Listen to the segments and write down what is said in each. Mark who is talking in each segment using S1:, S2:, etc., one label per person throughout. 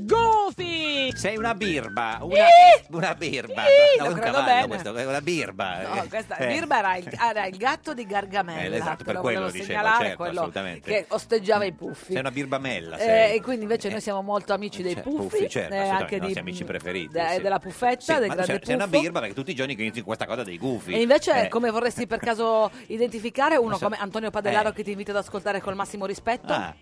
S1: Goofy!
S2: Sei una birba, una, una birba.
S1: Sì,
S2: no,
S1: lo
S2: è un
S1: credo
S2: cavallo
S1: bene.
S2: questo, è una birba.
S1: No, questa
S2: Eh,
S1: Birba era il, era il gatto di Gargamella.
S2: Eh, esatto, per
S1: te lo
S2: quello
S1: volevo
S2: dicevo,
S1: segnalare,
S2: certo,
S1: quello
S2: assolutamente.
S1: Che osteggiava i puffi.
S2: Sei una birbamella,
S1: Eh,
S2: sei.
S1: e quindi invece noi siamo molto amici dei
S2: Cioè,
S1: puffi,
S2: certo,
S1: eh,
S2: assolutamente,
S1: anche
S2: i
S1: di-
S2: nostri amici preferiti.
S1: de-
S2: sì.
S1: della puffetta,
S2: Sì, ma
S1: del
S2: tu
S1: grande
S2: sei, sei una
S1: puffo.
S2: birba perché tutti i giorni che inizi questa cosa dei gufi.
S1: E invece, ecco,
S2: Eh,
S1: come vorresti per caso identificare uno
S2: Non so. Eh. Ah,
S1: come Antonio Padellaro che ti invito ad ascoltare col massimo rispetto?
S3: Ah,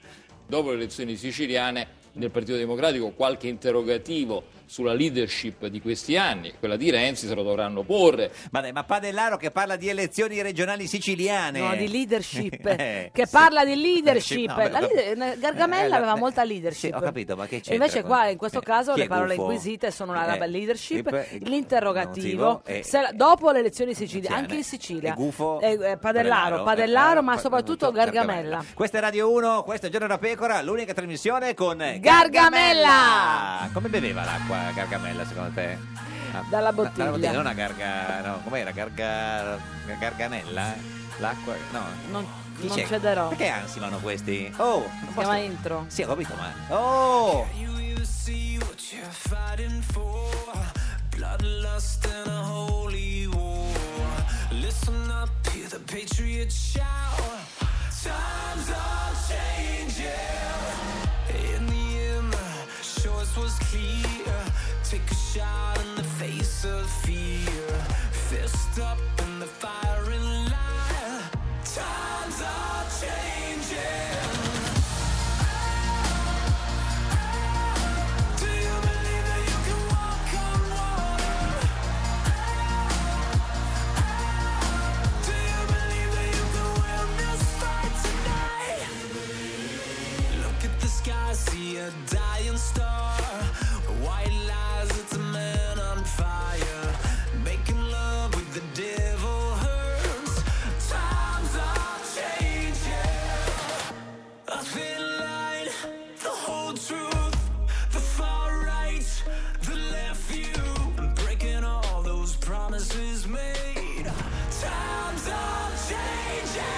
S3: Dopo le elezioni siciliane nel Partito Democratico qualche interrogativo sulla leadership di questi anni, quella di Renzi se lo dovranno porre.
S2: Ma, dai, ma Padellaro che parla di elezioni regionali siciliane.
S1: No, di leadership.
S2: Eh,
S1: che parla di leadership.
S2: No, beh,
S1: La leader- Gargamella
S2: eh, la-
S1: aveva molta
S2: sì,
S1: leadership.
S2: ho capito, ma che c'è?
S1: E invece qua in questo caso
S2: Eh, chi è
S1: le parole
S2: gufo?
S1: inquisite sono la
S2: Eh,
S1: leadership,
S2: eh,
S1: l'interrogativo,
S2: motivo, eh,
S1: se la- dopo le elezioni siciliane, anche in Sicilia,
S2: e gufo? eh,
S1: eh, eh, Padellaro, Padellaro,
S2: Padellaro,
S1: Padellaro, ma
S2: pa-
S1: soprattutto Gargamella.
S2: Questa è Radio 1, questo è Giorno da Pecora, l'unica trasmissione con eh,
S1: Gargamella!
S2: Come beveva l'acqua Gargamella secondo te? Ah,
S1: Dalla
S2: da-
S1: bottiglia.
S2: non a garga, no, com'era? Garga, garganella? L'acqua, no.
S1: Non,
S2: eh, Chi
S1: non
S2: c'è?
S1: cederò.
S2: Perché ansimano questi? Oh, non
S1: Si
S2: posso-
S1: chiama intro.
S2: Sì, ho capito, ma... Oh!
S4: You even see what you're fighting for? Bloodlust and a holy war. Listen up, hear the patriot shout. Times are changing. In the end, the choice was clear. Take a shot in the face of fear. Fist up in the firing line. Times are changing. Look at the sky, see a dying star. White lies, it's a man on fire. Making love with the devil hurts. Times are changing. A thin line, the whole truth. The far right, the left view. Breaking all those promises made. Times are changing.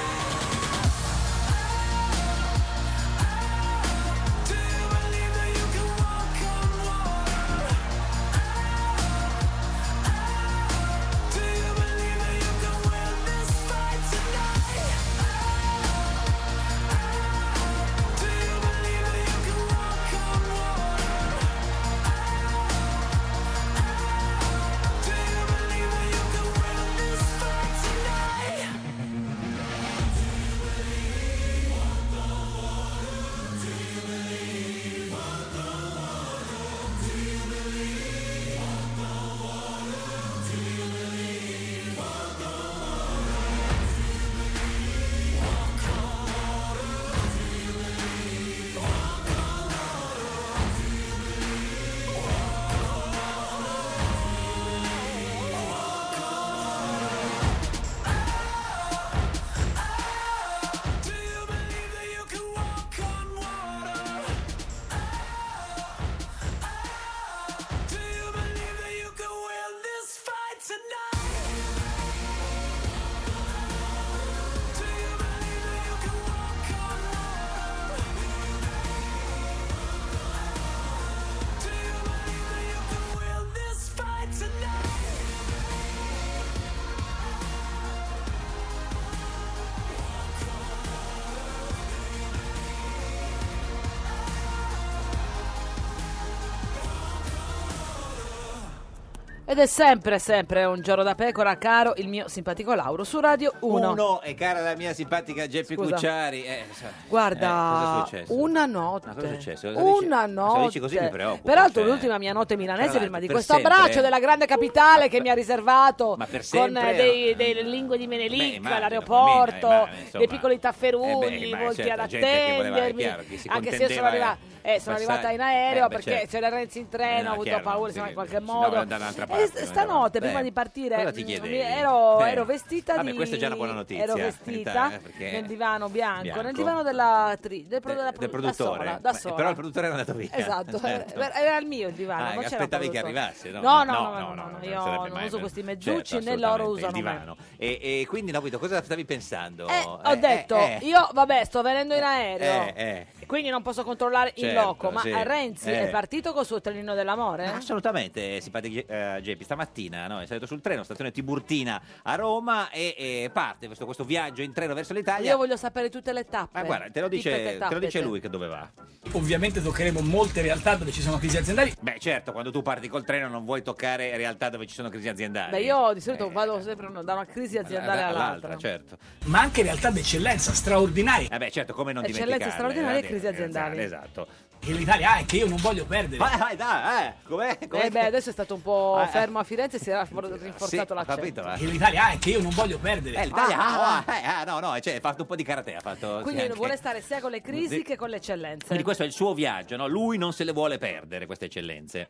S1: Ed è sempre, sempre un giorno da pecora, caro il mio simpatico Lauro su Radio 1.
S2: Uno, e cara la mia simpatica Geppi
S1: Scusa.
S2: Cucciari. Eh, so- eh, cosa è
S1: Guarda,
S2: successo?
S1: una notte.
S2: Ma cioè, cosa è successo? Cosa dici?
S1: Una
S2: Se lo dici
S1: notte.
S2: così mi preoccupo,
S1: Peraltro,
S2: cioè.
S1: l'ultima mia notte milanese,
S2: Tra
S1: prima di
S2: l'altro,
S1: questo
S2: per sempre,
S1: abbraccio
S2: eh.
S1: della grande capitale che mi ha riservato
S2: Ma per
S1: con
S2: sempre,
S1: eh, dei, delle lingue di
S2: Beh,
S1: Menelik
S2: immagino,
S1: all'aeroporto,
S2: bambina, eh, ma, insomma,
S1: dei piccoli tafferugli
S2: eh, beh, ma
S1: volti
S2: certo,
S1: ad
S2: gente che voleva, è
S1: attendermi.
S2: chiaro, chi si
S1: anche se io sono,
S2: contendeva,
S1: arriva-
S2: eh,
S1: eh, sono arrivata
S2: passaggi.
S1: in aereo
S2: Eh, beh,
S1: perché
S2: certo.
S1: c'era Renzi in
S2: Eh,
S1: treno,
S2: no,
S1: ho avuto
S2: chiaro,
S1: paura,
S2: sì,
S1: insomma, in
S2: sì,
S1: qualche
S2: sì,
S1: modo.
S2: no, da un'altra parte,
S1: Eh, stanotte, prima di partire,
S2: cosa ti
S1: mm,
S2: chiedevi?
S1: mi- ero,
S2: Eh.
S1: ero vestita
S2: Vabbè,
S1: di...
S2: questa è già una buona notizia,
S1: Ero
S2: in
S1: vestita
S2: realtà, eh, perché-
S1: nel divano bianco, nel
S2: bianco.
S1: divano della, tri- del, pro-
S2: De-
S1: della
S2: del
S1: pro-
S2: produttore.
S1: Da sola, da
S2: Beh,
S1: sola.
S2: Però il produttore è andato via.
S1: Esatto,
S2: Certo.
S1: era- era il mio il divano.
S2: Ah,
S1: non c'era
S2: aspettavi
S1: un
S2: che
S1: produttore.
S2: arrivasse? No, no,
S1: No,
S2: no,
S1: no, no,
S2: no,
S1: no, no,
S2: non
S1: io
S2: sarebbe
S1: non
S2: mai
S1: uso
S2: vero. Certo,
S1: questi mezzucci né
S2: assolutamente,
S1: loro usano
S2: il
S1: me.
S2: divano. E, e quindi, Nobito, cosa stavi pensando?
S1: Eh, ho detto, io vabbè, sto venendo in aereo.
S2: Eh, eh.
S1: Quindi non posso controllare in
S2: Certo,
S1: loco, ma
S2: sì.
S1: eh, Renzi
S2: Eh.
S1: è partito col suo trenino dell'amore?
S2: Assolutamente, simpatico eh, Geppi. Stamattina no, è salito sul treno, stazione Tiburtina a Roma e, e parte questo, questo viaggio in treno verso l'Italia.
S1: Io voglio sapere tutte le tappe.
S2: Ma Ah, guarda, te lo
S1: Tippete,
S2: dice, te lo
S1: tappete.
S2: dice lui che dove va.
S5: Ovviamente toccheremo molte realtà dove ci sono crisi aziendali.
S2: Beh, certo, quando tu parti col treno non vuoi toccare realtà dove ci sono crisi aziendali.
S1: Beh, io di solito vado sempre uno- da una crisi aziendale
S2: Eh, Alla-
S1: all'altra.
S2: certo.
S5: ma anche realtà d'eccellenza straordinarie
S2: Eh beh, certo, come non
S1: Eccellenze
S2: dimenticarle.
S1: straordinarie e
S2: eh,
S1: crisi aziendali.
S2: Esatto.
S5: che l'Italia ha e che io non voglio perdere.
S2: Vai, vai, dai, eh, com'è? com'è
S1: Eh beh, adesso è stato un po'
S2: Ah, eh.
S1: fermo a Firenze e si era for-
S2: Sì,
S1: rinforzato
S2: ho
S1: l'accento.
S2: capito, eh.
S5: Che l'Italia ha e che io non voglio perdere.
S2: Eh, l'Italia,
S1: Ah,
S2: ah, ah, eh, ah, no, no, cioè, ha fatto un po' di karate, ha fatto...
S1: Quindi
S2: sì, anche-
S1: vuole stare sia con le crisi
S2: Sì.
S1: che con le eccellenze.
S2: Quindi questo è il suo viaggio, no? Lui non se le vuole perdere, queste eccellenze.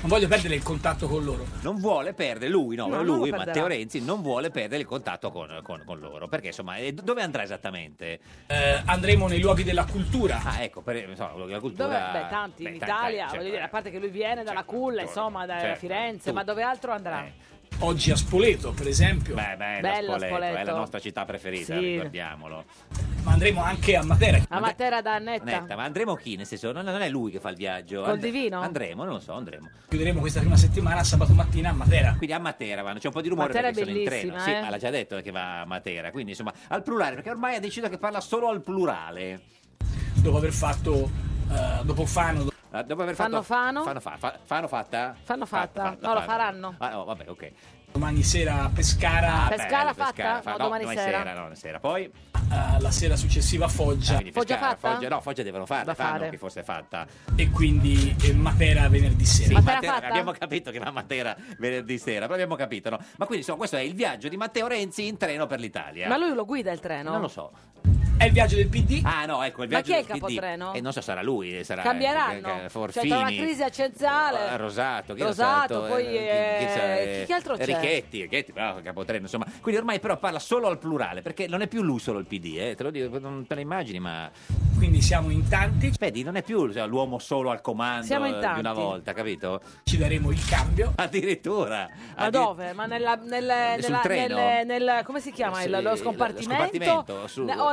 S5: Non voglio perdere il contatto con loro.
S2: Non vuole perdere, lui, no,
S1: No, non lo
S2: lui,
S1: perderà.
S2: Matteo Renzi, non vuole perdere il contatto con, con- con loro. Perché, insomma, eh, dove andrà esattamente?
S5: Eh, andremo nei luoghi della cultura.
S2: Ah, ecco, per insomma, la cultura...
S1: Dove, beh, tanti in
S2: beh,
S1: Italia,
S2: cioè,
S1: voglio dire, a parte che lui viene dalla culla,
S2: certo,
S1: insomma, da
S2: certo,
S1: Firenze,
S2: tutto.
S1: ma dove altro andrà?
S2: Eh,
S5: Oggi a Spoleto, per esempio.
S2: Beh, bella,
S1: Bello
S2: Spoleto, è
S1: Spoleto.
S2: la nostra città preferita,
S1: Sì.
S2: ricordiamolo.
S5: Ma andremo anche a Matera.
S1: A Matera da Annetta.
S2: Netta, ma andremo chi? Nel senso, non, non è lui che fa il viaggio.
S1: Col
S2: And-
S1: divino?
S2: Andremo, non lo so, andremo.
S5: Chiuderemo questa prima settimana sabato mattina a Matera.
S2: Quindi a Matera vanno, c'è un po' di rumore
S1: Matera è
S2: perché sono in treno.
S1: bellissima,
S2: Sì,
S1: eh.
S2: ma l'ha già detto che va a Matera. Quindi, insomma, al plurale, perché ormai ha deciso che parla solo al plurale.
S5: Dopo aver fatto eh, dopo Fano,
S2: Ah, Dopo aver
S1: Fanno
S2: fatto
S1: Fano?
S2: Fanno, fa- fa- fanno fatta?
S1: Fanno fatta. No, lo faranno. Ah,
S2: Ah, no, vabbè, ok. Ah,
S5: domani sera a Pescara,
S1: Pescara fatta?
S2: fa-
S1: No,
S2: no,
S1: domani sera.
S2: no, domani sera. Poi Ah,
S5: eh, la sera successiva a Foggia
S2: quindi
S1: Foggia
S2: Pescara,
S1: fatta?
S2: Foggia, no, Foggia devono farla,
S1: Da
S2: fanno
S1: fare.
S2: che forse è fatta.
S5: e quindi eh, Matera venerdì sera.
S1: Matera fatta?
S2: abbiamo capito che va a Matera venerdì sera, però abbiamo capito, no? Ma quindi insomma, questo è il viaggio di Matteo Renzi in treno per l'Italia.
S1: Ma lui lo guida il treno?
S2: Non lo so.
S5: È il viaggio del PD.
S2: Ah, no, ecco, il
S1: Ma
S2: viaggio
S1: chi è il
S2: del PD.
S1: capotreno?
S2: Eh, non so, sarà lui, sarà
S1: Cambieranno.
S2: eh,
S1: Cioè,
S2: Forfini.
S1: tra una crisi accenziale.
S2: eh, Rosato, chi è
S1: Rosato,
S2: Rosato?
S1: poi,
S2: Eh, chi- chi-
S1: eh,
S2: eh,
S1: chi- chi altro c'è?
S2: Richetti, Richetti, bravo, capotreno, insomma. Quindi ormai però parla solo al plurale, perché non è più lui solo il PD, eh, te lo dico, non te ne immagini, ma
S5: Quindi siamo in tanti,
S2: vedi, non è più cioè, l'uomo solo al comando
S1: Siamo in
S2: eh,
S1: tanti.
S2: di una volta, capito?
S5: ci daremo il cambio.
S2: Addirittura.
S1: Ma
S2: addir-
S1: dove? Ma nella, nel,
S2: Sul
S1: nella-
S2: treno?
S1: nel- nel- come si chiama il-
S2: Sì,
S1: lo
S2: lo
S1: scompartimento?
S2: scompartimento, su-
S1: Ne- o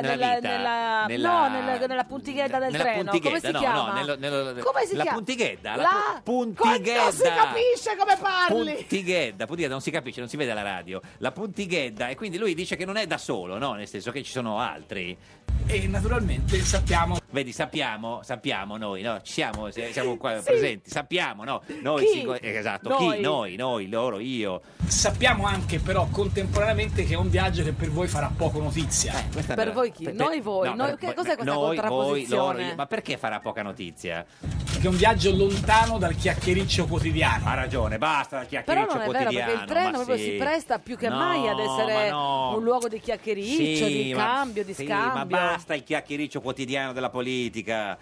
S2: nella
S1: nella-
S2: vita,
S1: nella-
S2: nella-
S1: no, nella, nella puntighetta del
S2: nella
S1: treno. come
S2: puntighetta,
S1: si
S2: no,
S1: chiama?
S2: no, nello- nello-
S1: come si
S2: la
S1: chiama?
S2: puntighetta, la
S1: La-
S2: pu- puntighetta.
S1: Non si capisce come parli.
S2: Puntighedda, puntighedda, non si capisce, non si vede alla radio. La puntighedda, e quindi lui dice che non è da solo, no? Nel senso che ci sono altri.
S5: E naturalmente sappiamo
S2: Vedi, sappiamo, sappiamo noi, no? Ci siamo, se- siamo qua
S1: Sì.
S2: presenti, sappiamo, no? Noi,
S1: Chi?
S2: singoli- eh, esatto,
S1: Noi.
S2: chi? Noi, noi, loro, io.
S5: Sappiamo anche però contemporaneamente che è un viaggio che per voi farà poco notizia.
S2: Eh, Questa
S1: Per
S2: era-
S1: voi chi? Noi, voi? Noi- che cos'è questa
S2: noi, voi, loro,
S1: contrapposizione?
S2: io. Ma perché farà poca notizia?
S5: Che è un viaggio lontano dal chiacchiericcio quotidiano.
S2: Ha ragione, basta dal
S1: Però
S2: chiacchiericcio
S1: non è vero
S2: quotidiano.
S1: perché il treno
S2: ma
S1: proprio
S2: sì.
S1: si presta più che
S2: No,
S1: mai ad essere
S2: ma no.
S1: un luogo di chiacchiericcio,
S2: Sì,
S1: di
S2: ma-
S1: cambio, di
S2: sì,
S1: scambio.
S2: Ma basta il chiacchiericcio quotidiano della politica.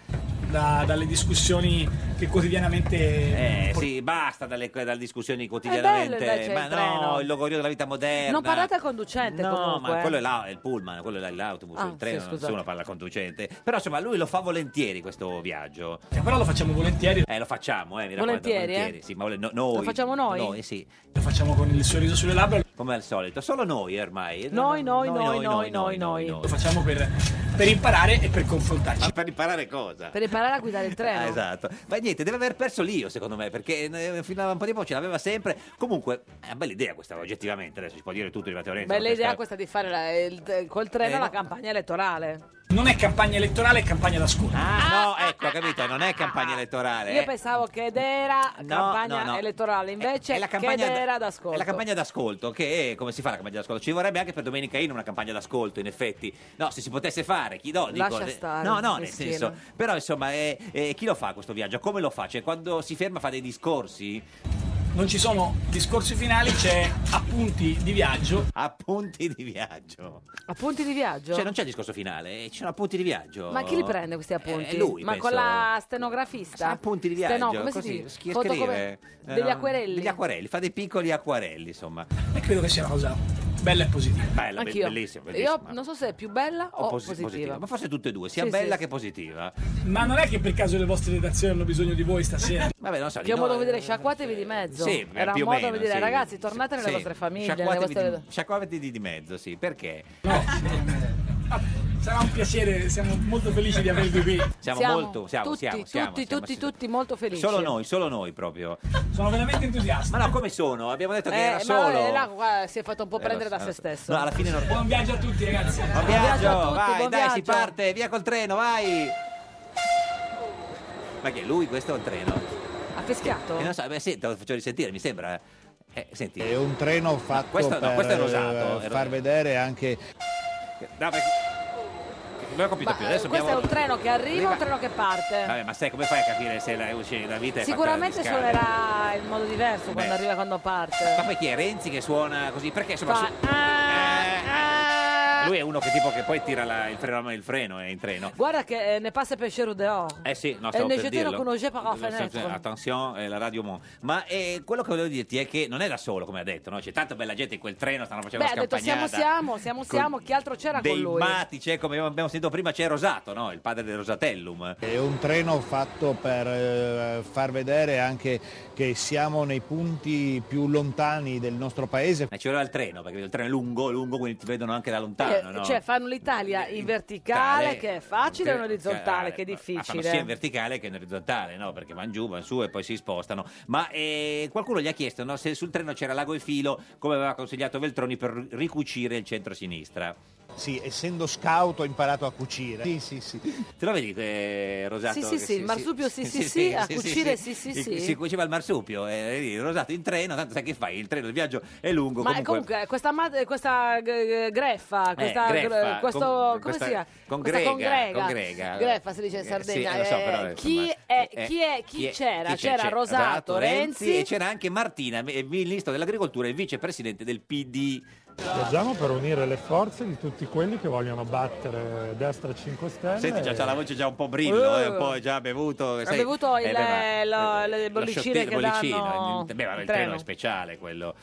S5: Da- dalle discussioni che quotidianamente
S2: Eh,
S5: por-
S2: sì, basta dalle, dalle discussioni quotidianamente.
S1: È bello invece
S2: ma
S1: il
S2: no,
S1: treno.
S2: il logorio della vita moderna.
S1: Non parlate al conducente,
S2: No,
S1: comunque, eh.
S2: ma quello è, la- è il pullman, quello è l'autobus,
S1: Ah,
S2: il treno,
S1: sì, scusate.
S2: nessuno parla al conducente. Però insomma, lui lo fa volentieri questo viaggio.
S5: Cioè, Però lo facciamo volentieri,
S2: Eh, lo facciamo, eh, mi raccomando,
S1: Volentieri, eh?
S2: Sì, ma vole- no- noi.
S1: Lo facciamo noi?
S2: Noi, sì.
S5: lo facciamo con il sorriso sulle labbra,
S2: Come al solito, solo noi ormai.
S1: Noi, noi, noi, noi, noi,
S5: lo facciamo per, per imparare e per confrontarci.
S2: Ah, per imparare cosa?
S1: Per imparare a guidare il treno.
S2: Ah, esatto. Ma niente, deve aver perso l'io, secondo me, perché eh, fino a un po' di tempo ce l'aveva sempre. Comunque, è una bella idea questa, oggettivamente. Adesso si può dire tutto di Matteo Renzi.
S1: Bella
S2: ma
S1: idea questa di fare la- il- col
S2: esatto,
S1: treno
S2: Eh, no.
S1: la campagna elettorale.
S5: Non è campagna elettorale, è campagna d'ascolto. Ah,
S2: Ah, no, ecco, ho capito, non è campagna elettorale.
S1: Io
S2: eh.
S1: pensavo che ed era
S2: No,
S1: campagna
S2: no, no.
S1: elettorale, invece
S2: È- è la campagna
S1: che ed era
S2: d-
S1: d'ascolto.
S2: È la campagna d'ascolto, che è- come si fa la campagna d'ascolto? Ci vorrebbe anche per Domenica In una campagna d'ascolto, in effetti. No, se si potesse fare, chi no, dico-
S1: Lascia stare,
S2: No, no, nel
S1: meschino.
S2: senso. Però, insomma, eh, eh, chi lo fa questo viaggio? Come lo fa? Cioè, quando si ferma fa dei discorsi?
S5: non ci sono discorsi finali, c'è appunti di viaggio.
S2: Appunti di viaggio.
S1: Appunti di viaggio?
S2: Cioè, non c'è il discorso finale, eh, ci sono appunti di viaggio.
S1: Ma chi li prende questi appunti?
S2: Eh, lui,
S1: Ma
S2: penso.
S1: con la stenografista?
S2: Appunti di viaggio,
S1: Steno- come
S2: così,
S1: si dice?
S2: schi-
S1: Fotocopi-
S2: scrive. Eh,
S1: degli
S2: no,
S1: acquerelli?
S2: Degli acquerelli, fa dei piccoli acquerelli, insomma.
S5: E credo che sia una cosa bella e positiva.
S2: Bella, be-
S1: Anch'io.
S2: bellissima, bellissima.
S1: Io non so se è più bella o,
S2: O posi-
S1: Oh, positiva.
S2: Ma forse tutte e due, sia
S1: Sì,
S2: bella
S1: sì.
S2: che positiva.
S5: Ma non è che per caso le vostre redazioni hanno bisogno di voi stasera?
S2: Vabbè, non so.
S1: Che
S2: di
S1: un modo
S2: noi-
S1: per dire sciacquatevi di mezzo.
S2: eh, Sì, beh,
S1: Era
S2: più
S1: un
S2: o
S1: modo
S2: meno,
S1: per dire
S2: sì.
S1: ragazzi tornate nelle
S2: Sì,
S1: vostre famiglie, nelle
S2: sciacquatevi
S1: vostre...
S2: di- Sciacquatevi di, di mezzo, sì, perché?
S5: Sarà un piacere, siamo molto felici di avervi qui.
S2: Siamo, molto, siamo,
S1: tutti,
S2: siamo, siamo,
S1: tutti,
S2: siamo,
S1: tutti,
S2: siamo.
S1: tutti molto felici.
S2: Solo noi, solo noi proprio.
S5: Sono veramente entusiasta.
S2: Ma no, come sono? Abbiamo detto che
S1: Eh,
S2: era
S1: ma
S2: solo.
S1: eh, là, guarda, si è fatto un po'
S2: Eh, lo
S1: prendere
S2: so,
S1: da se
S2: lo so.
S1: stesso.
S2: No, alla fine non...
S5: Buon viaggio a tutti, ragazzi.
S2: Buon
S1: viaggio a
S2: viaggio,
S1: tutti,
S2: vai,
S1: buon
S2: dai, si
S1: viaggio.
S2: parte, via col treno, vai. Ma che lui questo è un treno?
S1: Ha fischiato?
S2: E non so, beh sì, te lo faccio risentire, mi sembra. Eh, senti.
S5: oh.
S6: È un treno fatto
S2: questo no,
S6: per
S2: questo è
S6: eh,
S2: rosato, è
S6: far
S2: rosato.
S6: vedere anche
S2: No, perché... Non ho capito
S1: Ma,
S2: più,
S1: eh,
S2: adesso
S1: questo
S2: abbiamo...
S1: è un treno che arriva o un treno che parte?
S2: Vabbè, ma sai come fai a capire se la, se la vita è
S1: Sicuramente
S2: fatta di scale?
S1: suonerà in modo diverso quando arriva e quando
S2: Ma
S1: parte.
S2: poi chi è Renzi che suona così? Perché insomma.
S1: Fa-
S2: su- Eh, Lui è uno che tipo che poi tira la- il freno, il freno eh, in treno.
S1: Guarda che eh, ne passa per Cheru dehors.
S2: Eh sì, no,
S1: E
S2: stavo
S1: ne
S2: per
S1: jetterò
S2: dirlo.
S1: con un jet par la fenêtre.
S2: Attenzione, eh, la radio Mon. Ma eh, quello che volevo dirti è che non è da solo, come ha detto, no? C'è tanta bella gente in quel treno, stanno facendo
S1: Beh, ha
S2: una
S1: detto siamo
S2: scampagnata.
S1: siamo, siamo
S2: con
S1: siamo, chi altro c'era con
S2: Dei
S1: lui?
S2: mati, c'è come abbiamo sentito prima, c'è Rosato, no? Il padre del Rosatellum.
S6: è un treno fatto per eh, far vedere anche che siamo nei punti più lontani del nostro paese.
S2: Ma Eh, ci voleva il treno, perché il treno è lungo, lungo, quindi ti vedono anche da
S1: Eh,
S2: lontano, no?
S1: Cioè fanno l'Italia in verticale che è facile e in orizzontale che è
S2: eh, Ma fanno sia in
S1: difficile.
S2: verticale che in orizzontale, no? Perché van giù, van su e poi si spostano. Ma eh, qualcuno gli ha chiesto no, se sul treno c'era l'ago e filo, come aveva consigliato Veltroni per ricucire il centro-sinistra.
S6: Sì, essendo scout ho imparato a cucire. Sì, sì, sì.
S2: Te lo vedi, eh, Rosato?
S1: Sì, sì, sì, il marsupio, sì, sì, sì, a cucire, sì, sì, sì.
S2: Si cuciva il marsupio, eh, vedi, Rosato in treno, tanto sai che fai, il treno, il viaggio è lungo.
S1: Ma comunque, questa, ma- questa g- g- greffa, questa,
S2: Eh, greffa,
S1: gr- questo,
S2: con-
S1: come
S2: questa
S1: si chiama?
S2: congrega,
S1: Questa congrega.
S2: congrega.
S1: Greffa si dice in
S2: Eh,
S1: Sardegna.
S2: sì, lo so, però,
S1: Eh, chi,
S2: insomma,
S1: è,
S2: eh,
S1: chi, è, chi,
S2: chi è-
S1: c'era?
S2: chi c'è?
S1: c'era
S2: C'è
S1: Rosato, Renzi,
S2: e c'era anche Martina, eh, ministro dell'agricoltura e vicepresidente del PD.
S7: Viaggiamo per unire le forze di tutti quelli che vogliono battere destra e 5 Stelle.
S2: Senti, già
S7: e-
S2: c'ha la voce già un po' brillo,
S1: Eh.
S2: eh, un po' è già bevuto.
S1: ha
S2: sai,
S1: bevuto il,
S2: eh, beh, ma-
S1: lo- le
S2: lo
S1: bollicine che
S2: sciottino, bollicino,
S1: danno
S2: eh, Beh, ma
S1: in
S2: il
S1: treno.
S2: treno è speciale quello.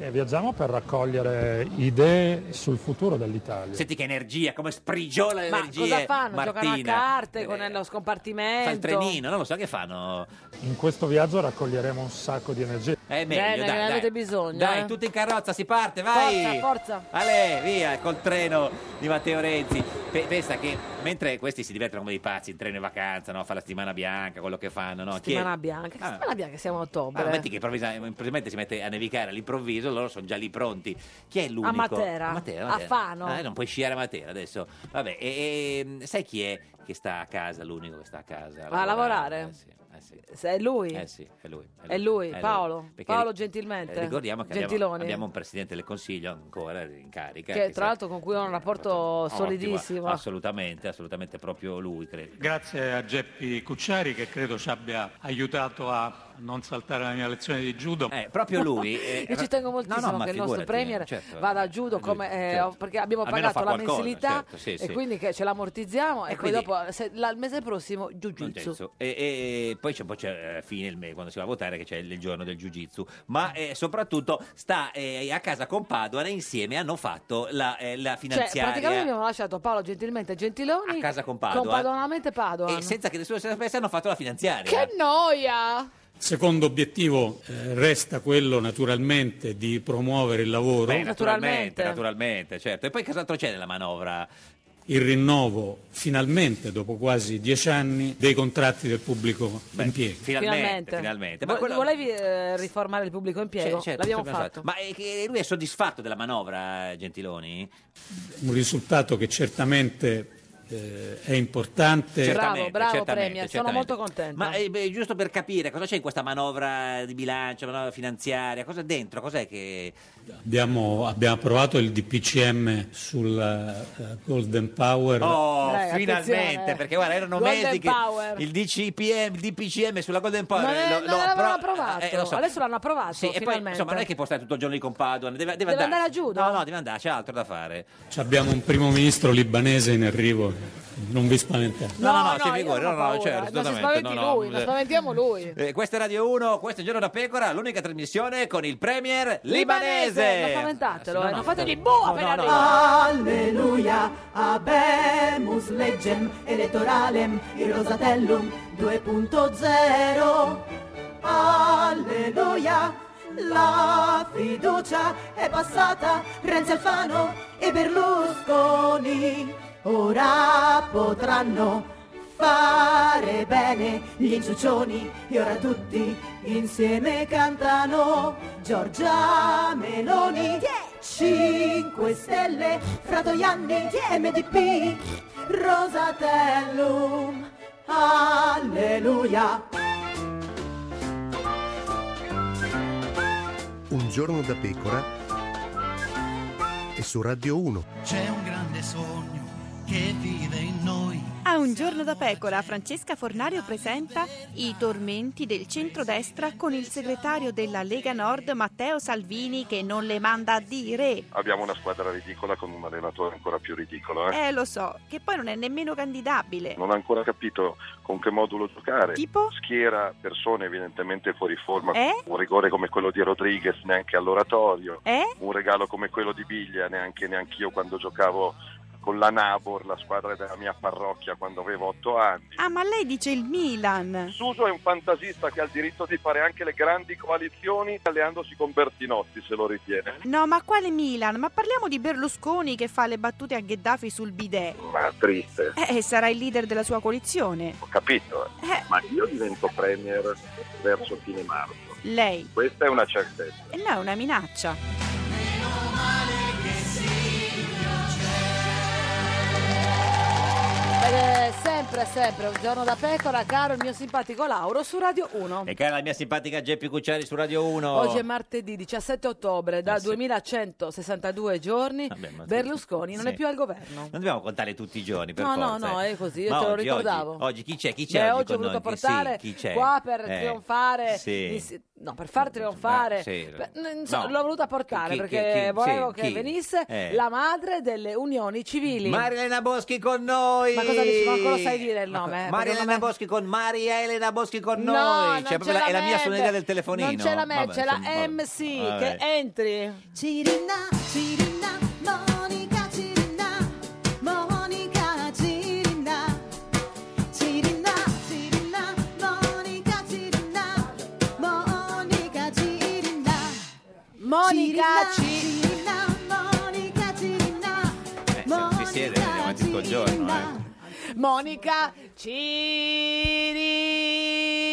S7: e viaggiamo per raccogliere idee sul futuro dell'Italia.
S2: Senti che energia, come sprigiola
S1: Ma
S2: l'energia.
S1: cosa fanno? Giocano a
S2: Martina.
S1: carte con
S2: Eh,
S1: lo
S2: Fa il
S1: scompartimento?
S2: trenino, non lo so che fanno.
S7: In questo viaggio raccoglieremo un sacco di energia.
S2: È meglio,
S1: Bene,
S2: dai,
S1: che ne
S2: dai.
S1: avete bisogno,
S2: Dai,
S1: eh.
S2: tutti in carrozza, si parte, vai.
S1: Forza, forza.
S2: Ale, via, col treno di Matteo Renzi. Pe- pensa che mentre questi si divertono come dei pazzi, in treno in vacanza, no? Fa la settimana bianca, quello che fanno, no? Chi è-
S1: Settimana bianca. Che
S2: Ah.
S1: settimana bianca siamo a
S2: Ah,
S1: ottobre.
S2: ma metti che improvvisa- improvvisamente si mette a nevicare all'improvviso, loro sono già lì pronti. Chi è l'unico?
S1: A Matera.
S2: A Matera,
S1: A
S2: Matera.
S1: Fano.
S2: Ah, non puoi sciare a Matera adesso. Vabbè, e, e- sai chi è che sta a casa, l'unico che sta a casa?
S1: Va a lavorare?
S2: Eh sì, eh sì.
S1: Se è lui?
S2: Eh sì, è lui.
S1: È lui, Paolo.
S2: Perché
S1: Paolo
S2: ri-
S1: Gentilmente.
S2: eh, ricordiamo che abbiamo-
S1: Gentiloni.
S2: Abbiamo, un presidente del Consiglio ancora in carica.
S1: Che, tra
S2: sa-
S1: l'altro, con cui ho un rapporto
S2: ottimo,
S1: Oh,
S2: Ah,
S1: solidissimo.
S2: Assolutamente, assolutamente proprio lui, credo.
S8: Grazie a Geppi Cucciari che credo ci abbia aiutato a non saltare la mia lezione di judo.
S2: Eh, proprio lui. eh,
S1: Io ci tengo
S2: no, no,
S1: moltissimo
S2: ma
S1: che il nostro
S2: figurati,
S1: Premier
S2: certo.
S1: vada a judo come, eh,
S2: Certo.
S1: perché abbiamo
S2: Almeno
S1: pagato
S2: fa
S1: la
S2: qualcosa,
S1: mensilità
S2: certo, sì,
S1: e
S2: sì.
S1: quindi che ce l'ammortizziamo e,
S2: E
S1: poi
S2: quindi-
S1: dopo se- la- il mese prossimo
S2: Non
S1: Jiu-Jitsu.
S2: penso. E, e- e poi c'è, poi c'è eh, fine il me- quando si va a votare che c'è il giorno del Jiu Jitsu ma eh, soprattutto sta eh, a casa con Padoan e insieme hanno fatto la, eh, la
S1: Cioè,
S2: finanziaria
S1: praticamente abbiamo lasciato Paolo gentilmente e Gentiloni
S2: a casa con Padoan
S1: con Padoanamente Padoan.
S2: e eh? senza che nessuno se ne sapesse hanno fatto la finanziaria
S1: Che noia!
S9: Secondo obiettivo eh, resta quello naturalmente di promuovere il lavoro,
S2: Beh, naturalmente,
S1: Naturalmente.
S2: naturalmente, certo. E poi cos'altro c'è nella manovra?
S9: il rinnovo finalmente dopo quasi dieci anni dei contratti del pubblico impiego.
S2: Finalmente, finalmente.
S1: Vo-
S2: quello-
S1: Volevi eh, riformare il pubblico impiego?
S2: C'è- certo,
S1: L'abbiamo
S2: l'abbiamo
S1: fatto.
S2: Ma è che lui è soddisfatto della manovra, Gentiloni?
S9: Un risultato che certamente eh, è importante.
S2: Certamente, certamente, certamente.
S1: contenta.
S2: Ma eh, beh, giusto per capire cosa c'è in questa manovra di bilancio, manovra finanziaria, cosa è dentro, cos'è che...
S9: Abbiamo, abbiamo approvato il DPCM sul eh, Golden Power.
S2: Oh,
S1: Dai,
S2: finalmente,
S1: attenzione.
S2: perché guarda, erano
S1: Golden
S2: mesi che
S1: Power.
S2: il DCPM, il DPCM sulla Golden Power
S1: non, è-
S2: lo-
S1: non
S2: lo
S1: l'avevano
S2: appro-
S1: approvato,
S2: eh, lo so.
S1: adesso l'hanno approvato
S2: Sì, e poi
S1: finalmente.
S2: insomma non è che può stare tutto il giorno lì con Paduan, deve, deve,
S1: Deve
S2: andare
S1: andare a Giuda?
S2: No, no, deve andare, c'è altro da fare.
S9: Ci Abbiamo un primo ministro libanese in arrivo, non vi spaventate.
S2: No, no, no, si
S1: io
S2: figuri, no,
S1: non ho
S2: no,
S1: paura.
S2: certo,
S1: non si
S2: assolutamente,
S1: spaventi
S2: no, no,
S1: lui, non
S2: eh.
S1: spaventiamo lui.
S2: Eh, questa è Radio 1, questo è Giorno da Pecora, l'unica trasmissione con il Premier
S1: Libanese,
S2: libanese.
S1: non spaventatelo, eh, non fategli boh
S2: boh
S1: appena
S10: Alleluia, abemus legem elettoralem il Rosatellum 2.0. Alleluia, la fiducia è passata, Renzi Alfano e Berlusconi ora potranno fare bene gli inciuccioni e ora tutti insieme cantano Giorgia Meloni 5 Stelle Fratoianni MDP Rosatellum Alleluia
S11: Un giorno da pecora e su Radio 1.
S12: C'è un grande sogno che vive in noi.
S13: A un giorno da pecora, Francesca Fornario presenta i tormenti del centrodestra con il segretario della Lega Nord Matteo Salvini che non le manda a dire.
S14: Abbiamo una squadra ridicola con un allenatore ancora più ridicolo. eh.
S13: Eh, lo so, che poi non è nemmeno candidabile.
S14: Non ha ancora capito con che modulo giocare.
S13: Tipo?
S14: Schiera persone evidentemente fuori forma.
S13: Eh?
S14: Un rigore come quello di Rodriguez neanche all'oratorio.
S13: Eh?
S14: Un regalo come quello di Biglia neanche neanch'io quando giocavo con la Nabor, la squadra della mia parrocchia quando avevo otto anni.
S13: Ah, ma lei dice il Milan.
S14: Suso è un fantasista che ha il diritto di fare anche le grandi coalizioni alleandosi con Bertinotti se lo ritiene.
S13: No, ma quale Milan? Ma parliamo di Berlusconi che fa le battute a Gheddafi sul bidet.
S14: Ma triste.
S13: Eh, sarà il leader della sua coalizione.
S14: Ho capito, eh.
S13: Eh.
S14: ma io divento premier verso fine marzo.
S13: Lei.
S14: Questa è una certezza.
S13: Eh, No, è una minaccia.
S1: Ed è sempre, sempre un giorno da pecora, caro il mio simpatico Lauro su Radio 1.
S2: E cara la mia simpatica Geppi Cucciari su Radio 1.
S1: Oggi è martedì 17 ottobre, da
S2: Eh sì.
S1: 2162 giorni
S2: Vabbè, ma-
S1: Berlusconi non
S2: sì.
S1: è più al governo.
S2: Non dobbiamo contare tutti i giorni, per
S1: No, no,
S2: forza.
S1: no,
S2: eh.
S1: è così, io
S2: Ma
S1: te lo
S2: oggi,
S1: ricordavo.
S2: Oggi, oggi chi c'è? Chi c'è
S1: Beh,
S2: oggi,
S1: oggi ho
S2: con
S1: voluto
S2: noi? Chi- sì,
S1: portare
S2: chi c'è?
S1: qua per
S2: Eh,
S1: trionfare,
S2: sì.
S1: ins- no, per far trionfare,
S2: Ah, sì.
S1: Beh, n- insomma,
S2: No.
S1: l'ho voluta portare
S2: Chi- chi-
S1: perché
S2: chi- sì,
S1: volevo che
S2: chi?
S1: venisse
S2: Eh.
S1: la madre delle unioni civili.
S2: Marilena Boschi con noi.
S1: Ma cosa dici? Ma ancora lo sai dire il
S2: Ma-
S1: nome? eh?
S2: Maria
S1: Perché
S2: Elena Boschi con Maria Elena Boschi con
S1: No,
S2: noi.
S1: non
S2: Cioè,
S1: ce
S2: proprio la- è la mia
S1: mette.
S2: suoneria del telefonino.
S1: Non c'è la me,
S2: Vabbè,
S1: c'è la
S2: insomma,
S1: MC
S2: vabbè.
S1: che entri.
S10: Cirinna, Cirinna, Monica Cirinna, Monica Cirinna, Cirinna, Cirinna, Monica Cirinna, Monica Cirinna,
S1: Monica
S10: Cirinna, Monica Cirinna,
S2: Vi siete avanti tutto il giorno, eh.
S1: Monica Ciri.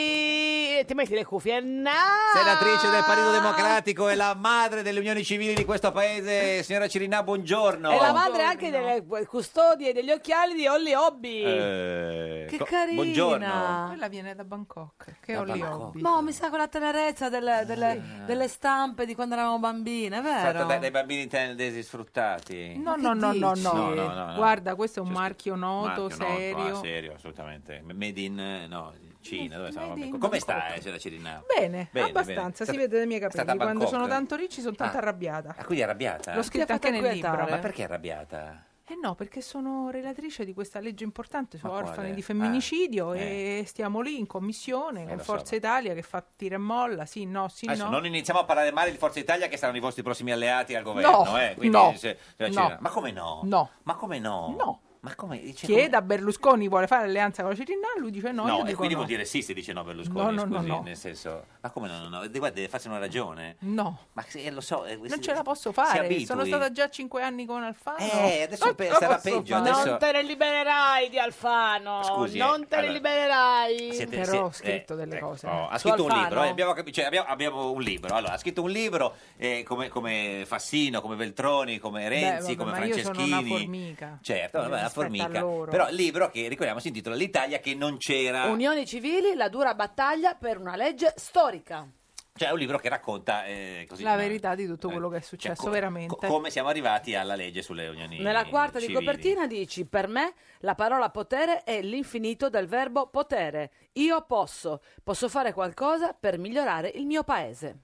S1: E Ti metti le cuffie. Na-
S2: Senatrice del Partito Democratico e la madre delle unioni civili di questo paese, signora Cirinà, buongiorno.
S1: E la madre anche delle custodie degli occhiali di Olli Hobby.
S2: Eh,
S1: che
S2: co-
S1: carina.
S2: Buongiorno.
S15: Quella viene da Bangkok, che
S2: Da
S15: ho lì
S2: Bangkok.
S15: hobby.
S1: Ma mi sa con la tenerezza delle,
S2: eh.
S1: delle- delle stampe di quando eravamo bambine,
S2: Fatta
S1: vero?
S2: dai, dai bambini tailandesi sfruttati.
S15: No, no, no, no, no,
S2: No, no, no, no.
S15: Guarda, questo è un marchio noto,
S2: Marchio, no,
S15: serio.
S2: ah, serio, assolutamente. Made in eh, no, Cina, dove stava?
S15: made in
S2: Come sta, eh, signora Cirinà?
S15: Bene, abbastanza, si
S2: Sta-
S15: vede dai miei
S2: è stata
S15: capelli.
S2: a
S15: Quando
S2: Bangkok?
S15: sono tanto ricci sono tanto
S2: Ah.
S15: arrabbiata.
S2: Ah, quindi è arrabbiata?
S15: L'ho scritta anche nel libro.
S2: Ma perché è arrabbiata?
S15: Eh no, perché sono relatrice di questa legge importante su
S2: Ma quale?
S15: orfani di femminicidio
S2: Ah,
S15: e stiamo lì in commissione con
S2: lo so.
S15: Forza Italia che fa tira e molla, sì, no, sì,
S2: Adesso
S15: no.
S2: non iniziamo a parlare male di Forza Italia che saranno i vostri prossimi alleati al governo,
S15: No,
S2: eh? Quindi,
S15: no,
S2: se- signora
S15: no.
S2: Cirinà, Ma come no?
S15: No.
S2: Ma come no? No. Ma come dice
S15: Chieda a Berlusconi vuole fare alleanza con la Cirinna, lui dice no, io
S2: No, e
S15: dico
S2: quindi
S15: no.
S2: vuol dire sì se dice no
S15: No,
S2: Berlusconi,
S15: no, no,
S2: scusi,
S15: no.
S2: nel senso... Ma come no, no, no? Guarda, deve farsi una ragione.
S15: No.
S2: Ma se- eh, lo so... eh,
S15: Non
S2: si-
S15: ce la posso
S2: si
S15: fare,
S2: abitui.
S15: sono stata già cinque anni con Alfano.
S2: Eh, adesso
S15: Non
S2: pe-
S15: la
S2: sarà
S15: posso
S2: peggio,
S15: fare.
S2: adesso-
S1: Non te ne libererai di Alfano.
S2: Scusi, eh,
S1: non te ne
S2: allora,
S1: libererai.
S2: Siete-
S15: Però
S2: si-
S15: ho scritto delle
S2: ecco,
S15: cose.
S2: oh, ha
S1: Su
S2: scritto un
S1: Alfano?
S2: libro, eh, abbiamo, capi- cioè, abbiamo- abbiamo un libro. Allora, ha scritto un libro eh, come, come Fassino, come Veltroni, come
S15: Beh,
S2: Renzi,
S15: vabbè,
S2: come
S15: ma io sono una
S2: Franceschini.
S15: formica.
S2: Certo, vabbè,
S15: Devo
S2: la formica.
S1: loro.
S2: Però il libro che ricordiamo si intitola L'Italia che non c'era.
S1: Unioni civili, la dura battaglia per una legge storica.
S2: Cioè è un libro che racconta eh, così,
S15: la verità di tutto quello che è
S2: cioè,
S15: successo,
S2: co-
S15: veramente.
S2: co- come siamo arrivati alla legge sulle unioni.
S1: Nella quarta di
S2: civili.
S1: copertina dici: Per me la parola potere è l'infinito del verbo potere. Io posso, posso fare qualcosa per migliorare il mio paese.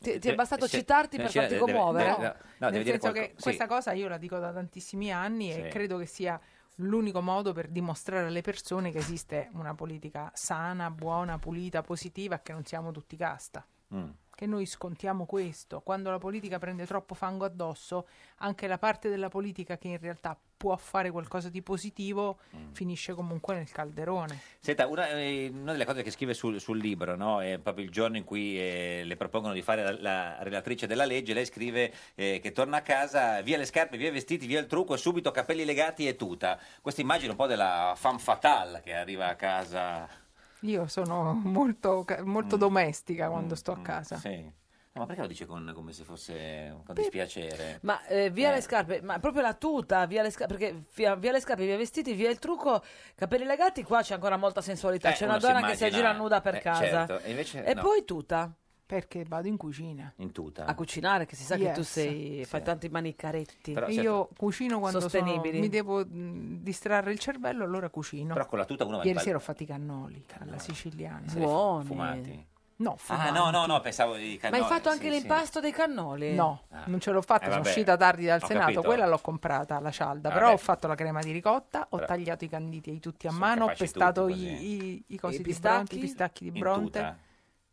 S1: Ti, ti è
S2: Eh,
S1: bastato
S2: se-
S1: citarti
S2: eh,
S1: per
S2: cioè,
S1: farti
S2: deve-
S1: commuovere?
S2: deve- no, no, deve
S15: Nel
S2: dire
S15: senso
S2: qualcosa.
S15: che questa cosa io la dico da tantissimi anni
S2: Sì.
S15: e credo che sia l'unico modo per dimostrare alle persone che esiste una politica sana, buona, pulita, positiva, e che non siamo tutti casta.
S2: Mm.
S15: Che noi scontiamo questo. Quando la politica prende troppo fango addosso, anche la parte della politica che in realtà può fare qualcosa di positivo
S2: Mm.
S15: finisce comunque nel calderone.
S2: Senta, una, eh, una delle cose che scrive sul, sul libro no? è proprio il giorno in cui eh, le propongono di fare la, la relatrice della legge. Lei scrive eh, che torna a casa, via le scarpe, via i vestiti, via il trucco, e subito capelli legati e tuta. Questa immagine un po' della femme fatale che arriva a casa.
S15: Io sono molto, ca- molto domestica quando sto a casa.
S2: Mm. Sì. No, ma perché lo dice con, come se fosse con dispiacere?
S1: Ma eh, via le scarpe, ma proprio la tuta, via le scarpe, perché via, via le scarpe, via i vestiti, via il trucco, capelli legati, qua c'è ancora molta sensualità.
S2: Eh,
S1: c'è una
S2: uno si
S1: donna che si
S2: immagina-
S1: aggira nuda per
S2: eh,
S1: casa.
S2: certo, e invece no.
S1: poi tuta.
S15: Perché vado in cucina.
S2: In tuta.
S1: A cucinare, che si sa che tu
S15: Yes.
S1: sei, fai tanti manicaretti.
S2: Però,
S15: E
S2: certo.
S15: Io cucino quando sono-
S1: Sostenibili.
S15: mi devo mh, distrarre il cervello, allora cucino.
S2: Però con la tuta uno va in
S15: Ieri
S2: pal-
S15: sera ho fatto i cannoli alla siciliana.
S2: Se li fu-
S1: Buoni.
S2: Fumati.
S15: No,
S2: Ah,
S15: fumanti.
S2: no, no, no, pensavo di
S1: Ma hai
S2: cannoli,
S1: fatto anche
S2: sì, sì.
S1: l'impasto dei cannoli?
S15: No, non ce l'ho fatta,
S2: Eh,
S15: sono
S2: vabbè,
S15: uscita tardi dal
S2: ho
S15: Senato,
S2: capito.
S15: quella l'ho comprata la cialda,
S2: Ah,
S15: però
S2: vabbè.
S15: ho fatto la crema di ricotta, ho
S2: Però-
S15: tagliato i canditi ai tutti a mano, ho
S2: capaci
S15: pestato
S2: tutti
S15: i, i, i cosi
S1: I
S15: di bronte,
S1: pistacchi?
S15: i pistacchi di
S2: In
S15: bronte.
S2: tuta?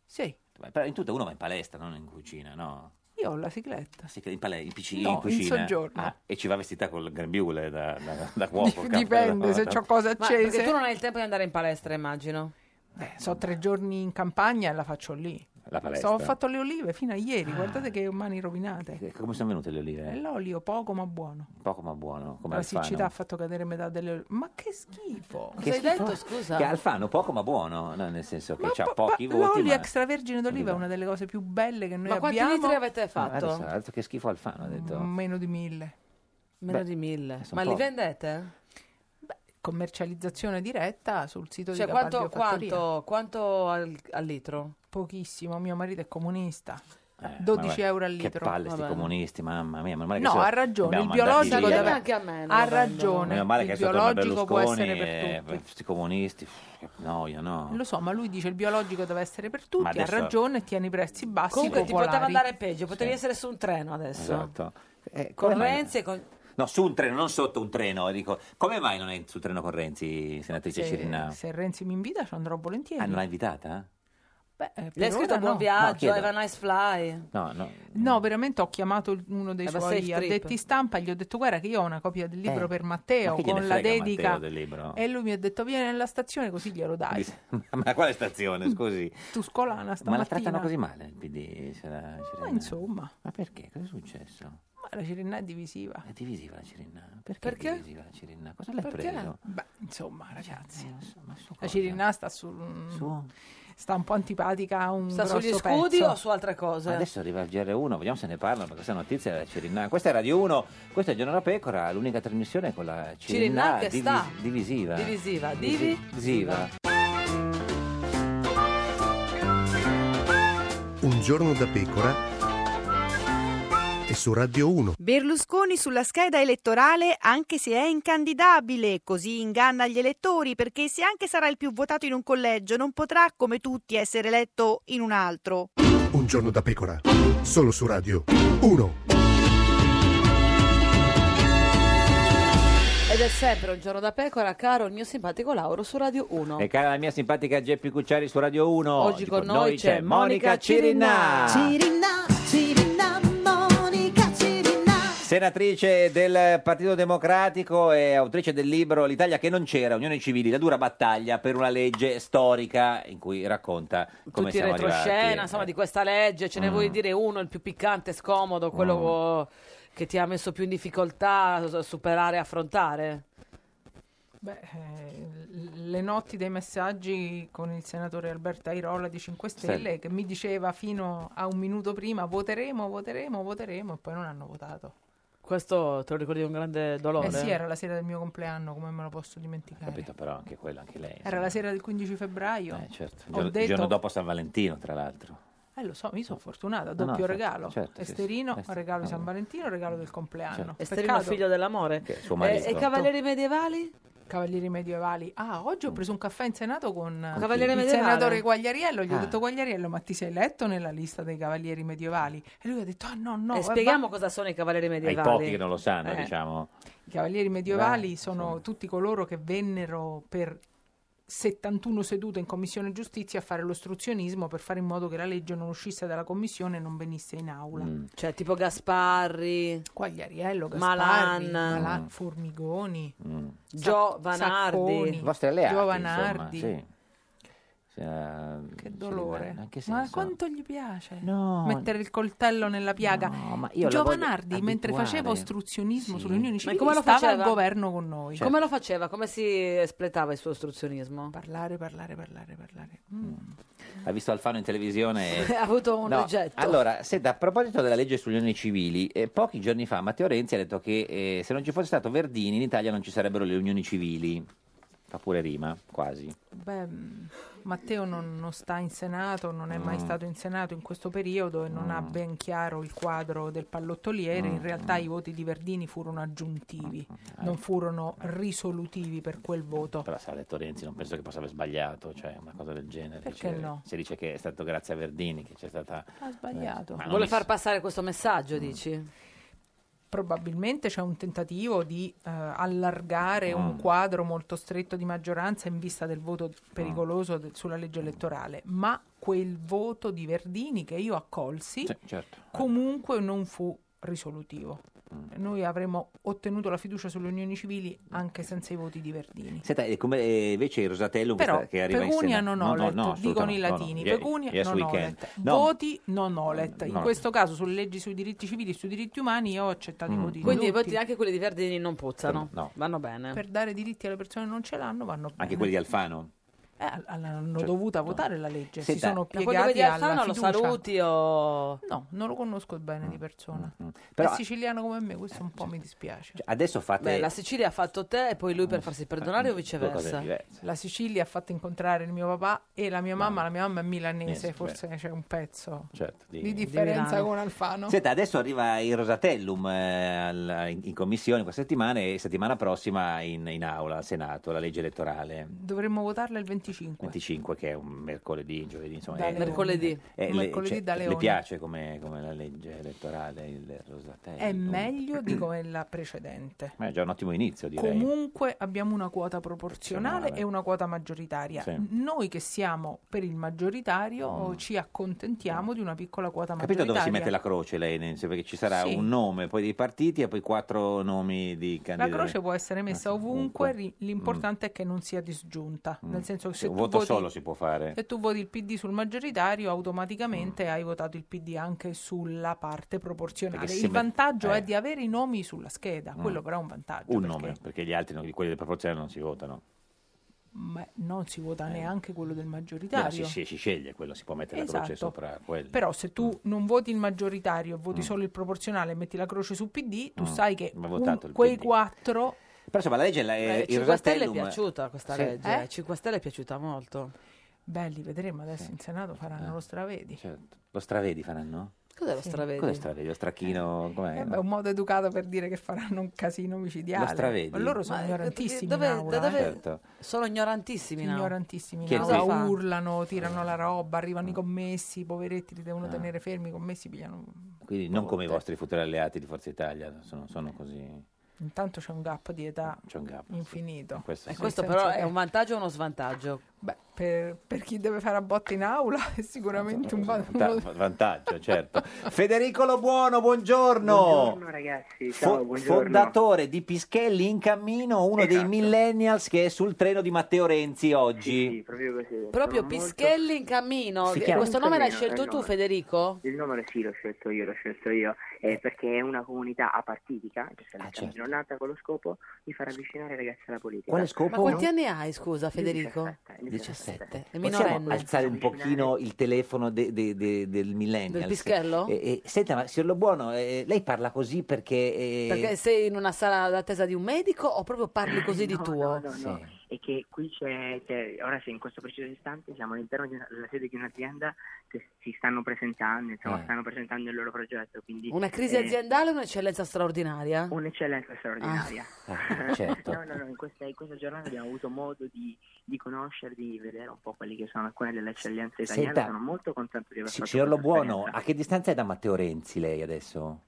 S15: Sì,
S2: Ma però in tuta uno va in palestra, non in cucina, no?
S15: io ho la sigletta.
S2: Sì, che in, pale- in PC,
S15: No,
S2: in
S15: in
S2: cucina.
S15: soggiorno.
S2: Ah, e ci va vestita col grembiule da, da, da cuoco.
S15: Dip- dipende se c'ho cose
S1: Ma perché
S15: accese.
S1: tu non hai il tempo di andare in palestra, immagino.
S15: Beh, Eh, so tre giorni in campagna e la faccio lì.
S2: Eh, La palestra. Ah.
S15: So, ho fatto le olive fino a ieri, guardate che mani rovinate.
S2: Eh, Come sono venute le olive?
S15: E l'olio poco ma buono.
S2: Poco ma buono. Come
S15: la
S2: Alfano.
S15: siccità ha fatto cadere metà delle olive. Ma che schifo!
S2: Che schifo- Che Alfano poco ma buono, no? nel senso che ha pochi voti.
S15: L'olio
S2: ma-
S15: extravergine d'oliva è una delle cose più belle che noi
S1: Ma quanti
S15: abbiamo.
S1: litri avete fatto?
S2: Ah, adesso, adesso che schifo Alfano, ha detto.
S15: Meno di mille.
S1: Meno
S2: Beh,
S1: di mille.
S2: sono
S1: Ma li
S2: pochi.
S1: vendete?
S15: Commercializzazione diretta sul sito
S1: Cioè,
S15: di
S1: quanto,
S15: Capalbio Fattoria.
S1: quanto, quanto al, al litro?
S15: Pochissimo, mio marito è comunista.
S2: Eh,
S15: 12
S2: vabbè,
S15: euro al
S2: Che
S15: litro.
S2: palle sti
S15: Vabbè.
S2: comunisti, mamma mia. meno male che
S15: No,
S2: sono-
S15: ha ragione, il
S2: abbiamo mandati
S15: biologico
S2: via.
S15: deve-
S1: Anche a me.
S15: Ha ragione.
S2: Meno male
S15: il
S2: che è stato
S15: biologico può
S2: Berlusconi
S15: essere per
S2: e
S15: tutti.
S2: questi comunisti. pff, Che noia, no?
S15: Lo so, ma lui dice il biologico deve essere per
S2: Ma
S15: tutti, ha
S2: adesso-
S15: ragione, tieni i prezzi bassi.
S1: Comunque ti
S15: popolari.
S1: poteva andare peggio, potevi
S2: Sì.
S1: essere su un treno adesso.
S2: Esatto. Eh,
S1: Con
S2: come mai-
S1: Renzi e con...
S2: No, su un treno, non sotto un treno. eh, Dico, come mai non è sul treno con Renzi, senatrice Cirinà?
S15: se, se Renzi mi invita ci andrò volentieri.
S2: Ah, non l'ha invitata?
S15: Beh, eh, per
S1: Lei ha
S15: ora
S1: scritto
S15: no.
S1: buon viaggio,
S2: chiedo.
S1: have a nice fly.
S2: No, no.
S15: No, veramente ho chiamato il- uno dei
S1: Eh, ma safe
S15: suoi
S1: trip.
S15: addetti stampa e gli ho detto guarda che io ho una copia del libro
S2: Eh,
S15: per
S2: ma
S15: Matteo
S2: chi gliene
S15: con la
S2: frega a Matteo
S15: dedica
S2: del libro?
S15: e lui mi ha detto vieni alla stazione così glielo dai.
S2: Ma quale stazione, scusi?
S15: Tuscolana
S2: Ma
S15: stamattina.
S2: la trattano così male il PD, sena-
S15: Ma
S2: Cirinnà?
S15: insomma,
S2: Ma perché? Cosa è successo?
S15: ma la Cirinna è divisiva.
S2: È divisiva la Cirinna? Perché,
S15: Perché?
S2: è divisiva la Cirinna? Cosa l'hai
S15: Perché?
S2: preso? Eh,
S15: Beh, insomma, ragazzi. Cioè,
S2: cosa?
S15: la Cirinna sta sul sta un po' antipatica a un
S1: Sta
S15: grosso
S1: sugli scudi
S15: pezzo.
S1: o su altre cose?
S2: Adesso arriva il GR1, vediamo se ne parlano, perché questa notizia è la Cirinna. Questa è Radio 1, questo è Giorno da Pecora, l'unica trasmissione con la Cirinna,
S1: Cirinna che
S2: divi-
S1: sta.
S2: divisiva.
S1: Divisiva, divi-
S2: divisiva.
S11: Un giorno da pecora e su Radio 1.
S13: Berlusconi sulla scheda elettorale anche se è incandidabile, così inganna gli elettori perché se anche sarà il più votato in un collegio non potrà come tutti essere eletto in un altro.
S11: Un giorno da pecora. Solo su Radio 1.
S1: Ed è sempre un giorno da pecora, caro il mio simpatico Lauro su Radio 1.
S2: E cara la mia simpatica Geppi Cucciari su Radio 1.
S1: Oggi con noi c'è Monica
S2: Cirinna.
S10: Cirinna, Cirinna, Monica Cirinna.
S2: Senatrice del Partito Democratico e autrice del libro L'Italia che non c'era, Unione Civili, la dura battaglia per una legge storica in cui racconta come
S1: Tutti in
S2: siamo
S1: retroscena,
S2: arrivati.
S1: insomma,
S15: Eh.
S1: di questa legge, ce ne
S2: Mm.
S1: vuoi dire uno, il più piccante, scomodo,
S15: Mm.
S1: quello che ti ha messo più in difficoltà a superare, affrontare?
S15: Beh, eh, le notti dei messaggi con il senatore Alberto Airola di 5 Stelle
S2: Sì.
S15: che mi diceva fino a un minuto prima voteremo, voteremo, voteremo e poi non hanno votato.
S1: Questo te lo ricordi con grande dolore?
S15: Eh sì, era la sera del mio compleanno, come me lo posso dimenticare?
S2: Capito però anche quello, anche lei.
S15: Era la sera del 15 febbraio.
S2: Eh, certo. Il
S15: Ho
S2: giorno, il
S15: detto,
S2: giorno dopo San Valentino, tra l'altro.
S15: eh, lo so, mi sono fortunata,
S2: No, no,
S15: doppio
S2: certo,
S15: regalo.
S2: certo, sì, sì.
S15: Esterino,
S2: Ester-
S15: regalo di San Valentino, regalo del compleanno.
S2: Certo.
S1: Esterino, figlio dell'amore. Che è suo marito. E- e Cavalieri medievali?
S15: Cavalieri medievali. Ah, oggi ho
S2: Mm.
S15: preso un caffè in Senato con
S1: chi? Cavaliere
S15: il
S1: medievale?
S15: senatore Guagliariello. Gli
S1: Ah.
S15: ho detto Guagliariello, ma ti sei letto nella lista dei cavalieri medievali? E lui ha detto, ah no, no.
S1: E
S15: eh,
S1: spieghiamo
S15: va-
S1: cosa sono i cavalieri
S2: Ai
S1: medievali.
S2: pochi che non lo sanno,
S15: Eh.
S2: diciamo.
S15: I cavalieri medievali sono tutti coloro che vennero per 71 sedute in commissione giustizia a fare l'ostruzionismo per fare in modo che la legge non uscisse dalla commissione e non venisse in aula.
S2: Mm.
S1: Cioè, tipo Gasparri,
S15: Quagliariello,
S1: Malan,
S15: Gasparri, Malan,
S2: Mm.
S15: Formigoni,
S1: Giovanardi.
S15: Sacconi.
S2: I vostri alleati,
S15: Giovanardi.
S2: insomma, sì. Sì, eh,
S15: Che
S2: sì,
S15: dolore.
S2: anche se-
S15: Ma quanto gli piace mettere il coltello nella piaga.
S2: io la
S15: Giovanardi,
S2: voglio
S15: mentre
S2: abituare.
S15: faceva ostruzionismo sulle unioni
S1: Ma
S15: civili,
S1: come lo
S15: stava
S1: faceva?
S15: al governo con noi.
S2: Certo.
S1: Come lo faceva? Come si espletava il suo ostruzionismo?
S15: Parlare, parlare, parlare, parlare. Mm.
S2: Ha visto Alfano in televisione.
S1: ha avuto un
S2: Mm. No,
S1: rigetto.
S2: Allora, senta, a proposito della legge sulle unioni civili, eh, pochi giorni fa Matteo Renzi ha detto che eh, se non ci fosse stato Verdini in Italia non ci sarebbero le unioni civili. Fa pure rima, quasi.
S15: Beh, mh, Matteo non, non sta in Senato, non è mai
S2: Mm.
S15: stato in Senato in questo periodo e non ha ben chiaro il quadro del pallottoliere. In
S2: Mm, Eh.
S15: realtà i voti di Verdini furono aggiuntivi, non furono risolutivi per quel voto.
S2: Però se ha detto Renzi non penso che possa aver sbagliato, cioè una cosa del genere.
S15: Perché
S2: Dice-
S15: no?
S2: Si dice che è stato grazie a Verdini che c'è stata... eh,
S15: Ha sbagliato.
S2: Ma non
S1: Vuole
S2: mi-
S1: far passare questo messaggio, dici?
S15: Probabilmente c'è un tentativo di eh, allargare un
S1: Mm.
S15: quadro molto stretto di maggioranza in vista del voto
S2: Mm.
S15: pericoloso de- sulla legge elettorale, ma quel voto di Verdini che io accolsi
S2: Sì, certo.
S15: comunque non fu risolutivo.
S2: Mm.
S15: Noi avremmo ottenuto la fiducia sulle unioni civili anche senza i voti di Verdini.
S2: Senta, e come eh, invece il Rosatello
S15: Però
S2: questa che arriva
S15: Pecunia
S2: in Senato-
S15: non
S2: no, no,
S15: olet,
S2: no,
S15: dicono
S2: assolutamente,
S15: i
S2: no, no,
S15: latini,
S2: via-
S15: Pecunia
S2: via
S15: non
S2: sul weekend.
S15: olet,
S2: No, Mm,
S15: voti non olet. In
S2: No.
S15: questo caso sulle leggi sui diritti civili e sui diritti umani io ho accettato i
S2: Mm.
S15: voti di
S1: Quindi i
S15: tutti.
S1: voti anche quelli di Verdini non puzzano,
S2: No.
S1: vanno bene.
S15: per dare diritti alle persone che non ce l'hanno vanno bene.
S2: anche quelli di Alfano.
S15: Eh, all- all- hanno dovuta votare la legge, si
S2: Senta,
S15: sono
S2: ma
S1: quello
S15: piegati
S1: di Alfano
S15: alla
S1: lo
S15: fiducia.
S1: saluti o...
S15: No, non lo conosco bene di persona.
S2: Però-
S15: È siciliano come me, questo un po' mi dispiace.
S2: Adesso fate... Mm.
S1: Beh, la Sicilia ha fatto te e poi lui per farsi perdonare o
S2: Due cose
S1: viceversa?
S2: diverse.
S15: La Sicilia ha fatto incontrare il mio papà e la mia mamma, la mia mamma è milanese,
S2: Milanese,
S15: forse c'è un pezzo
S2: Certo, di-
S15: di differenza
S1: Milano.
S15: con Alfano.
S2: Senta, adesso arriva il Rosatellum eh, al- in, in commissione questa settimana e settimana prossima in, in aula al Senato, la legge elettorale
S15: Dovremmo votarla il 25.
S2: 25 che è un mercoledì, giovedì, insomma.
S15: Da
S2: è-
S15: Leone. Mercoledì.
S2: è- le-
S15: Mercoledì
S2: cioè,
S15: da
S2: Le
S15: Leone.
S2: piace come, come la legge elettorale il Rosatellum?
S15: È meglio di quella precedente.
S2: Ma è già un ottimo inizio direi.
S15: Comunque abbiamo una quota proporzionale
S2: Proporzionale.
S15: e una quota maggioritaria.
S2: Sì. Mm.
S15: N- Noi che siamo per il maggioritario ci accontentiamo di una piccola quota
S2: Capito
S15: maggioritaria.
S2: dove si mette la croce lei Nenzi? Perché ci sarà
S15: Sì.
S2: un nome poi dei partiti e poi quattro nomi di
S15: La
S2: candidati.
S15: croce può essere
S2: Ah,
S15: messa ovunque, ri- l'importante è che non sia disgiunta, nel senso che se
S2: un Mm.
S15: tu
S2: voto
S15: voti- Eh,
S2: solo si può Mm. fare.
S15: Se tu voti il PD sul maggioritario, automaticamente hai votato il PD anche sulla parte proporzionale.
S2: Perché si
S15: Il
S2: met-
S15: vantaggio
S2: eh.
S15: è di avere i nomi sulla scheda,
S2: Mm.
S15: quello però è un vantaggio.
S2: un
S15: certo, perché-
S2: nome, perché gli altri, non- quelli del proporzionale, non si votano.
S15: Beh, non si
S2: Eh.
S15: vota neanche quello del
S2: No,
S15: maggioritario.
S2: si, si- si sceglie quello, si può mettere la croce
S15: Esatto.
S2: sopra quello.
S15: Però se tu non voti il maggioritario e voti
S2: Mm.
S15: solo il proporzionale e metti la croce su PD, tu
S2: Mm.
S15: sai che
S2: Ma
S15: un-
S2: votato il
S15: quei
S2: PD.
S15: quattro
S2: Però insomma la legge la-
S1: Eh,
S2: eh, il
S1: 5 Stelle è
S2: Rosatellum-
S1: piaciuta questa
S2: Sì.
S1: legge,
S15: Eh?
S1: ai 5 Stelle è piaciuta molto.
S15: belli, vedremo adesso in Senato faranno
S2: Eh.
S15: lo stravedi.
S2: Certo. Lo stravedi faranno?
S1: Cos'è lo
S15: Sì.
S1: stravedi?
S2: Cos'è stravedi? Lo stracchino? com'è?
S15: Eh beh, è un modo educato per dire che faranno un casino micidiale.
S2: Lo stravedi?
S15: Ma loro sono
S1: Ma, eh,
S15: ignorantissimi
S1: dove-
S15: in aula,
S1: da dove-
S15: eh.
S2: Certo.
S1: Sono ignorantissimi, no?
S15: ignorantissimi in
S2: Chi è il Mm.
S15: aula,
S2: sì?
S15: urlano, tirano la roba, arrivano i commessi, i poveretti li
S2: Eh.
S15: devono tenere fermi, i commessi pigliano...
S2: Quindi non come i vostri futuri alleati di Forza Italia, sono, sono così.
S15: Intanto c'è un gap di età
S2: C'è un gap.
S15: infinito.
S2: Questo
S1: E
S2: sì.
S1: questo
S15: Nel
S1: però
S15: senso
S1: è
S15: che-
S1: un vantaggio o uno svantaggio?
S15: Beh, per, per chi deve fare a botte in aula è sicuramente un va-
S2: Ta-
S15: uno-
S2: vantaggio, certo. Federico Lobuono, buongiorno.
S16: Buongiorno ragazzi, ciao,
S2: Fo-
S16: buongiorno. Esatto.
S2: Fondatore di Pischelli in Cammino, uno dei millennials che è sul treno di Matteo Renzi oggi.
S16: Proprio così.
S1: Proprio
S16: sono molto-
S1: Pischelli in cammino.
S16: Si chiama-
S1: Questo nome l'hai
S16: Cammino,
S1: scelto
S16: è il
S1: tu,
S16: nome.
S1: Federico?
S16: Il numero sì, l'ho scelto io, l'ho scelto io, eh, perché è una comunità apartitica, che sta certo. nata con lo scopo Eh. di far avvicinare i ragazzi alla politica.
S1: Ma quanti anni hai, scusa,
S16: Io
S1: Federico?
S16: 17, ne
S2: 17. Possiamo
S1: È minorenne.
S2: alzare un pochino il telefono de- de- de- del millennial?
S1: Del pischello?
S2: Eh, eh, senta, ma signor Lobuono, eh, lei parla così perché... eh,
S1: Perché sei in una sala d'attesa di un medico o proprio parli così di
S16: No,
S1: tuo?
S16: no, no, no. E che qui c'è, cioè, ora sì, in questo preciso istante siamo all'interno di una- della sede di un'azienda che si stanno presentando, insomma,
S1: Eh.
S16: stanno presentando il loro progetto. Quindi,
S1: Una crisi
S16: eh,
S1: aziendale o un'eccellenza straordinaria?
S16: Un'eccellenza straordinaria.
S2: Ah, certo.
S16: no, no, no, in questa, in questa giornata abbiamo avuto modo di, di conoscere, di vedere un po' quelli che sono alcune delle eccellenze italiane.
S2: Senta,
S16: sono molto contento di aver
S2: si-
S16: fatto
S2: signor
S16: questa
S2: Lobuono,
S16: esperienza.
S2: a che distanza è da Matteo Renzi lei adesso?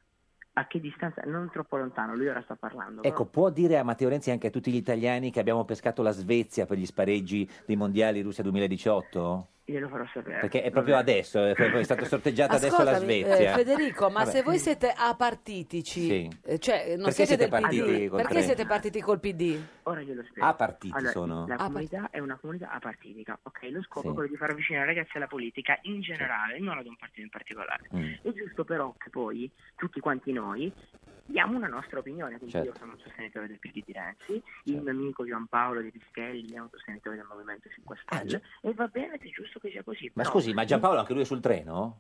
S16: A che distanza? Non troppo lontano, lui ora sta parlando.
S2: Ecco, può dire a Matteo Renzi e anche a tutti gli italiani che abbiamo pescato la Svezia per gli spareggi dei mondiali Russia 2018?
S16: però Glielo farò sapere.
S2: Perché è proprio adesso, è, proprio- è stato sorteggiata adesso la
S1: Ascoltami,
S2: Svezia.
S1: eh, Federico, ma
S2: Vabbè.
S1: se voi siete apartitici,
S2: Sì.
S1: eh, cioè non
S2: Perché
S1: siete,
S2: siete
S1: del
S2: partiti
S1: PD,
S2: col
S1: perché
S2: Trento?
S1: siete partiti col PD?
S16: Ora glielo spiego.
S2: Ah, partiti
S16: Allora,
S2: sono.
S16: La
S2: Ah,
S16: comunità è una comunità apartitica, ok? Lo scopo
S2: Sì.
S16: è quello di far avvicinare i ragazzi alla politica in generale, non ad un partito in particolare.
S2: Mm.
S16: È giusto però che poi tutti quanti noi diamo una nostra opinione, quindi
S2: Certo.
S16: io sono un sostenitore del PD di Renzi, il mio amico Gianpaolo De Pischelli è un sostenitore del Movimento 5 Stelle e va bene ed è giusto che sia così.
S2: Eh, Ma
S16: però-
S2: scusi, ma Giampaolo anche lui è sul treno?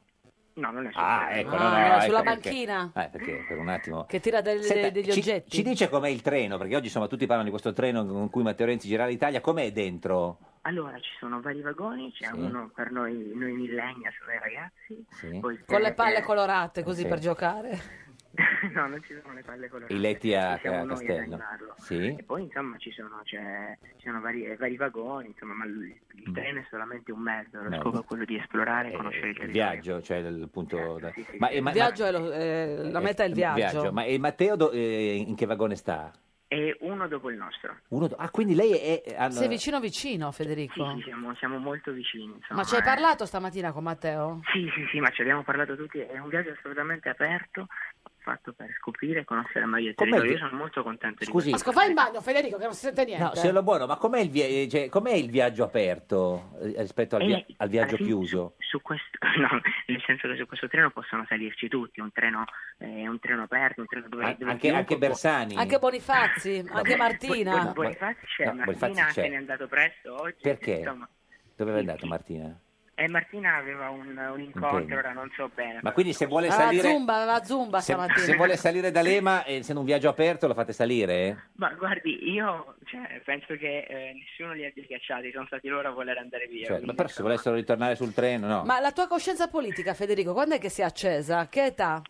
S16: No, non è
S2: Ah,
S16: sostenitore.
S2: ecco, no, no,
S1: era
S2: ecco
S1: sulla
S2: perché-
S1: banchina.
S2: eh, perché per un attimo...
S1: Che tira del-
S2: Senta,
S1: degli
S2: ci,
S1: oggetti?
S2: Ci dice com'è il treno, perché oggi insomma tutti parlano di questo treno con cui Matteo Renzi girava l'Italia, com'è dentro?
S16: Allora, ci sono vari vagoni, c'è uno per noi, noi millennials, noi ragazzi.
S2: Sì.
S16: poi
S1: Con
S16: c'è-
S1: le palle colorate così
S2: Sì.
S1: per giocare?
S16: no, non ci sono le palle colorate.
S2: I letti a-
S16: Ci siamo
S2: a
S16: noi
S2: Castello.
S16: animarlo.
S2: Sì.
S16: E poi insomma ci sono, c'è- ci sono vari, vari vagoni, insomma, ma il, il
S2: Mm.
S16: treno è solamente un mezzo, lo
S2: Mezzo.
S16: scopo è quello di esplorare e conoscere il
S2: Eh, Il
S16: territorio.
S2: viaggio, cioè il punto... da- Ma,
S1: il viaggio è lo- eh, la meta è il viaggio.
S2: Ma e Matteo do- eh, in che vagone sta?
S16: E uno dopo il nostro.
S2: Uno do- ah, quindi lei è... allora-
S1: Sei vicino vicino, Federico.
S16: Sì, sì, siamo, siamo molto vicini. Insomma,
S1: Ma ci hai
S16: eh.
S1: parlato stamattina con Matteo?
S16: Sì, sì, sì, ma ci abbiamo parlato tutti, è un viaggio assolutamente aperto, fatto per scoprire e conoscere meglio il
S2: Com'è
S16: territorio. Io
S2: vi-
S16: sono molto contento di
S2: Scusi.
S16: questo.
S1: Asco, vai in bagno, Federico, che non si sente niente.
S2: No, signor buono, ma com'è il, via- cioè, com'è il viaggio aperto eh, rispetto al, via-
S16: Eh,
S2: al viaggio
S16: alla fine
S2: chiuso?
S16: su questo, no, nel senso che su questo treno possono salirci tutti, un treno, eh, un treno aperto, un treno dove,
S2: An-
S16: dove
S2: anche- anche
S16: chiunque può-
S2: Bersani?
S1: Anche Bonifazzi, anche
S16: Bo-
S1: Martina.
S16: Bo- Bonifazi c'è,
S2: No,
S16: Martina
S2: Bonifazi c'è.
S16: se n'è andato presto oggi.
S2: Perché?
S16: Insomma,
S2: Dove è andato Martina?
S16: e Eh, Martina aveva un, un incontro,
S2: Impegno.
S16: ora non so bene.
S2: Ma quindi se vuole
S1: Aveva
S2: salire...
S1: zumba, aveva zumba
S2: Se,
S1: stamattina.
S2: se vuole salire da Lema, eh, essendo un viaggio aperto, lo fate salire?
S16: Ma guardi, io cioè, penso che eh, nessuno li abbia schiacciati, sono stati loro a voler andare via.
S2: Cioè,
S16: quindi-
S2: ma però se volessero ritornare sul treno, no.
S1: Ma la tua coscienza politica, Federico, quando è che si è accesa? Che età?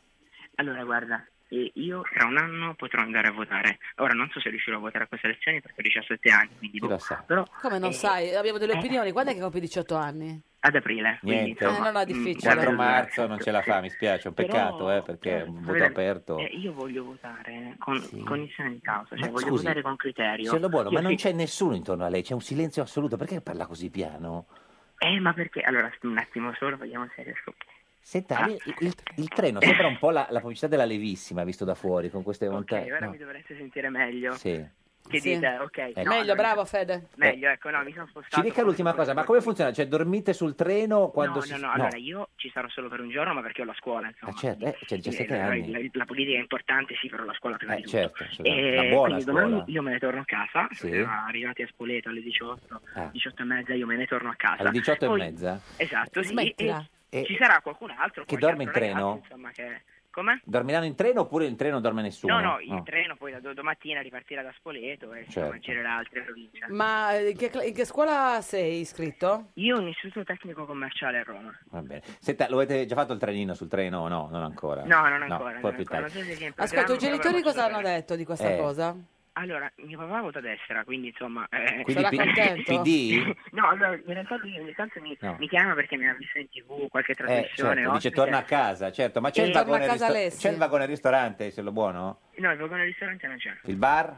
S16: Allora, guarda, eh, io tra un anno potrò andare a votare. Ora non so se riuscirò a votare a queste elezioni perché ho 17 anni, quindi boh. però
S1: Come non
S16: eh,
S1: sai? Abbiamo delle opinioni. Quando è che compi 18 anni?
S16: ad aprile. quindi,
S2: Niente.
S16: insomma, mm,
S1: Eh, non
S16: mh,
S1: è difficile.
S2: 4
S16: guarda,
S2: marzo non ce la fa, mi spiace, è un
S16: Però-
S2: peccato, eh, perché è un voto
S16: guarda,
S2: aperto.
S16: eh, io voglio votare con
S2: Sì.
S16: cognizione di causa, cioè
S2: Ma
S16: voglio
S2: scusi,
S16: votare con criterio.
S2: Signor buono,
S16: Io
S2: ma non
S16: sì-
S2: c'è nessuno intorno a lei, c'è un silenzio assoluto, perché parla così piano?
S16: Eh, ma perché? Allora, un attimo solo, vediamo se riesco.
S2: Senta,
S16: Ah.
S2: il, il- il treno sembra un po' la, la pubblicità della Levissima, visto da fuori, con queste montagne.
S16: Ok, ora mi dovreste sentire meglio.
S2: Certo. Sì.
S16: Che
S1: Sì. Eh,
S16: dite? Ok. no,
S1: Meglio,
S16: allora-
S1: bravo Fede.
S2: Eh,
S16: Meglio, ecco, no, mi sono spostato.
S2: Ci dica l'ultima cosa, ma come funziona? Cioè, dormite sul treno quando
S16: no,
S2: si...
S16: no, no, allora io ci sarò solo per un giorno, ma perché ho la scuola, insomma.
S2: Ah, certo, eh, c'è 17
S16: la,
S2: anni.
S16: la- la politica è importante, sì, però la scuola prima
S2: Eh,
S16: di tutto.
S2: certo, certo,
S16: E
S2: la buona
S16: quindi domani
S2: scuola.
S16: io me ne torno a casa,
S2: Sì.
S16: siamo arrivati a Spoleto alle 18,
S2: Ah.
S16: 18 e mezza, io me ne torno a casa.
S2: Alle 18 e
S16: Poi-
S2: mezza?
S16: Esatto, sì.
S1: Smettila.
S16: E
S2: E-
S16: ci sarà qualcun altro.
S2: Che
S16: qualche
S2: dorme in
S16: altro ragazzo,
S2: treno?
S16: Insomma, che... Come?
S2: Dormiranno in treno oppure in treno dorme nessuno? Oh,
S16: No, no, il treno poi da do- domattina ripartirà da Spoleto e insomma,
S2: Certo.
S16: girerà altre province.
S1: Ma eh, in che, cla- in che scuola sei iscritto?
S16: Io un istituto tecnico commerciale a Roma.
S2: Va bene. Senta, lo avete già fatto il trenino sul treno o no? Non ancora.
S16: No, non ancora.
S2: poi
S16: non
S2: più
S16: ancora.
S2: tardi.
S16: Non so se sia in
S1: Ascolta, i
S16: programma,
S1: genitori
S16: però
S1: cosa
S16: non so
S1: hanno
S16: bene.
S1: detto di questa
S2: Eh.
S1: cosa?
S16: Allora, mio papà vota a destra, quindi insomma... eh,
S2: Quindi Sarà P- contento? PD?
S16: No, allora, in realtà lui ogni tanto mi,
S2: No.
S16: mi chiama perché mi ha visto in tv, qualche
S2: Eh,
S16: trasmissione...
S2: certo, dice
S16: ospite.
S2: torna a casa, certo, ma c'è,
S16: Eh,
S2: il,
S16: torna a
S2: vagone
S16: casa
S2: risto-
S16: Alessi.
S2: c'è il vagone ristorante, se lo buono?
S16: No, il vagone al ristorante non c'è.
S2: Il bar?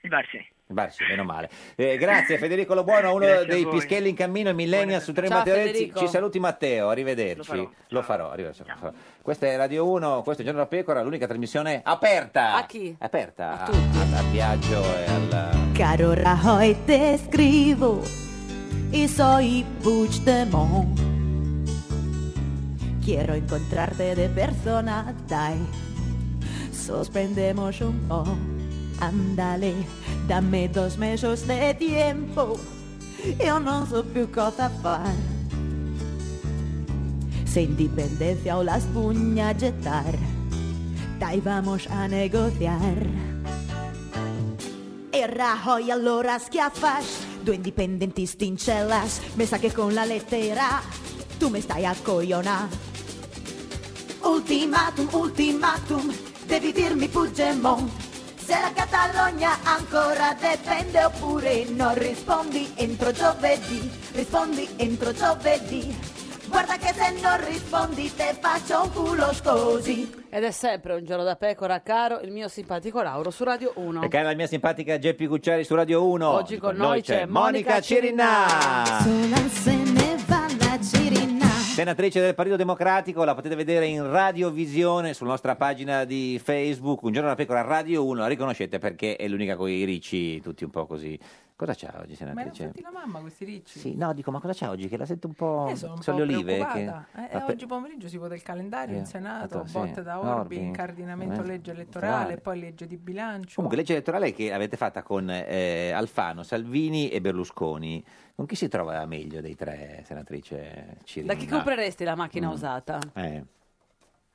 S16: Il bar Ah, sì.
S2: Il bar sì, meno male. Eh, grazie Federico Lobuono, uno
S16: Grazie a
S2: dei
S16: voi.
S2: pischelli in cammino e millennial su Treno
S1: Ciao,
S2: Matteo Renzi.
S1: Federico.
S2: Ci saluti Matteo, arrivederci.
S1: Lo farò.
S2: Lo farò, arrivederci, lo farò. Questa è Radio 1, questo è Giorno da Pecora, l'unica trasmissione aperta.
S1: A chi?
S2: Aperta a- al, al viaggio e al...
S10: Car ora hoy te escribo y soy Puigdemont. Quiero encontrarte de persona, dai. Sorprendemos un poco. Ándale, dame dos meses de tiempo io non so più cosa fare. Se indipendencia o la spugna a gettar, dai vamos a negociar. E Rajoy allora schiaffas, due indipendentisti in cellas, me sa che con la lettera tu me stai a coglionà. Ultimatum, ultimatum, devi dirmi Puigdemont, se la Catalogna ancora dipende oppure no, rispondi entro giovedì, rispondi entro giovedì. Guarda che se non rispondi te faccio un culo così.
S1: Ed è sempre un giorno da pecora, caro il mio simpatico Lauro su Radio 1.
S2: E cara la mia simpatica Geppi Cucciari su Radio 1.
S1: Oggi con noi c'è Monica
S2: Cirinà.
S10: Sola se ne va la Cirinà.
S2: Senatrice del Partito Democratico, la potete vedere in radiovisione sulla nostra pagina di Facebook, Un giorno da pecora Radio 1, la riconoscete perché è l'unica con i ricci, tutti un po' così. Cosa c'ha oggi,
S15: Ma erano
S2: senatrice?
S15: tutti la mamma questi ricci?
S2: certo. Sì, no, dico, ma cosa c'ha oggi? Che la sento un po'...
S15: Eh, sono un
S2: Sono
S15: po'
S2: le olive
S15: preoccupata.
S2: che-
S15: Eh,
S2: Ma per-
S15: oggi pomeriggio si vota il calendario
S2: Eh,
S15: in Senato,
S2: esatto, sì.
S15: botte da Orbi,
S2: Orbi,
S15: incardinamento
S2: eh,
S15: legge elettorale,
S2: elettorale.
S15: poi legge di bilancio.
S2: Comunque, legge elettorale che avete fatta con eh, Alfano, Salvini e Berlusconi. Con chi si trova meglio dei tre, senatrice Cirina?
S1: Da chi compreresti la macchina usata?
S2: Eh.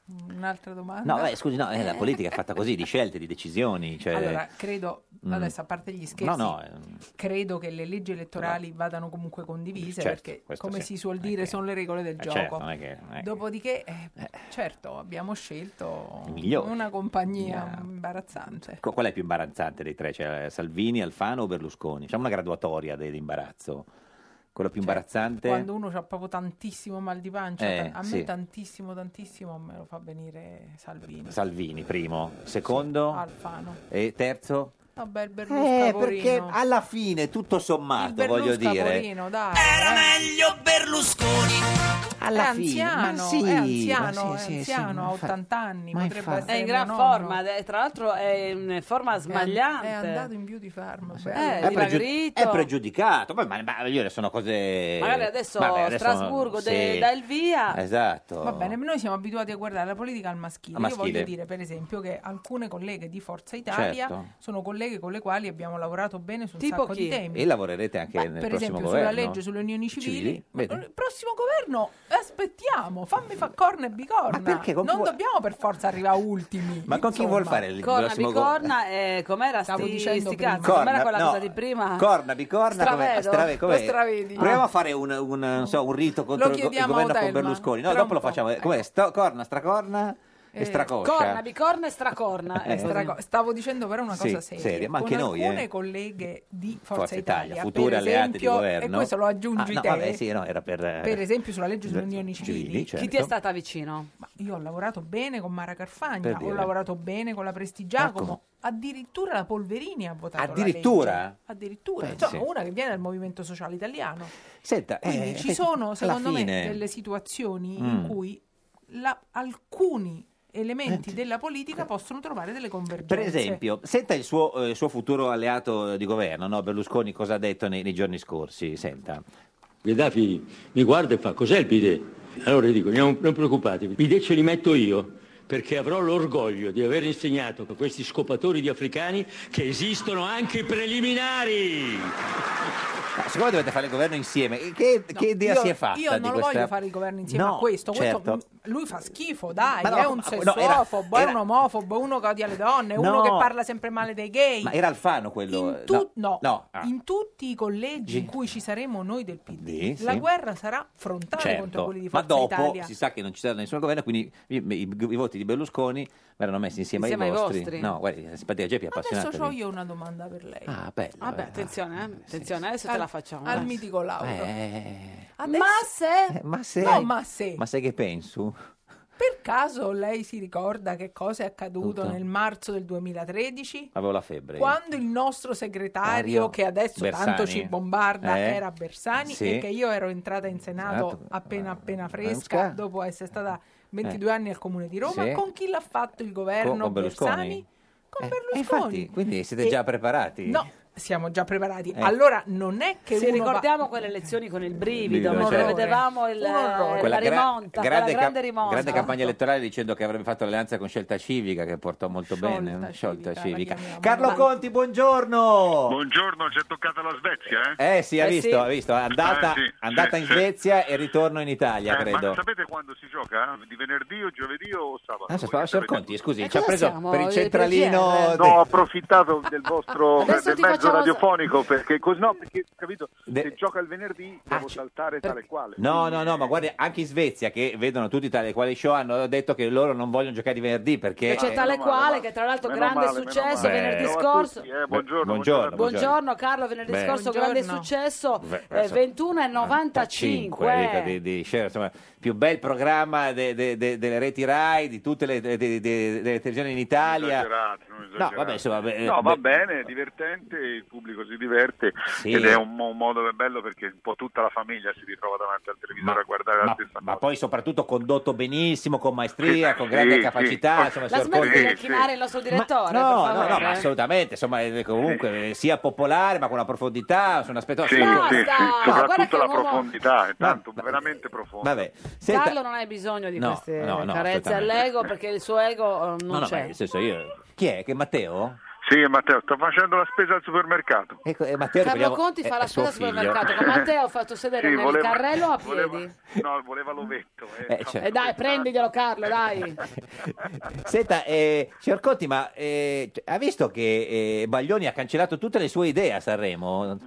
S15: Un'altra domanda?
S2: No, beh, scusi, no, eh, la politica è fatta così, di scelte, di decisioni. Cioè...
S15: Allora, credo,
S2: Mm.
S15: adesso a parte gli
S2: no,
S15: scherzi,
S2: no, eh,
S15: credo che le leggi elettorali vadano comunque condivise
S2: Certo,
S15: perché,
S2: questo
S15: come
S2: sì.
S15: si suol dire, sono le regole del
S2: eh,
S15: gioco.
S2: certo, non è che... non è che-
S15: Dopodiché, eh, certo, abbiamo scelto
S2: I migliori.
S15: una compagnia imbarazzante.
S2: Qu- Ecco, Qual è più imbarazzante dei tre? Cioè, Salvini, Alfano o Berlusconi? Facciamo una graduatoria dell'imbarazzo. Quello più imbarazzante?
S15: Quando uno ha proprio tantissimo mal di pancia,
S2: Eh,
S15: ta- a
S2: sì.
S15: me tantissimo, tantissimo me lo fa venire Salvini.
S2: Salvini, primo. Secondo?
S15: Alfano.
S2: E terzo?
S15: Vabbè, il Berluscavorino.
S2: Eh, perché alla fine, tutto sommato, voglio dire...
S15: Berluscavorino, dai. Era meglio Berlusconi.
S2: Alla
S15: è
S2: fine, ma
S15: anziano,
S2: sì,
S15: è anziano,
S2: ma
S15: è
S2: sì, sì, sì,
S15: anziano,
S2: ma
S15: ha
S2: infa-
S15: 80 anni, potrebbe
S1: È
S15: essere
S1: in
S15: mio
S1: gran
S15: nonno.
S1: forma, ed è- tra l'altro è in forma
S15: È an-
S1: smagliante.
S15: È andato in beauty farm.
S1: Eh,
S2: è, pregiu-
S1: dimagrito.
S2: è pregiudicato, poi, ma, ma voglio dire, sono cose.
S1: Magari adesso
S2: Eh, Vabbè, adesso-
S1: Strasburgo de-
S2: sì.
S1: dà il via.
S2: Esatto.
S15: Va bene, ma noi siamo abituati a guardare la politica al maschile.
S2: Al maschile.
S15: Io voglio dire, per esempio, che alcune colleghe di Forza Italia
S2: Certo.
S15: sono colleghe con le quali abbiamo lavorato bene su un
S1: Tipo
S15: sacco
S1: chi?
S15: di temi.
S2: E lavorerete anche
S15: Beh,
S2: nel
S15: per
S2: prossimo
S15: esempio,
S2: governo.
S15: sulla legge sulle unioni civili.
S2: Civili,
S15: ma-
S2: vedi.
S15: il prossimo governo aspettiamo, fammi fa corna e bicorna.
S2: perché? Con chi
S15: non
S2: vuoi-
S15: dobbiamo per forza arrivare ultimi.
S2: Ma con chi vuol fare il
S1: Corna,
S2: prossimo governo?
S1: bicorna, eh, com'era
S15: Stavo
S1: sti,
S15: dicendo
S1: sti
S15: prima.
S1: cazzi? Com'era
S2: Corna,
S1: quella
S2: no.
S1: cosa di
S15: Ah.
S1: prima?
S2: Corna, bicorna, come,
S1: Stravedo?
S2: strave- com'è?
S1: Lo stravedi.
S2: Proviamo
S1: Ah.
S2: a fare un, un, non so, un rito contro il, go- il
S1: chiediamo a
S2: governo con
S1: Otelma,
S2: Berlusconi. No,
S1: tra
S2: dopo lo facciamo. Com'è? Sto- corna, stracorna e
S15: Eh,
S2: stracoscia.
S1: Corna, bicorna e stracorna.
S2: Eh,
S1: eh, così.
S15: Straco- Stavo dicendo però una
S2: Sì,
S15: cosa seria.
S2: seria, ma
S15: Con
S2: anche noi,
S15: alcune
S2: eh.
S15: colleghe di Forza,
S2: Forza
S15: Italia,
S2: Italia, future
S15: per
S2: alleate di
S15: esempio,
S2: governo.
S15: E questo lo aggiungi
S2: Ah, no,
S15: te.
S2: vabbè, sì, no, era per, eh,
S15: per esempio sulla legge sulle
S2: eh,
S15: unioni civili.
S2: civili, certo.
S1: Chi ti è stata vicino?
S15: Ma io ho lavorato bene con Mara
S2: Per
S15: Carfagna, ho
S2: dire.
S15: lavorato bene con la Prestigiacomo.
S2: Ecco.
S15: Addirittura la Polverini ha votato la
S2: Addirittura?
S15: legge. Addirittura,
S2: Beh,
S15: insomma,
S2: sì.
S15: una che viene dal Movimento Sociale Italiano.
S2: Senta,
S15: Quindi
S2: eh,
S15: ci sono,
S2: alla
S15: secondo me,
S2: fine-
S15: delle situazioni
S2: Mm.
S15: in cui la- alcuni elementi della politica possono trovare delle convergenze.
S2: Eh. Per esempio, senta il suo, eh, il suo futuro alleato di governo, no? Berlusconi, cosa ha detto nei, nei giorni scorsi? Senta.
S17: Gheddafi mi guarda e fa cos'è il bidet? Allora gli dico non, non preoccupatevi, il bidet ce li metto io perché avrò l'orgoglio di aver insegnato a questi scopatori di africani che esistono anche i preliminari.
S2: Ma siccome dovete fare il governo insieme, che, che idea
S15: io,
S2: si è fatta?
S15: Io non
S2: di
S15: lo
S2: questa...
S15: voglio fare il governo insieme
S2: No,
S15: a questo. questo
S2: certo.
S15: m- lui fa schifo, dai,
S2: Ma no,
S15: è un
S2: ma- no, era-
S15: sessuofobo,
S2: era-
S15: è un omofobo, è uno che odia le donne, è uno
S2: No.
S15: che parla sempre male dei gay.
S2: Ma era Alfano quello?
S15: Tu- no,
S2: no. Ah,
S15: in tutti i collegi
S2: Sì.
S15: in cui ci saremo noi del PD,
S2: Sì, sì.
S15: la guerra sarà frontale contro
S2: certo.
S15: quelli di
S2: Ma
S15: Forza
S2: dopo
S15: Italia.
S2: si sa che non ci sarà nessun governo, quindi i, i- i voti di Berlusconi verranno messi insieme,
S15: Insieme ai
S2: vostri.
S15: vostri.
S2: No, guardi, la simpatia Geppi è
S15: Adesso
S2: appassionata.
S15: ho
S2: di-
S15: io una domanda per lei.
S2: Ah, bello.
S1: Vabbè,
S2: eh.
S1: attenzione, eh, attenzione, adesso te
S15: Al-
S1: la facciamo.
S15: al
S1: eh.
S15: mitico Lauro.
S2: Eh,
S15: Ma se...
S2: ma se...
S15: No, ma se...
S2: Ma sai che penso?
S15: Per caso lei si ricorda che cosa è accaduto
S2: Tutto.
S15: nel marzo del 2013?
S2: Avevo la febbre. io.
S15: Quando il nostro segretario,
S2: Mario
S15: che adesso tanto
S2: Bersani.
S15: ci bombarda,
S2: Eh?
S15: era Bersani
S2: Sì.
S15: e che io ero entrata in Senato
S2: Esatto.
S15: appena appena fresca,
S2: fresca.
S15: dopo essere stata 22 anni al Comune di Roma,
S2: Eh. Sì.
S15: con chi l'ha fatto il
S2: Co-
S15: governo
S2: con Berlusconi?
S15: Bersani? Con
S2: Eh,
S15: Berlusconi.
S2: infatti, quindi siete
S15: E-
S2: già preparati?
S15: No, siamo già preparati.
S1: Eh.
S15: Allora non è che
S1: Se
S15: uno va-
S1: ricordiamo quelle lezioni con il brivido,
S2: Brivido,
S1: mentre
S2: certo.
S1: vedevamo il, eh,
S15: Un orrore.
S1: la
S2: Quella gra-
S1: rimonta, quella grande,
S2: ca-
S1: rimonta.
S2: grande campagna elettorale dicendo che avrebbe fatto l'alleanza con Scelta Civica che portò molto
S1: Sciolta
S2: bene. Sciolta Civica.
S1: Carlo
S2: Conti, buongiorno.
S14: Buongiorno, ci è toccata la Svezia, eh?
S2: Eh sì, ha visto, ha visto. Andata,
S14: Eh, sì,
S2: andata
S14: sì,
S2: in
S14: sì.
S2: Svezia e ritorno in Italia,
S14: Eh,
S2: credo.
S14: Ma sapete quando si gioca? Di venerdì o giovedì o sabato?
S2: Ah, signor signor Conti, scusi,
S14: Eh,
S2: ci ha
S14: cosa
S2: preso
S14: siamo?
S2: per il
S14: Il
S2: centralino.
S14: PGR? No, ho approfittato del vostro
S2: Adesso
S14: del
S2: ti
S14: mezzo
S2: facciamo-
S14: radiofonico perché cos- no, perché capito,
S2: De- Ah,
S14: se gioca il venerdì devo saltare tale e quale.
S2: No, no, no, ma guardi, anche in Svezia, che vedono tutti tale e quale show, hanno detto che loro non vogliono giocare di venerdì perché... eh,
S1: Che c'è tale quale, che tra l'altro
S2: Meno
S1: grande
S2: male, meno
S1: successo
S2: male.
S1: venerdì
S2: Beh,
S1: scorso.
S2: Beh, buongiorno, buongiorno.
S1: Buongiorno Carlo, venerdì
S2: Beh.
S1: scorso grande successo,
S2: Beh,
S1: eh,
S2: adesso-
S1: 21 e
S2: 95, dico, di, di Scherer, insomma, più bel programma de- de- de- delle reti Rai, di tutte le, de- de- de- delle televisioni in Italia.
S14: Esagerate, non esagerate.
S2: No, vabbè, eh, insomma, beh,
S14: No, va
S2: beh,
S14: bene, è divertente, il pubblico si diverte
S2: Sì.
S14: ed è un, mo- un modo bello perché un po' tutta la famiglia si ritrova davanti al televisore a guardare la
S2: ma,
S14: stessa
S2: ma poi soprattutto condotto benissimo, con maestria, con
S14: Sì,
S2: grande
S14: sì.
S2: capacità. Insomma,
S1: La
S2: signor
S1: smetti
S2: Conti-
S1: di chinare il nostro
S2: No,
S1: direttore, per
S2: no,
S1: favore.
S2: no, ma assolutamente, insomma, eh, comunque eh, sia popolare ma con una profondità, su un aspetto...
S14: Sì,
S2: No,
S14: sì, sì,
S2: sta- guarda che
S14: soprattutto
S2: è
S14: la
S2: un uomo-
S14: profondità, è tanto veramente profonda.
S2: Vabbè, senta-
S1: Carlo non hai bisogno di
S2: No,
S1: queste
S2: no, no,
S1: carezze
S2: assolutamente.
S1: all'ego perché il suo ego eh, non
S2: No, no, ma
S1: c'è.
S2: nel senso io... Chi è? Che Matteo?
S14: Sì, Matteo, sto facendo la spesa al supermercato.
S2: Ecco, eh, Matteo
S1: Carlo
S2: vogliamo-
S1: Conti fa
S2: è-
S1: la
S2: è suo
S1: spesa al supermercato, con
S2: figlio.
S1: Matteo ho fatto sedere
S14: Sì,
S1: nel
S14: voleva-
S1: carrello
S2: Ah,
S1: a piedi.
S14: voleva- No, voleva l'ovetto. eh.
S2: Eh, certo.
S1: E dai, prendiglielo Carlo, dai.
S2: Senta, eh, signor Conti, ma eh, c- ha visto che eh, Baglioni ha cancellato tutte le sue idee a Sanremo?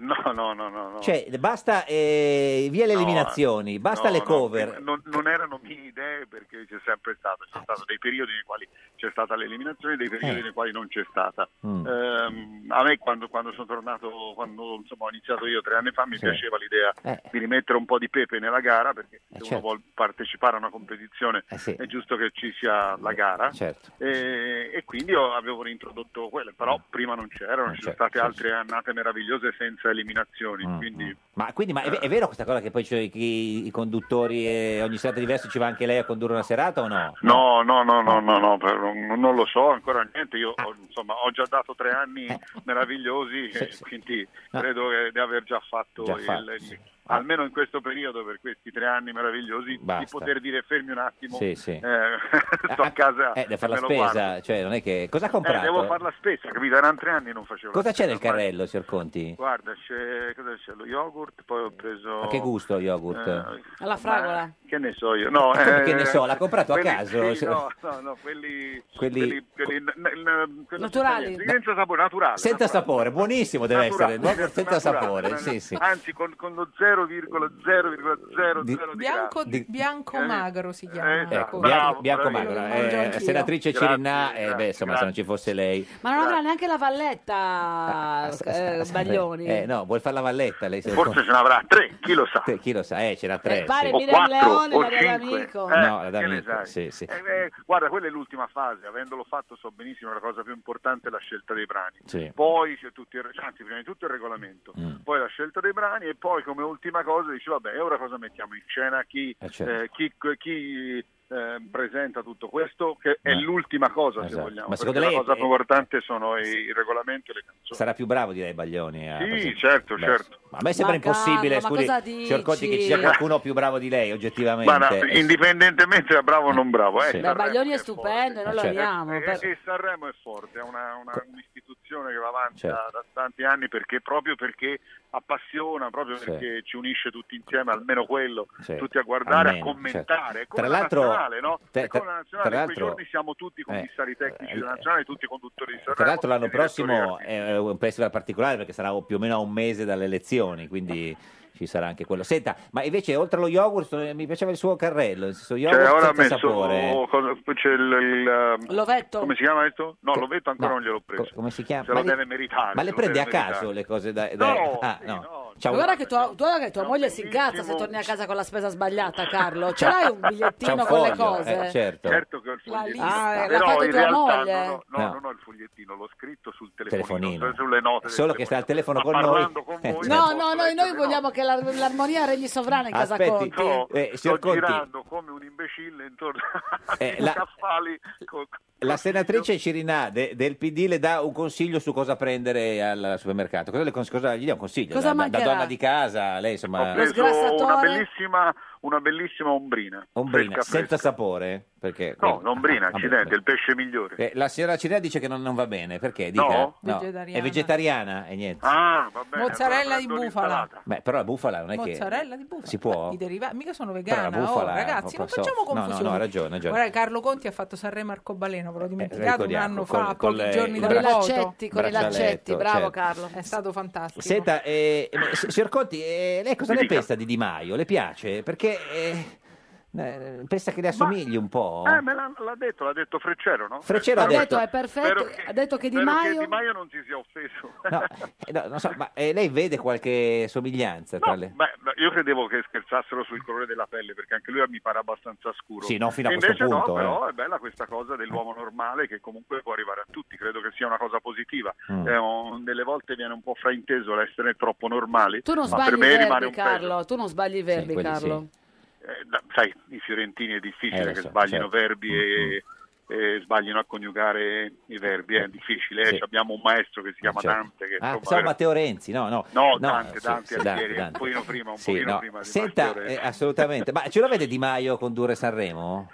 S14: No, no, no, no. no.
S2: Cioè, basta eh, via le
S14: No, eh.
S2: eliminazioni, basta
S14: no,
S2: le
S14: no,
S2: cover. Ah,
S14: non, non erano mie idee perché c'è sempre stato, c'è stato dei periodi nei quali c'è stata l'eliminazione e dei periodi
S2: Eh.
S14: nei quali non c'è stata.
S2: Mm.
S14: Ehm, a me quando, quando sono tornato, quando insomma, ho iniziato io tre anni fa, mi
S2: Sì.
S14: piaceva l'idea
S2: Eh.
S14: di rimettere un po' di pepe nella gara perché se uno
S2: certo.
S14: vuole partecipare a una competizione
S2: Eh, sì.
S14: è giusto che ci sia la gara.
S2: Certo. Mm.
S14: E, e quindi io avevo reintrodotto quelle, però prima non
S2: Eh,
S14: c'erano, ci sono
S2: certo,
S14: state altre annate meravigliose senza eliminazioni.
S2: Mm,
S14: Quindi
S2: Ma quindi ma è, è vero questa cosa che poi c'è- che i, i conduttori, eh, ogni serata diverso ci va anche lei a condurre una serata o no? Ah.
S14: No, no, no, no, no, no, per- non non lo so ancora niente. Io ho, insomma, ho già dato tre anni
S2: Eh.
S14: meravigliosi, e quindi credo che di aver già fatto,
S2: Ah. Già
S14: il-
S2: fatto, Ah.
S14: il- almeno in questo periodo, per questi tre anni meravigliosi, di
S2: Basta.
S14: poter dire fermi un attimo,
S2: Sì, sì.
S14: eh, sto a casa.
S2: Eh, deve fare la
S14: e me lo guardo.
S2: spesa, cioè non è che... Cosa ha
S14: Eh, devo eh,
S2: comprato?
S14: fare la spesa, capito? Erano tre anni e non facevo la
S2: Cosa c'è
S14: spesa,
S2: nel
S14: ormai.
S2: carrello, signor Conti?
S14: Guarda, c'è, cosa c'è? Lo yogurt, poi ho preso...
S2: Ma che gusto yogurt?
S14: Eh,
S1: Alla fragola.
S14: Che ne so io? No,
S2: Ma come
S14: eh,
S2: che ne so, l'ha comprato a
S14: quelli-
S2: caso?
S14: sì, no, no, no, quelli...
S2: Quelli-
S14: quelli- quelli- n- n- quello
S1: Naturali.
S14: senza niente, Senza sapore, naturale.
S2: Senza sapore, buonissimo deve
S14: Naturale,
S2: essere, yogurt senza
S14: naturale,
S2: sapore,
S14: naturale.
S2: sì, sì.
S14: Anzi, con, con lo 0,0,00
S2: Di-
S14: di
S15: Bianco,
S14: grado.
S15: bianco
S14: Eh,
S15: magro si chiama.
S14: esatto.
S2: Ecco,
S15: Ecco.
S2: Bianco, Bianco
S14: bravo,
S2: Magra,
S14: bravo,
S2: eh,
S14: bravo, anch'io.
S2: senatrice
S14: Grazie,
S2: Cirinà, eh, beh,
S14: grazie,
S2: insomma, se non ci fosse lei...
S1: Ma non avrà neanche la
S2: Ah,
S1: valletta, eh, Baglioni.
S2: Eh, no, vuol fare la valletta lei.
S14: Forse ce n'avrà tre, chi lo sa.
S2: chi lo sa, eh, ce n'ha tre.
S1: Eh, pare
S2: sì.
S1: Miriam Leone, la Dea
S14: cinque.
S1: D'Amico.
S14: Eh,
S2: no, la
S14: che ne
S2: D'Amico,
S14: sai?
S2: sì, sì.
S14: Eh, eh, guarda, quella è l'ultima fase, avendolo fatto so benissimo che la cosa più importante è la scelta dei brani.
S2: Sì. Mm.
S14: Poi c'è tutto il, anzi, prima di tutto il regolamento, poi la scelta dei brani e poi come ultima cosa dice vabbè, e ora cosa mettiamo in scena? Chi,
S2: Eh, certo.
S14: eh, chi, chi, eh, presenta tutto questo? Che è l'ultima cosa se
S2: Eh. esatto.
S14: vogliamo.
S2: Ma secondo
S14: perché
S2: lei
S14: la cosa
S2: è-
S14: più importante sono i, i regolamenti e le canzoni.
S2: Sarà più bravo direi Baglioni. a
S14: Sì,
S2: presentare-
S14: certo,
S2: Beh,
S14: certo.
S2: Ma a me sembra
S14: Ma
S2: impossibile,
S14: Carlo, ma
S2: scusi,
S14: cosa
S2: signor Conti, che ci sia
S14: dici?
S2: qualcuno più bravo di lei, oggettivamente.
S14: Guarda,
S2: Eh,
S14: indipendentemente da bravo o non bravo, eh,
S2: Sì.
S1: Beh,
S14: Sanremo
S1: Baglioni è stupendo, e noi lo
S2: Certo.
S1: amiamo.
S14: E,
S1: per-
S14: e Eh, Sanremo è forte, è una, una- un'istituzione che va avanti
S2: Certo.
S14: da, da tanti anni perché, proprio perché appassiona, proprio
S2: Sì.
S14: perché ci unisce tutti insieme, almeno quello,
S2: Sì,
S14: tutti a guardare,
S2: almeno,
S14: a commentare.
S2: certo.
S14: È come
S2: Tra
S14: la
S2: l'altro-
S14: nazionale, no?
S2: tra-
S14: È come la
S2: tra- tra
S14: nazionale, in quei
S2: l'altro-
S14: giorni siamo tutti commissari tecnici della
S2: eh,
S14: nazionale, tutti conduttori di Sanremo.
S2: Tra l'altro l'anno
S14: tutti direttori
S2: prossimo è un festival particolare perché sarà più o meno a un mese dalle elezioni, quindi ci sarà anche quello. Senta, ma invece oltre allo yogurt eh, mi piaceva il suo carrello, il suo yogurt
S14: Cioè, ora ha
S2: senza
S14: messo oh,
S2: sapore.
S14: cosa- c'è il, il, eh,
S1: L'ovetto.
S14: Come si chiama questo? No, l'ovetto ancora
S2: no,
S14: non gliel'ho preso.
S2: co- come si chiama?
S14: Se lo
S2: Ma le-
S14: deve meritare.
S2: Ma
S14: se
S2: le
S14: lo
S2: prende a
S14: deve
S2: caso
S14: meritare.
S2: le cose da... da-
S14: No,
S2: ah,
S14: sì,
S2: no.
S14: no,
S2: C'ha un-
S1: Guarda che tua, guarda che tua moglie si incazza se torni a casa con la spesa sbagliata, Carlo. Ce
S2: C'ha-
S1: l'hai un bigliettino
S2: c'ha un
S1: con le
S2: foglio,
S1: cose?
S2: eh, certo.
S14: Certo che ho il
S1: La
S14: fogliettino,
S1: lista. Ah, l'ha
S14: però
S1: fatto
S14: in
S1: tua
S14: realtà
S1: moglie?
S14: non ho, no,
S2: No.
S14: non ho il fogliettino, l'ho scritto sul telefonino,
S2: Telefonino.
S14: cioè sulle note. del
S2: Solo che sta al telefono con noi.
S14: parlando con
S2: Eh,
S14: voi,
S1: No, no, noi, noi vogliamo che la- l'armonia regni sovrana in
S2: Ah,
S1: casa
S2: Aspetti,
S1: Conti.
S2: eh,
S14: Sto
S2: signor Conti,
S14: girando come un imbecille intorno
S2: Eh,
S14: ai
S2: la-
S14: scaffali con-
S2: la senatrice Cirinà de- del PD le dà un consiglio su cosa prendere al supermercato. Cosa, le cons- cosa gli dà un consiglio?
S14: Cosa
S2: da, da- da
S14: mancherà?
S2: donna di casa, lei insomma...
S14: Ho preso una bellissima, una bellissima ombrina.
S2: Ombrina,
S14: fresca,
S2: senza sapore? Perché...
S14: fresca. No, l'ombrina,
S2: Ah, vabbè.
S14: accidente, il pesce migliore.
S2: Eh, la signora Cirinà dice che non, non va bene, perché? Dica.
S14: No?
S2: È vegetariana e niente.
S14: Ah, va bene.
S15: Mozzarella di bufala.
S2: Beh, però la bufala non è che...
S15: Mozzarella di bufala.
S2: Si può?
S15: I derivati, mica sono
S2: Però
S15: vegana,
S2: la bufala
S15: oh, ragazzi,
S2: è
S15: non
S2: un po'
S15: facciamo
S2: soft. No, no,
S15: confusione.
S2: no, ha ragione, ha ragione. Eh,
S15: Guarda, Carlo Conti ha fatto Sanremo Arcobaleno, ve l'ho dimenticato un
S2: ricordiamo,
S15: anno
S2: col-
S15: fa,
S2: col-
S15: pochi giorni
S2: con
S15: dal
S2: i
S15: voto.
S1: laccetti, con i
S2: Braccialetto,
S1: laccetti, bravo
S2: certo.
S1: Carlo.
S15: È stato fantastico.
S2: Senta, eh, eh, s- signor Conti, eh, lei cosa
S14: Mi
S2: ne
S14: dica.
S2: pensa di Di Maio? Le piace? Perché eh, eh, pensa che le assomigli un po'?
S14: Eh, me l'ha, l'ha detto, l'ha detto Freccero, no?
S2: Freccero Oh. ha
S1: Ha detto
S2: detto...
S1: è perfetto, ha detto che Di
S14: spero che
S1: Maio...
S14: Di Maio non si sia offeso.
S2: No, eh, no, non so, ma eh, lei vede qualche somiglianza tra le...
S14: Beh, beh, io credevo che scherzassero sul colore della pelle perché anche lui mi pare abbastanza scuro.
S2: Sì, no, fino a
S14: E
S2: questo
S14: Invece
S2: punto,
S14: No, però
S2: eh.
S14: è bella questa cosa dell'uomo normale che comunque può arrivare a tutti. Credo che sia una cosa positiva.
S2: Mm.
S14: Eh, oh, delle volte viene un po' frainteso l'essere troppo normali.
S1: Tu non
S14: ma per
S1: sbagli i
S14: me rimane
S1: verbi,
S14: un peso.
S1: Carlo. Tu non sbagli i verbi,
S14: quelli sì.
S1: Carlo.
S14: Eh, da- sai, i fiorentini è
S2: Eh,
S14: difficile
S2: lo
S14: che
S2: so,
S14: sbaglino
S2: certo. Mm,
S14: verbi e, e sbaglino a coniugare i verbi. È difficile. eh.
S2: Sì.
S14: Abbiamo un maestro che si chiama
S2: Certo.
S14: Dante. Che,
S2: Ah,
S14: insomma,
S2: pensavo
S14: era-
S2: Matteo Renzi, no, no.
S14: No, Dante,
S2: sì,
S14: Dante
S2: sì,
S14: Alighieri, un pochino prima, un
S2: Sì,
S14: pochino
S2: no.
S14: prima di
S2: Senta,
S14: Matteo Renzi.
S2: eh, assolutamente, ma ce lo vede Di Maio condurre Sanremo?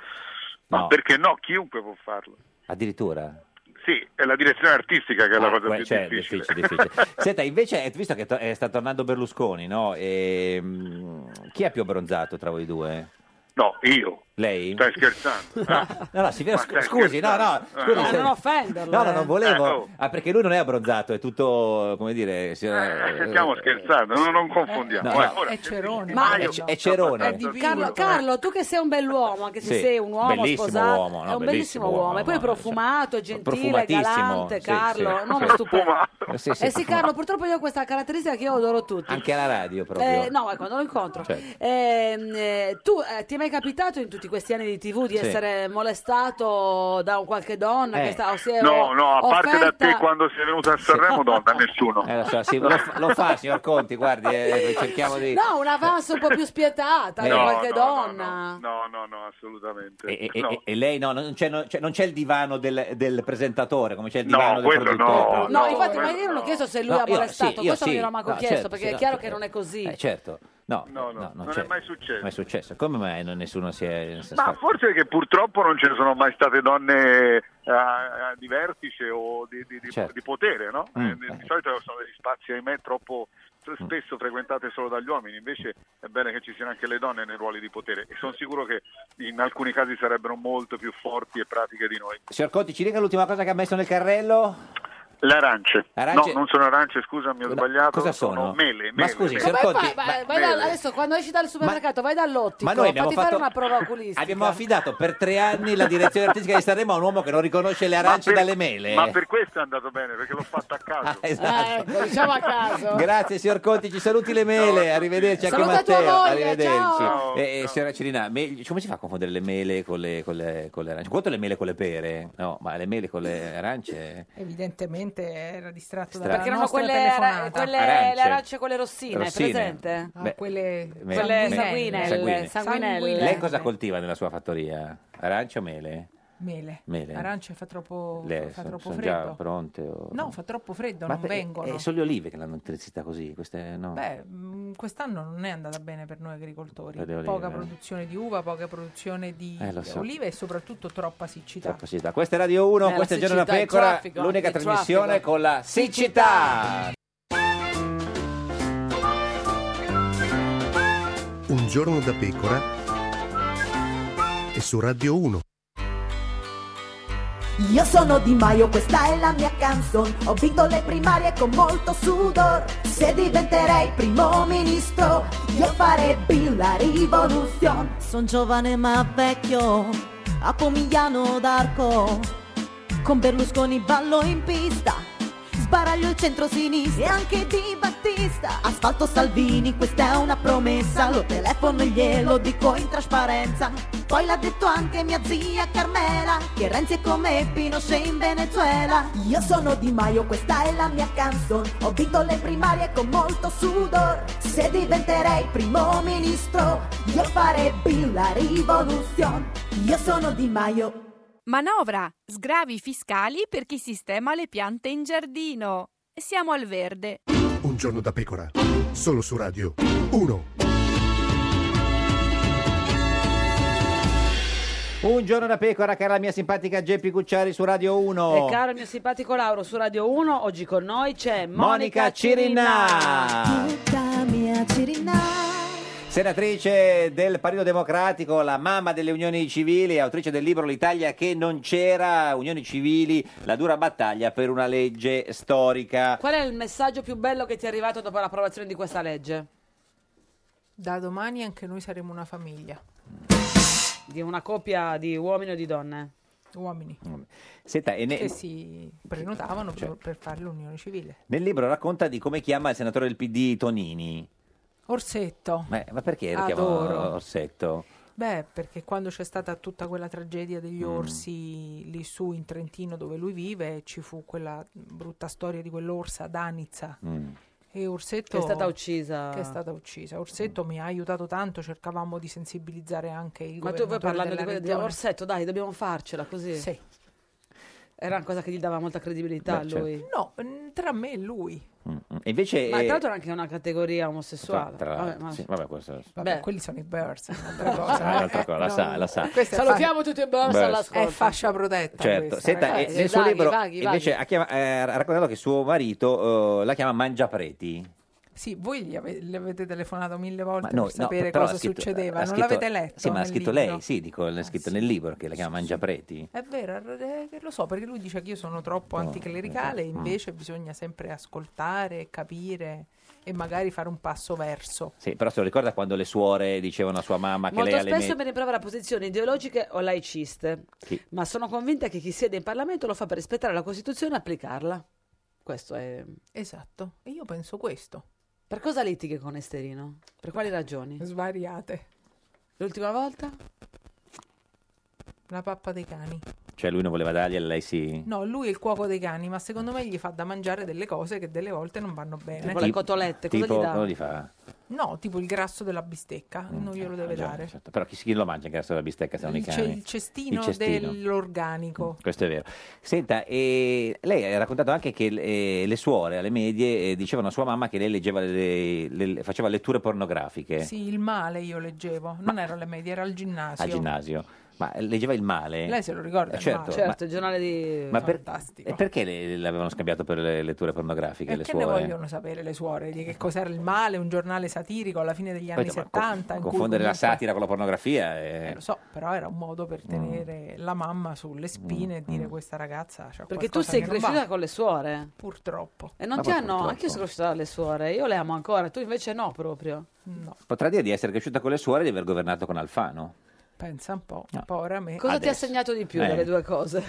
S14: Ma
S2: No,
S14: perché no? Chiunque può farlo.
S2: addirittura.
S14: Sì, è la direzione artistica che è la
S2: Ah,
S14: cosa
S2: que-
S14: più
S2: cioè,
S14: difficile.
S2: difficile, Senta, invece, eh, visto che to- eh, sta tornando Berlusconi, no? Ehm, chi è più abbronzato tra voi due?
S14: No, io.
S2: Lei?
S14: Stai scherzando?
S2: No, no, si vede-
S14: Ma stai
S2: scusi, no, no,
S14: scherzando?
S2: scusi,
S14: Eh,
S2: se-
S14: non offenderlo,
S2: No, no,
S14: eh.
S2: non volevo.
S14: Eh, oh.
S2: Ah, perché lui non è abbronzato, è tutto, come dire... si-
S14: Eh, stiamo scherzando, no, non confondiamo.
S2: No,
S14: eh.
S2: no.
S14: Ora,
S15: È Cerone.
S1: Ma-
S2: è, è Cerone.
S1: Carlo, Carlo, tu che sei un bell'uomo, anche se
S2: Sì,
S1: sei un uomo
S2: bellissimo uomo,
S1: sposato,
S2: no,
S1: è un
S2: bellissimo
S1: bellissimo uomo,
S2: uomo,
S1: e poi
S2: no,
S1: profumato, gentile,
S2: profumatissimo,
S1: galante,
S2: sì,
S1: Carlo,
S2: sì,
S1: un uomo
S2: sì.
S1: stupendo.
S2: Sì, sì,
S1: eh sì,
S2: profumato.
S1: Carlo, purtroppo io ho questa caratteristica che io adoro tutti.
S2: Anche alla radio, proprio.
S1: Eh, no, eh, quando lo incontro.
S2: Certo.
S1: Ehm, eh, tu eh, ti è mai capitato in tutti questi anni di TV di
S14: Sì.
S1: essere molestato da un qualche donna che
S14: Eh.
S1: sta o si è
S14: No, no, a parte da te
S1: offerta?
S14: quando sei venuto a Sanremo, donna, nessuno.
S2: Eh, lo, so, sì, lo fa- lo fa, signor Conti, guardi, eh, cerchiamo di...
S1: No, un avanzo un po' più spietata
S2: Eh.
S1: da
S2: No,
S1: qualche
S2: no,
S1: donna.
S14: No, no, no, assolutamente.
S2: E, e-
S14: No.
S2: e- e lei no, non c'è, non c'è- non c'è il divano del, del presentatore come c'è il
S14: No,
S2: divano del
S14: quello no,
S2: produttore.
S1: No, infatti, ma io non ho chiesto se lui
S2: No,
S1: ha
S2: io sì,
S1: molestato,
S2: io
S1: questo
S2: sì.
S1: non gliel'ho manco
S2: No,
S1: chiesto,
S2: certo,
S1: perché
S2: sì,
S1: è
S2: no,
S1: chiaro
S2: certo.
S1: che non è così.
S2: Eh, certo, no,
S14: No, no, non è mai successo.
S2: Ma è successo. Come mai non- nessuno si è... non si è
S14: Ma
S2: sfatto?
S14: forse che purtroppo non ce ne sono mai state donne eh, di vertice o di, di- di-
S2: Certo.
S14: di potere, no?
S2: Mm.
S14: Eh, di solito sono degli spazi, ahimè, troppo spesso frequentate solo dagli uomini, invece è bene che ci siano anche le donne nei ruoli di potere e sono sicuro che in alcuni casi sarebbero molto più forti e pratiche di noi.
S2: Signor Conti, ci dica l'ultima cosa che ha messo nel carrello?
S14: Le arance.
S2: Arance-
S14: No, non sono arance, scusami, ho sbagliato.
S2: cosa sono?
S14: mele, mele.
S2: Ma scusi,
S14: mele.
S2: signor Conti,
S1: Ma- vai da- adesso quando esci dal supermercato vai dall'ottico
S2: ma noi abbiamo
S1: fatti fare
S2: fatto-
S1: una prova oculistica
S2: Abbiamo affidato per tre anni la direzione artistica di Sanremo a un uomo che non riconosce le
S14: Ma
S2: arance
S14: per-
S2: dalle mele.
S14: Ma per questo è andato bene, perché l'ho fatto a caso.
S2: esatto.
S1: Eh, ecco, diciamo a caso
S2: Grazie signor Conti, ci saluti le mele, arrivederci anche
S1: Saluta tua
S2: Matteo,
S1: moglie,
S2: arrivederci.
S1: ciao.
S2: Eh, eh, Signora Cirina, me- come si fa a confondere le mele con le, con le, con le arance? Quanto le mele con le pere? No, ma le mele con le arance?
S15: Evidentemente era
S2: Distratto.
S15: distratto dalla
S1: perché erano
S15: nostra
S1: quelle,
S15: telefonata.
S1: ara- quelle
S2: Ah, Arance.
S1: le arance quelle rossine,
S2: Rossine.
S1: presente?
S2: Ah, Beh,
S15: quelle
S2: Me-
S1: quelle
S2: me-
S1: sanguinelle, sanguinelle.
S15: Sanguinelle.
S2: Lei cosa coltiva nella sua fattoria? Arance o mele?
S15: Mele.
S2: Mele.
S15: Arancia fa
S1: Oh,
S15: troppo,
S2: Le-
S15: fa
S2: son-
S15: troppo
S2: son
S15: freddo.
S2: già pronte? o-
S15: No, fa troppo freddo,
S2: Ma
S15: non
S2: per-
S15: vengono.
S2: eh, sono le olive che l'hanno intensità così, queste no.
S15: Beh, mh, quest'anno non è andata bene per noi agricoltori.
S2: Per le olive.
S15: Poca produzione di uva, poca produzione di
S2: Eh, lo so.
S15: olive e soprattutto troppa siccità.
S2: Troppo siccità. Questa è Radio 1,
S15: Eh,
S2: questa è
S15: la
S2: Giorno da
S15: siccità, il
S2: Pecora,
S15: traffico,
S2: l'unica
S15: anche il
S2: trasmissione
S15: traffico.
S2: con la siccità.
S11: Un giorno da pecora e su Radio 1.
S10: Io sono Di Maio, questa è la mia canzone. Ho vinto le primarie con molto sudor. Se diventerei primo ministro, io farebbi la rivoluzione. Son giovane ma vecchio, a Pomigliano d'Arco. Con Berlusconi ballo in pista Sbaraglio il centro-sinistra e anche Di Battista. Asfalto Salvini, questa è una promessa. Lo telefono e glielo dico in trasparenza. Poi l'ha detto anche mia zia Carmela, che Renzi è come Pinochet in Venezuela. Io sono Di Maio, questa è la mia canzone. Ho vinto le primarie con molto sudor. Se diventerei primo ministro, io farebbi la rivoluzione. Io sono Di Maio.
S13: Manovra, sgravi fiscali per chi sistema le piante in giardino. Siamo al verde.
S11: Un giorno da pecora, solo su Radio 1.
S2: Un giorno da pecora, cara mia simpatica Geppi Cucciari su Radio 1.
S1: E Eh, caro il mio simpatico Lauro su Radio 1, oggi con noi c'è Monica,
S2: Monica Cirinà.
S10: Tutta mia Cirinà.
S2: Senatrice del Partito Democratico, la mamma delle unioni civili, autrice del libro L'Italia che non c'era, Unioni civili, la dura battaglia per una legge storica.
S1: Qual è il messaggio più bello che ti è arrivato dopo l'approvazione di questa legge?
S15: Da domani anche noi saremo una famiglia.
S1: Di una coppia di uomini o di donne?
S15: Uomini.
S2: Senta, e ne- Certo.
S15: Che si prenotavano per- per fare l'unione civile.
S2: nel libro racconta di come chiama il senatore del PD Tonini.
S15: Orsetto.
S2: Ma, ma perché lo chiamano
S15: Adoro.
S2: Orsetto?
S15: Beh, perché quando c'è stata tutta quella tragedia degli
S2: Mm.
S15: orsi lì su in Trentino dove lui vive, ci fu quella brutta storia di quell'orsa ad
S2: Mm.
S15: Anizza. E
S1: Che
S15: Orsetto
S1: è stata uccisa.
S15: Che è stata uccisa. Orsetto mi ha aiutato tanto, cercavamo di sensibilizzare anche il
S1: Ma tu vuoi
S15: governatore
S1: parlando di
S15: della
S1: quello di
S15: regione.
S1: Orsetto, dai, dobbiamo farcela così.
S15: Sì.
S1: Era una cosa che gli dava molta credibilità a
S2: Beh, certo.
S1: lui.
S15: No, mm, tra me e lui.
S2: E invece...
S1: Ma
S2: eh,
S1: tra l'altro era anche una categoria omosessuale.
S2: tra
S1: Vabbè,
S2: l'altro,
S1: ma-
S2: sì, vabbè, questo-
S15: Vabbè,
S1: Beh.
S15: quelli sono i birds, un'altra
S2: Ah,
S15: cosa.
S2: un'altra cosa, la sa, la sa.
S15: Questa è
S1: Salutiamo
S15: fascia-
S1: tutti i birds
S2: Beh,
S1: all'ascolto.
S15: È fascia protetta
S2: Certo,
S15: questa,
S2: senta,
S15: ragazzi.
S2: eh, nel suo
S1: vaghi,
S2: libro
S1: vaghi,
S2: invece
S1: vaghi.
S2: Ha, chiama- eh, ha raccontato che suo marito eh, la chiama Mangiapreti.
S15: Sì, voi gli ave- le avete telefonato mille volte
S2: Ma noi-
S15: per
S2: no,
S15: sapere
S2: però
S15: cosa
S2: ha scritto-
S15: succedeva,
S2: ha
S15: non
S2: scritto-
S15: l'avete letto?
S2: Sì, ma ha
S15: nel
S2: scritto
S15: libro?
S2: lei, sì, dico, l'ha scritto nel libro che la chiama Mangiapreti.
S15: È vero, eh, che lo so, perché lui dice che io sono troppo
S2: No,
S15: anticlericale,
S2: mm.
S15: invece bisogna sempre ascoltare, capire e magari fare un passo verso.
S2: Sì, però se lo ricorda quando le suore dicevano a sua mamma che
S1: Molto
S2: lei ha le
S1: spesso
S2: me-
S1: mi rimprovera posizioni ideologiche o laiciste,
S2: Sì.
S1: ma sono convinta che chi siede in Parlamento lo fa per rispettare la Costituzione e applicarla. Questo è...
S15: Esatto, e io penso questo.
S1: Per cosa litighi con Esterino? Per quali ragioni?
S15: Svariate.
S1: L'ultima volta?
S15: La pappa dei cani.
S2: Cioè lui non voleva dargli e lei sì.
S15: No, lui è il cuoco dei cani, ma secondo me gli fa da mangiare delle cose che delle volte non vanno bene.
S2: Tipo- tipo, cosa gli fa?
S15: No, tipo il grasso della bistecca, non glielo deve
S2: Mm, Già,
S15: dare.
S2: certo. Però chi, chi lo mangia in casa della bistecca se non i
S15: Il, ce-
S2: cani?
S15: il cestino,
S2: Il cestino. Mm,
S15: dell'organico.
S2: Questo è vero. Senta, eh, lei ha raccontato anche che eh, le suore alle medie eh, dicevano a sua mamma che lei leggeva le- le- faceva letture pornografiche
S15: Sì, il male io leggevo, non ero alle medie, era al ginnasio.
S2: al ginnasio, ma leggeva il male.
S15: Lei se lo ricorda?
S2: Eh,
S15: il
S2: certo,
S15: male?
S1: Certo, il giornale di...
S2: Ma per-
S15: Fantastico.
S2: e perché le- l'avevano scambiato per le letture pornografiche
S15: E
S2: le
S15: che
S2: suore?
S15: ne vogliono sapere le suore di che cos'era il male, un giornale satirico alla fine degli anni
S2: Poi, ma co-
S15: 70. in cui
S2: confondere la
S15: comunque- Eh,
S2: satira con la pornografia eh, è...
S15: Lo so, però era un modo
S2: Mm.
S15: per tenere la mamma sulle spine e dire questa ragazza c'ha
S1: Perché tu
S15: qualcosa
S1: sei
S15: che non va".
S1: cresciuta con le suore.
S15: Purtroppo.
S1: E non
S2: Ah, Ma
S1: ti
S2: poi
S1: hanno...
S2: purtroppo.
S1: Anche io sono cresciuta dalle suore, io le amo ancora, tu invece no proprio.
S2: Potrà dire di essere cresciuta con le suore e di aver governato con Alfano.
S15: Pensa un po', povera me.
S1: Cosa ti ha
S2: Adesso.
S1: segnato di più
S2: Eh.
S1: dalle due cose?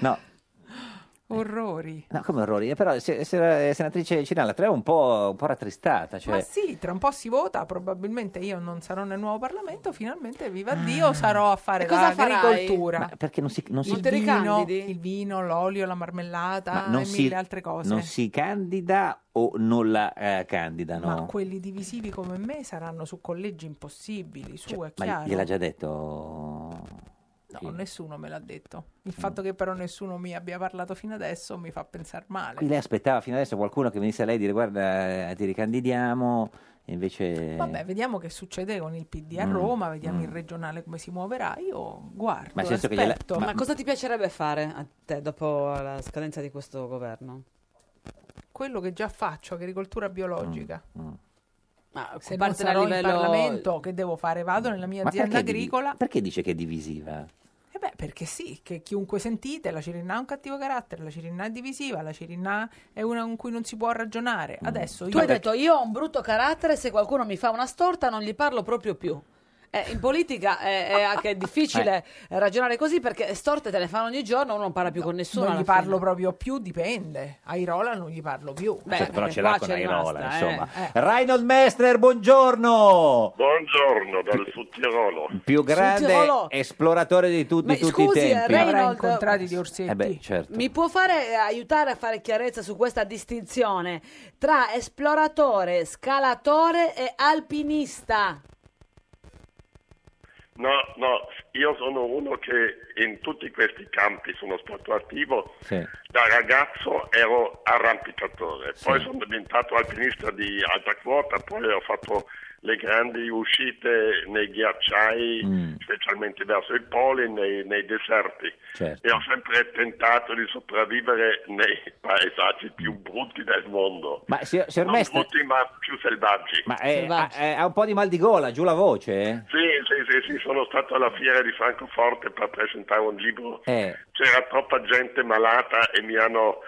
S2: No,
S15: Orrori.
S2: no, come orrori. Però se, se la eh, senatrice Cinà la trovo un po', un po' rattristata. Cioè...
S15: Ma sì, tra un po' si vota, probabilmente io non sarò nel nuovo Parlamento, finalmente viva Dio sarò a fare
S1: E cosa farai?
S15: l'agricoltura.
S2: Ah. Ma perché non si, non si-
S15: il,
S1: te
S15: vino,
S1: ricandidi?
S15: il vino, l'olio, la marmellata
S2: ma non
S15: e
S2: si-
S15: mille altre cose.
S2: Non si candida o non la eh, candidano?
S15: Ma quelli divisivi come me saranno su collegi impossibili, su è
S2: Cioè, Ma
S15: chiaro.
S2: gliel'ha già detto?
S15: No, nessuno me l'ha detto. Il fatto che però nessuno mi abbia parlato fino adesso mi fa pensare male.
S2: Qui lei aspettava fino adesso qualcuno che venisse a lei a dire guarda eh, ti ricandidiamo e invece...
S15: Vabbè, vediamo che succede con il PD a
S2: Mm,
S15: Roma, vediamo
S2: mm.
S15: il regionale come si muoverà. Io guardo,
S2: Ma nel senso che gliela-
S15: aspetto.
S1: Ma cosa ti piacerebbe fare a te dopo la scadenza di questo governo?
S2: Mm.
S15: quello che già faccio, agricoltura
S2: Mm.
S15: biologica.
S1: Ma
S15: Se non
S1: parte dal
S15: sarò
S1: livello-
S15: in Parlamento, che devo fare? Vado nella mia
S2: Ma
S15: azienda
S2: divi-
S15: agricola.
S2: perché dice che è divisiva?
S15: E beh, perché sì, che chiunque sentite, la Cirinna ha un cattivo carattere, la Cirinna è divisiva, la Cirinna è una con cui non si può ragionare. Adesso
S1: Mm. Tu
S15: io
S1: hai detto io ho un brutto carattere, se qualcuno mi fa una storta non gli parlo proprio più. Eh, in politica è, è anche difficile ragionare così perché storte te ne fanno ogni giorno, uno non parla più con nessuno.
S15: non
S1: alla
S15: gli
S1: fine.
S15: parlo proprio più, dipende. Airola non gli parlo più.
S2: Certo, però ce
S15: qua
S2: l'ha con
S15: c'è
S2: Airola,
S15: rimasta, eh.
S2: insomma. Reinhold Messner, buongiorno!
S18: Buongiorno dal Suttirolo.
S2: Più grande
S1: Suttirolo.
S2: esploratore di, tu- di
S1: Ma
S2: tutti
S1: scusi,
S2: i tempi.
S1: Reinhold- Avrà
S15: incontrati di orsetti.
S2: Eh beh, certo.
S1: Mi può fare eh, aiutare a fare chiarezza su questa distinzione tra esploratore, scalatore e alpinista?
S18: No, no, io sono uno che in tutti questi campi sono stato attivo.
S2: Sì.
S18: Da ragazzo ero arrampicatore, poi
S2: Sì.
S18: sono diventato alpinista di alta quota, poi ho fatto le grandi uscite nei ghiacciai,
S2: Mm.
S18: specialmente verso i poli, nei, nei deserti.
S2: Certo.
S18: E ho sempre tentato di sopravvivere nei paesaggi più brutti del mondo.
S2: Ma signor- signor
S18: non
S2: Mestre-
S18: brutti, ma più selvaggi.
S2: Ma eh, ha, eh, ha un po' di mal di gola, giù la voce? eh?
S18: Sì, sì, sì, sì, sono stato alla fiera di Francoforte per presentare un libro.
S2: Eh,
S18: C'era troppa gente malata e mi hanno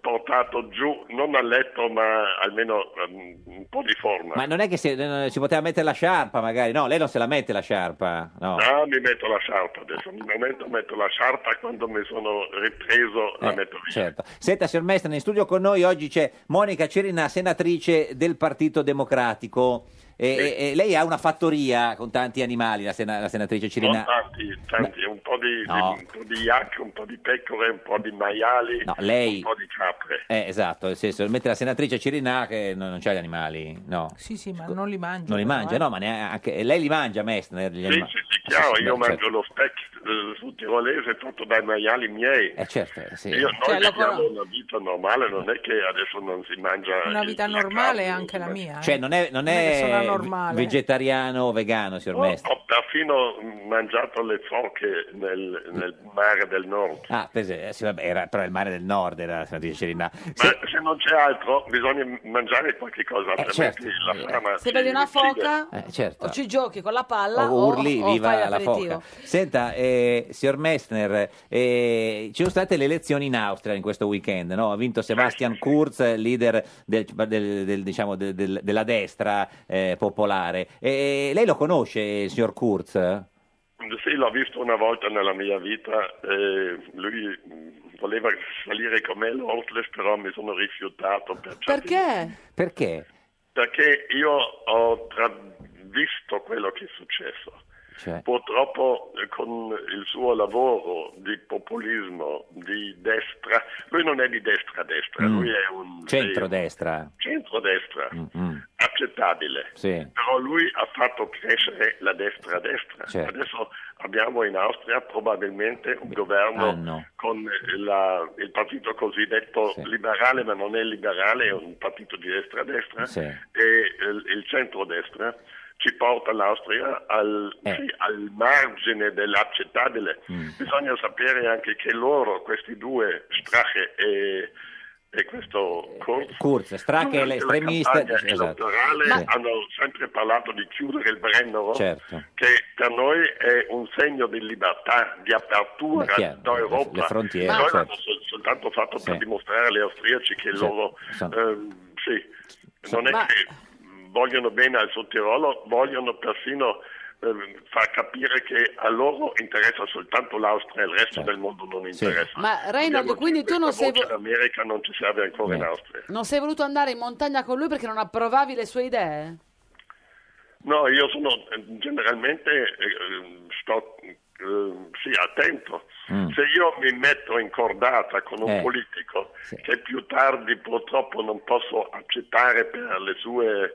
S18: portato giù, non a letto, ma almeno um, un po' di forma.
S2: ma non è che si, eh, si poteva mettere la sciarpa, magari? No, lei non se la mette la sciarpa. No.
S18: Ah, mi metto la sciarpa adesso, al momento metto la sciarpa, quando mi sono ripreso la metto via.
S2: Certo. Senta, signor Mestre, in studio con noi oggi c'è Monica Cerina, senatrice del Partito Democratico. E, e- e lei ha una fattoria con tanti animali, la, sena- la senatrice
S18: Non
S2: Cirina.
S18: tanti, tanti, un po' di,
S2: No.
S18: di- un po' di yak, un po' di pecore, un po' di maiali,
S2: No, lei-
S18: un po' di capre.
S2: Eh, esatto, nel senso, mentre la senatrice Cirina che non, non c'ha gli animali, no.
S15: Sì, sì, ma non li mangio.
S2: Non li
S15: però,
S2: mangia,
S15: eh.
S2: no, ma neanche lei li mangia, Messner. Gli
S18: Sì,
S2: anima-
S18: sì, sì, chiaro,
S2: Beh,
S18: io mangio
S2: certo.
S18: lo steak eh, sul tirolese fatto dai maiali miei.
S2: Eh, certo, sì.
S18: Io,
S15: Cioè,
S18: noi
S15: lo
S18: viviamo
S15: conosco.
S18: una vita normale, non è che adesso non si mangia...
S15: Una
S18: il-
S15: vita
S18: la
S15: normale è anche la mia. eh.
S2: Cioè, non è, non
S15: che sono
S2: è
S15: anormale.
S2: vegetariano o vegano, signor
S18: carne.
S2: Mestre.
S18: Ho, ho perfino mangiato le foche nel, nel mare del nord.
S2: Ah, per esempio, eh, sì, vabbè, era, però è il mare del nord, era la senatrice Cirina.
S18: Ma se non c'è altro, bisogna mangiare qualche cosa, altrimenti
S2: certo.
S18: la fama...
S1: Se
S18: ci
S1: vedi una
S18: uccide.
S1: foca
S2: Eh, certo.
S1: o ci giochi con la palla
S2: O
S1: o,
S2: urli
S1: o fai
S2: viva la foca.
S1: l'aperitivo.
S2: Senta, eh, signor Messner, eh, ci sono state le elezioni in Austria in questo weekend, no? ha vinto Sebastian Kurz, leader del- del- del- diciamo, del- del- della destra eh, popolare. Eh, lei lo conosce, il signor Kurz?
S18: Sì, l'ho visto una volta nella mia vita, eh, lui mh, voleva salire con me all'Ortles, però mi sono rifiutato per certi
S1: Perché?
S2: Perché?
S18: Perché io ho tra- visto quello che è successo.
S2: Cioè,
S18: Purtroppo eh, con il suo lavoro di populismo di destra, lui non è di destra a destra,
S2: Mm.
S18: lui è un è
S2: centrodestra.
S18: un centrodestra
S2: Mm,
S18: accettabile.
S2: sì.
S18: Però lui ha fatto crescere la destra a destra.
S2: Certo.
S18: Adesso abbiamo in Austria probabilmente un governo
S2: Ah, no.
S18: con la- il partito cosiddetto liberale, ma non è liberale, è un partito di destra a destra,
S2: Sì.
S18: e il, il centrodestra ci porta l'Austria al,
S2: Eh. Mm.
S18: sì, al margine dell'accettabile. Bisogna sapere anche che loro, questi due, Strache e, e questo Kurz,
S2: Kurz, Strache,
S18: durante la
S2: l'estremista.
S18: campagna
S2: Esatto.
S18: elettorale
S2: Sì.
S18: hanno sempre parlato di chiudere il Brennero,
S2: Certo.
S18: che per noi è un segno di libertà, di apertura
S2: Beh, chiaro,
S18: d'Europa.
S2: le- le frontiere,
S18: Noi
S2: certo.
S18: l'hanno sol- soltanto fatto
S2: Sì.
S18: per dimostrare agli austriaci che
S2: Sì,
S18: loro
S2: sono-
S18: ehm, sì, non è
S1: ma-
S18: che vogliono bene al Sottirolo, vogliono persino ehm, far capire che a loro interessa soltanto l'Austria, il resto del mondo non interessa.
S1: Ma Reinhold, quindi tu non sei, vo-
S18: L'America non ci serve ancora in Austria.
S1: non sei voluto andare in montagna con lui perché non approvavi le sue idee?
S18: No, io sono eh, generalmente eh, sto eh, sì, attento. Se io mi metto in cordata con un
S2: Eh,
S18: politico che più tardi purtroppo non posso accettare per le sue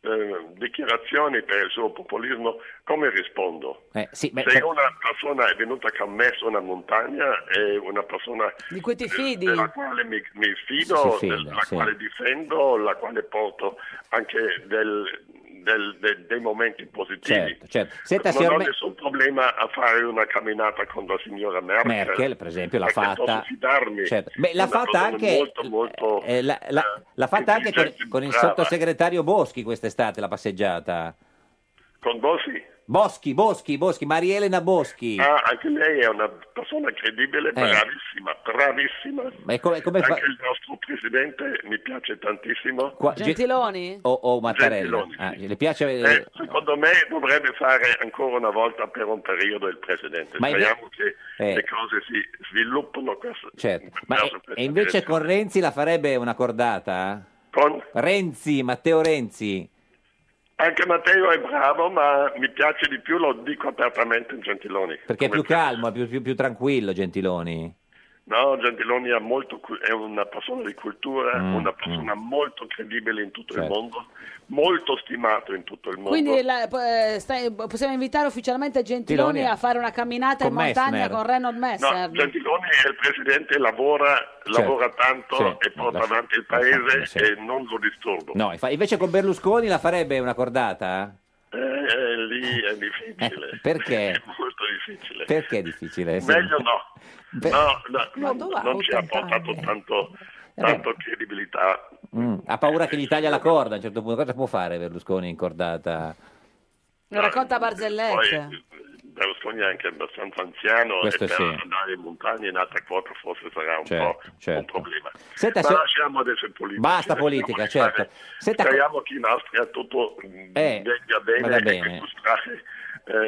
S18: eh, dichiarazioni, per il suo populismo, come rispondo?
S2: Eh, sì, beh,
S18: Se
S2: per-
S18: una persona è venuta con me su una montagna è una persona
S1: Di cui ti fidi?
S18: della quale mi, mi fido,
S2: Si fida,
S18: la
S2: sì.
S18: quale difendo, la quale porto anche del- del- de- dei momenti positivi.
S2: Certo, certo. Senta,
S18: non
S2: signor
S18: ho
S2: Me-
S18: nessun problema a fare una camminata con la signora Merkel.
S2: Merkel, per esempio, l'ha
S18: perché
S2: fatta.
S18: Posso fidarmi.
S2: Certo. Beh, l'ha
S18: Una
S2: fatta
S18: persona
S2: anche-
S18: Molto, molto...
S2: eh, la-
S18: Ah,
S2: la- l'ha fatta anche con, con il
S18: brava.
S2: sottosegretario Boschi quest'estate la passeggiata.
S18: Con Bossi?
S2: Boschi, Boschi, Boschi, Marielena Boschi.
S18: Ah, anche lei è una persona
S2: Eh.
S18: credibile, bravissima, bravissima.
S2: Ma è come- è come fa-
S18: Anche il nostro presidente mi piace tantissimo.
S2: Qua-
S1: Gentiloni?
S2: O, o Mattarella.
S18: Gentiloni,
S2: Ah, le piace...
S18: Eh, secondo me dovrebbe fare ancora una volta per un periodo il presidente.
S2: Ma è-
S18: Speriamo che
S2: eh.
S18: le cose si sviluppano. Questo,
S2: Certo. Ma
S18: verso
S2: e-
S18: questa
S2: e invece
S18: direzione.
S2: con Renzi la farebbe una cordata?
S18: Con?
S2: Renzi, Matteo Renzi.
S18: Anche Matteo è bravo, ma mi piace di più, lo dico apertamente, Gentiloni.
S2: Perché è
S18: Come-
S2: più calmo, è più, più- più tranquillo Gentiloni.
S18: No, Gentiloni ha molto cu- è una persona di cultura,
S2: Mm,
S18: una persona molto credibile in tutto il
S2: Certo.
S18: mondo, molto stimato in tutto il mondo.
S1: Quindi la- po- eh, stai- possiamo invitare ufficialmente Gentiloni
S18: Gentiloni.
S1: a fare una camminata in
S18: Con
S1: montagna
S18: Messner.
S1: con Reynold Messner.
S18: No, Gentiloni è il presidente, lavora, lavora tanto
S2: Sì,
S18: e porta
S2: lascia-
S18: avanti il paese e non lo disturbo.
S2: No, infa- invece con Berlusconi la farebbe una cordata? Eh,
S18: Eh, eh, lì è difficile,
S2: Perché?
S18: è molto difficile.
S2: Perché è difficile? Sì.
S18: Meglio no.
S2: Beh.
S18: No, no, non-
S2: dov'ha
S18: non ci ha portato Eh, tanto, tanto credibilità.
S2: Mm, Ha paura che gli taglia la corda a un certo punto. Cosa può fare Berlusconi in cordata?
S1: Lo racconta Barzelletta.
S18: Poi eh, Berlusconi è anche abbastanza anziano
S2: Questo
S18: e per
S2: sì.
S18: andare in montagna in altre quota forse sarà un
S2: Certo,
S18: po' un
S2: certo.
S18: problema.
S2: Senta,
S18: Ma
S2: se-
S18: lasciamo adesso il politico.
S2: Basta politica, certo. Senta,
S18: Speriamo che in Austria tutto mh,
S2: Eh,
S18: venga bene,
S2: vada
S18: e
S2: bene.
S18: che Strade eh,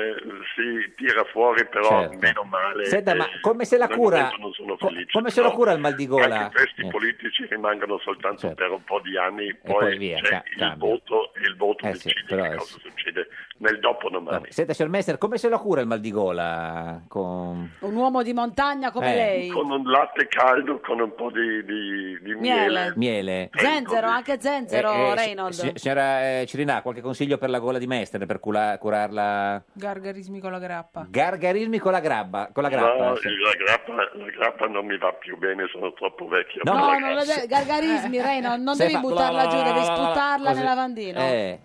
S18: si tira fuori, però
S2: Certo.
S18: meno male.
S2: Senta,
S18: eh,
S2: ma come se la
S18: al
S2: cura-
S18: momento Non sono
S2: co-
S18: felice,
S2: come se lo
S18: però
S2: cura il mal di gola?
S18: Anche questi politici rimangono soltanto per un po' di anni, poi,
S2: poi via,
S18: c'è
S2: ca-
S18: il
S2: cambia.
S18: voto e il voto
S2: Eh sì,
S18: decide
S2: però
S18: che
S2: è-
S18: cosa succede nel dopodomani.
S2: Senta, signor Messner, come se lo cura il mal di gola? Con...
S1: Un uomo di montagna come
S2: Eh.
S1: lei.
S18: Con un latte caldo, con un po' di, di- di miele. Eh,
S2: Miele.
S1: Zenzero, anche Zenzero,
S2: Eh, eh, si-
S1: Reynold.
S2: si- signora eh, Cirinà, qualche consiglio per la gola di Messner per cula- curarla?
S15: Gargarismi con la grappa.
S2: Gargarismi con la, grabba, con la grappa.
S18: No,
S2: sì.
S18: la grappa, la grappa non mi va più bene, sono troppo vecchio.
S1: No,
S18: per la
S1: non lo
S18: grappa.
S1: de- gargarismi, Reynold, non
S18: Se
S1: devi
S18: fa-
S1: buttarla giù,
S18: la-
S1: devi
S18: la- la- la-
S1: sputtarla
S18: così.
S1: nel lavandino.
S18: Eh.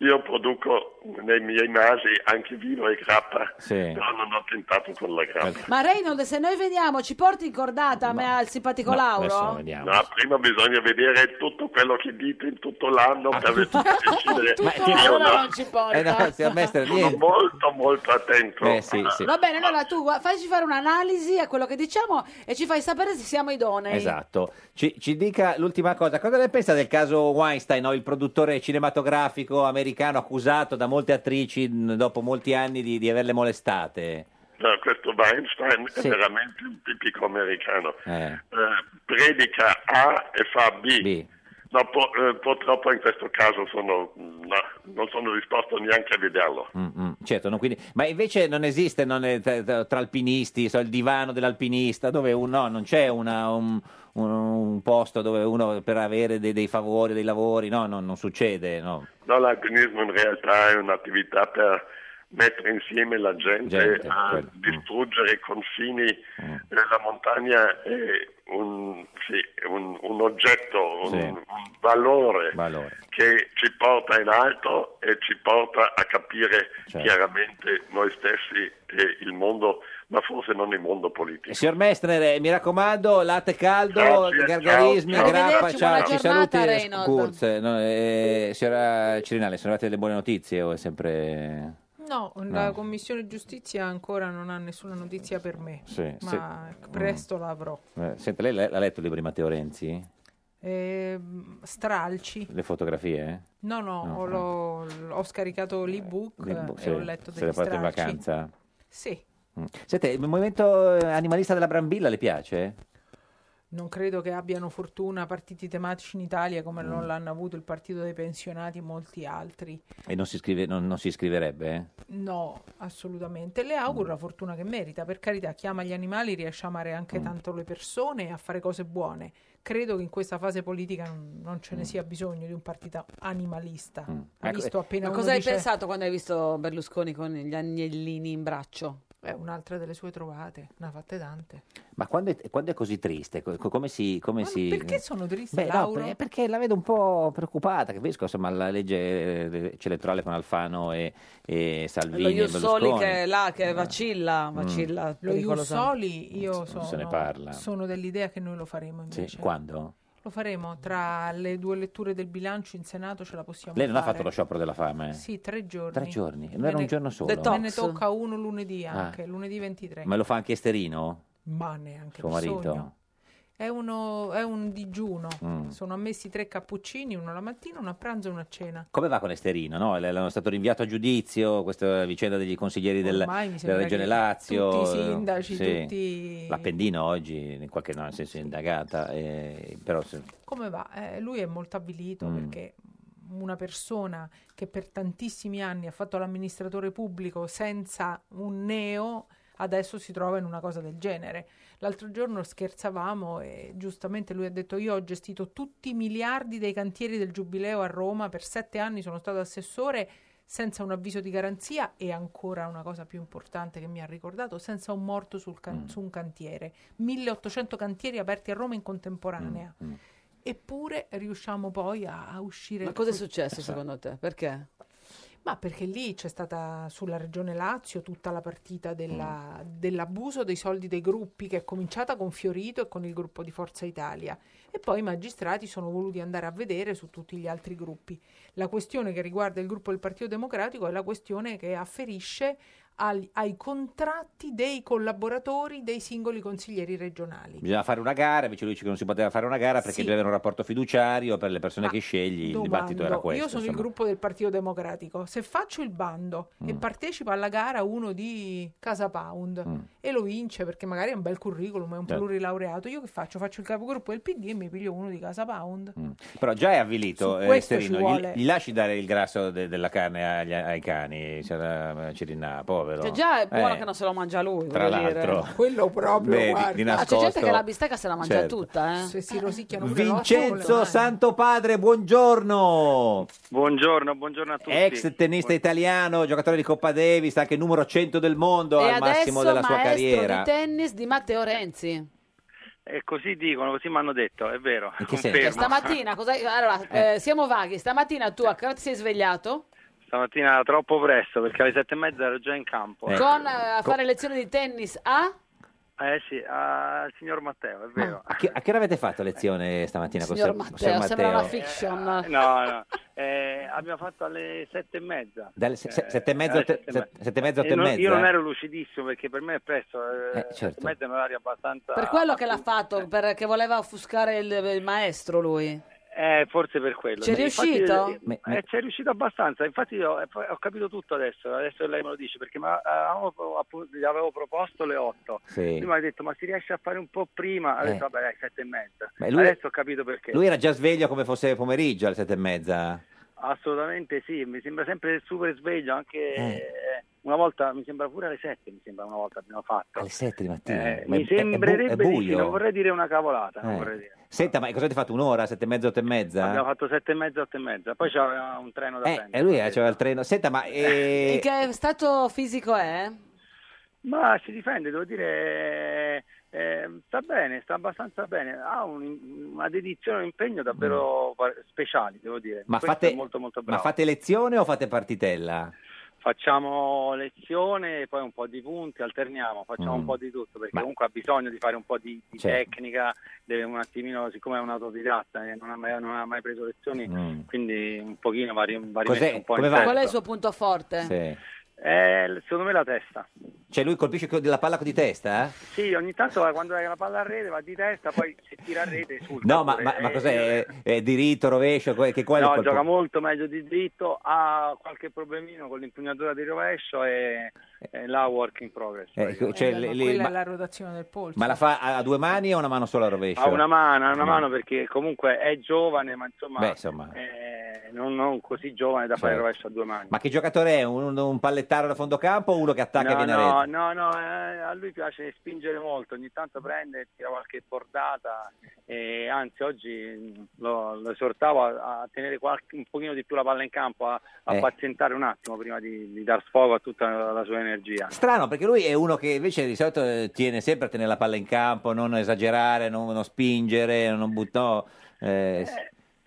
S18: Io produco nei miei masi anche vino e grappa,
S2: Sì.
S18: però non ho tentato con la grappa.
S1: Ma Reynold, se noi veniamo, ci porti in cordata a me al simpatico Lauro?
S18: No, prima bisogna vedere tutto quello che dite in tutto l'anno per decidere.
S1: Tutto
S18: Io
S1: l'anno
S18: no,
S1: non ci porta.
S2: Eh, no, signor Messner,
S18: sono
S2: niente.
S18: molto molto attento.
S2: Eh, sì, sì.
S1: Va bene, allora tu gua- facci fare un'analisi a quello che diciamo e ci fai sapere se siamo idonei.
S2: Esatto. Ci, ci dica l'ultima cosa, cosa ne pensa del caso Weinstein, no? il produttore cinematografico americano accusato da molte attrici mh, dopo molti anni di, di averle molestate?
S18: No, questo Weinstein
S2: Sì.
S18: è veramente un tipico americano.
S2: Eh.
S18: Eh, predica A e fa B. No, po- eh, purtroppo in questo caso sono, no, non sono disposto neanche a vederlo.
S2: Mm, mm, certo, non quindi- ma invece non esiste non è- tra, tra- tra alpinisti, so, il divano dell'alpinista, dove uno no, non c'è una- un, un- un posto dove uno per avere dei, dei favori, dei lavori, no, no, non succede. No.
S18: No, l'alpinismo in realtà è un'attività per mettere insieme la gente,
S2: Gente, certo. Mm.
S18: a
S2: quello,
S18: distruggere i confini. Eh, la montagna è un, sì, è un- un oggetto, un,
S2: Sì.
S18: un valore, che ci porta in alto e ci porta a capire
S2: Certo.
S18: chiaramente noi stessi e il mondo, ma forse non il mondo politico.
S2: Eh, Signor Messner, eh, mi raccomando, latte caldo,
S18: Grazie,
S2: gargarismi,
S18: ciao.
S2: grappa,
S18: Arrivederci, buona
S2: ciao, ci
S18: giornata,
S2: saluti eh,
S18: Reynold.
S2: Kurz. Eh, no, eh, signora Cirinale, sono arrivate delle buone notizie o è sempre...
S15: No,
S2: No.
S15: la Commissione Giustizia ancora non ha nessuna notizia per me,
S2: Sì,
S15: ma
S2: sì.
S15: presto la avrò.
S2: Eh, senta, lei l'ha l'ha letto il libro di Matteo Renzi?
S15: Ehm, stralci.
S2: Le fotografie? Eh?
S15: No, no,
S2: No,
S15: ho,
S2: no.
S15: l'ho- ho scaricato l'ebook
S2: Di-
S15: eh,
S2: sì,
S15: e ho letto
S2: se l'è
S15: degli
S2: fatta
S15: stralci.
S2: in vacanza?
S15: Sì,
S2: Mm. Senta, il movimento eh, animalista della Brambilla le piace?
S15: non credo che abbiano fortuna partiti tematici in Italia come
S2: Mm.
S15: non l'hanno avuto il Partito dei Pensionati e molti altri.
S2: E non si, scrive, non, non si iscriverebbe? eh?
S15: No, assolutamente. Le
S2: Mm.
S15: auguro la fortuna che merita. Per carità, chi ama gli animali riesce a amare
S2: Mm.
S15: anche tanto le persone e a fare cose buone. Credo che in questa fase politica non, non
S2: Mm.
S15: ce ne sia bisogno di un partito animalista. Ha
S1: Ecco,
S15: visto appena
S1: Ma
S15: uno
S1: cosa hai
S15: dice-
S1: pensato quando hai visto Berlusconi con gli agnellini in braccio?
S15: Beh, un'altra delle sue trovate, ne ha fatte tante.
S2: Ma quando è, quando è così triste? Co- co- come si... Come si...
S15: Perché sono triste,
S2: Beh, no,
S15: Lauro?
S2: per- perché la vedo un po' preoccupata, capisco, insomma, la legge eh, elettorale con Alfano e, e
S1: Lo
S2: Salvini e
S1: Jussoli
S2: Berlusconi.
S1: che è là, che vacilla, vacilla
S15: Lo
S1: pericolosa.
S15: Iussoli, io
S2: Non
S15: sono,
S2: se ne parla.
S15: sono dell'idea che noi lo faremo
S2: Sì,
S15: invece.
S2: Quando?
S15: Lo faremo tra le due letture del bilancio in Senato, ce la possiamo
S2: Lei non ha
S15: fare.
S2: fatto lo sciopero della fame?
S15: Sì, tre giorni.
S2: Eh. Tre giorni? Non era un giorno solo?
S15: Me ne
S2: Detox.
S15: tocca uno lunedì
S2: Ah.
S15: anche, lunedì 23.
S2: Ma lo fa anche Esterino?
S15: Ma neanche
S2: Suo
S15: bisogno.
S2: marito?
S15: È, uno- è un digiuno.
S2: Mm.
S15: Sono ammessi tre cappuccini, uno la mattina, uno a pranzo e uno a cena.
S2: Come va con Esterino? No? L- L'hanno stato rinviato a giudizio questa vicenda degli consiglieri del-
S15: Ormai mi
S2: della
S15: sembra
S2: Regione
S15: che
S2: Lazio.
S15: tutti i sindaci,
S2: Sì.
S15: tutti-
S2: L'appendino oggi, in qualche no, nel senso, è indagata. eh, però se-
S15: Come va? Eh, lui è molto avvilito
S2: Mm.
S15: perché una persona che per tantissimi anni ha fatto l'amministratore pubblico senza un neo adesso si trova in una cosa del genere. L'altro giorno scherzavamo e giustamente lui ha detto io ho gestito tutti i miliardi dei cantieri del Giubileo a Roma, per sette anni sono stato assessore senza un avviso di garanzia e ancora una cosa più importante che mi ha ricordato, senza un morto sul can- su un cantiere. 1800 cantieri aperti a Roma in contemporanea. Eppure riusciamo poi a, a uscire.
S1: Ma
S15: da
S1: cosa è
S15: que-
S1: successo secondo te? Perché?
S15: ma perché lì c'è stata sulla Regione Lazio tutta la partita della-
S1: Mm.
S15: dell'abuso dei soldi dei gruppi che è cominciata con Fiorito e con il gruppo di Forza Italia e poi i magistrati sono voluti andare a vedere su tutti gli altri gruppi. La questione che riguarda il gruppo del Partito Democratico è la questione che afferisce al- ai contratti dei collaboratori dei singoli consiglieri regionali.
S2: Bisognava fare una gara, invece lui dice che non si poteva fare una gara perché
S15: Sì.
S2: deve avere un rapporto fiduciario per le persone che scegli. Il dibattito
S15: domando,
S2: era questo.
S15: Io sono il
S2: insomma.
S15: gruppo del Partito Democratico. Se faccio il bando e
S2: Mm.
S15: partecipa alla gara uno di Casa Pound e lo vince perché magari è un bel curriculum, è un
S2: Certo.
S15: plurilaureato, io che faccio? Faccio il capogruppo del PD e mi piglio uno di Casa Pound.
S2: Però già è avvilito
S15: Su
S2: eh,
S15: questo
S2: Esterino.
S15: ci vuole-
S2: Gli, gli lasci dare il grasso de- della carne agli- ai cani, c'era Cirinà, povero.
S1: Cioè, già è buono
S2: Eh,
S1: che non se lo mangia lui.
S2: Tra
S1: voglio dire.
S2: l'altro.
S15: Quello
S2: proprio, Beh, di- guarda. di
S1: Ah, c'è gente
S2: nascosto.
S1: che la bistecca se la mangia
S2: Certo.
S1: tutta, eh.
S15: Se si rosicchiano
S2: Vincenzo Santo Padre, buongiorno.
S19: Buongiorno, buongiorno a tutti.
S2: Ex tennista italiano, giocatore di Coppa Davis, anche numero 100 del mondo
S1: e
S2: al massimo
S1: adesso
S2: della sua
S1: maestro
S2: carriera.
S1: di tennis di Matteo Renzi.
S19: E così dicono, così mi hanno detto, è vero. confermo.
S1: Cioè, stamattina, cosa... allora, eh, siamo vaghi. Stamattina tu a che ora ti sei svegliato
S19: Stamattina era troppo presto perché alle sette e mezza ero già in campo.
S2: Ecco.
S1: con eh, a fare lezioni di tennis a
S19: Eh sì, al signor Matteo, è vero.
S2: A che, a che ora avete fatto lezione stamattina con
S1: signor
S2: Sir-
S1: Matteo,
S2: Sir
S1: sembra una
S2: Matteo?
S1: fiction.
S19: No, no, eh, abbiamo fatto alle sette e mezza.
S2: Dalle se- se- sette e
S19: Eh,
S2: mezzo,
S19: alle
S2: te-
S19: sette e mezza.
S2: se- sette e mezzo, otto
S19: Eh,
S2: e
S19: non- Io
S2: mezza?
S19: non ero lucidissimo perché per me è presto, eh,
S2: Eh,
S19: sette
S2: certo.
S19: e mezza è un orario abbastanza...
S1: Per quello che l'ha fatto, perché voleva offuscare il, il maestro lui.
S19: Eh, forse per quello.
S1: C'è
S19: Sì, infatti,
S1: riuscito?
S19: eh, eh, c'è riuscito abbastanza, infatti io eh, poi ho capito tutto adesso, adesso lei me lo dice, perché ma- eh, avevo pro- appu- gli avevo proposto le 8,
S2: Sì.
S19: prima ha detto ma si riesce a fare un po' prima, ha
S2: Eh.
S19: detto vabbè dai 7 e mezza,
S2: Beh, lui-
S19: adesso ho capito perché.
S2: Lui era già sveglio come fosse pomeriggio alle sette e mezza.
S19: Assolutamente sì, mi sembra sempre super sveglio, anche
S2: Eh.
S19: eh, una volta, mi sembra pure alle 7, mi sembra una volta abbiamo fatto.
S2: Alle sette di mattina.
S19: Eh,
S2: Ma
S19: mi
S2: è- è bu-
S19: sembrerebbe
S2: è
S19: di sì,
S2: buio.
S19: non vorrei dire una cavolata, non
S2: Eh.
S19: vorrei dire.
S2: Senta, ma cosa avete fatto? Un'ora, sette e mezza, otto e mezza?
S19: Abbiamo fatto sette e mezza, otto e mezza, poi c'era un treno da
S2: Eh,
S19: prendere.
S2: e lui aveva il treno. Senta, ma... eh,
S1: In che stato fisico è?
S19: Ma si difende, devo dire, eh, sta bene, sta abbastanza bene, ha un- una dedizione e un impegno davvero pa- speciali, devo dire.
S2: Mm. Ma
S19: Questo
S2: fate-
S19: è molto molto
S2: ma
S19: bravo.
S2: fate lezione o fate partitella?
S19: Facciamo lezione, poi un po' di punti, alterniamo, facciamo
S2: Mm.
S19: un po' di tutto, perché
S2: Ma-
S19: comunque ha bisogno di fare un po' di, di
S2: Certo.
S19: tecnica, deve un attimino, siccome è un autodidatta, eh, non, ha mai, non ha mai preso lezioni, quindi un pochino va, ri- va
S2: Mm. Cos'è?
S19: rimesso un po'
S2: Come
S19: in
S2: va?
S19: testa.
S1: Qual è il suo punto forte?
S2: Sì.
S19: Eh, secondo me la testa.
S2: Cioè lui colpisce con- della palla di testa?
S19: Sì, ogni tanto va- quando è la palla a rete va di testa, poi se tira a rete esulta.
S2: No, ma,
S19: pure.
S2: ma- ma
S19: Eh,
S2: cos'è? È, è diritto, rovescio? que- Che qual è il
S19: No,
S2: colpo?
S19: gioca molto meglio di dritto, ha qualche problemino con l'impugnatura di rovescio e, e la work in progress.
S2: Eh,
S19: praticamente.
S2: cioè,
S15: Ma
S2: le- le-
S15: quella
S2: ma-
S15: è la rotazione del polso.
S2: Ma la fa a a due mani o una mano sola a rovescio?
S19: Ha una mano, ha una
S2: Mm.
S19: mano perché comunque è giovane, ma insomma,
S2: Beh, insomma.
S19: eh, non, non così giovane da fare il
S2: Certo.
S19: rovescio a due mani.
S2: Ma che giocatore è? Un, un pallettaro da fondo campo o uno che attacca e
S19: no,
S2: viene a
S19: no,
S2: rete?
S19: no, no, eh, a lui piace spingere molto, ogni tanto prende e tira qualche bordata, e anzi oggi mh, lo, lo esortavo a, a tenere qualche- un pochino di più la palla in campo, a, a
S2: Eh.
S19: pazientare un attimo prima di, di dar sfogo a tutta la, la sua energia.
S2: Strano, perché lui è uno che invece di solito eh, tiene sempre a tenere la palla in campo, non esagerare, non, non spingere, non buttare.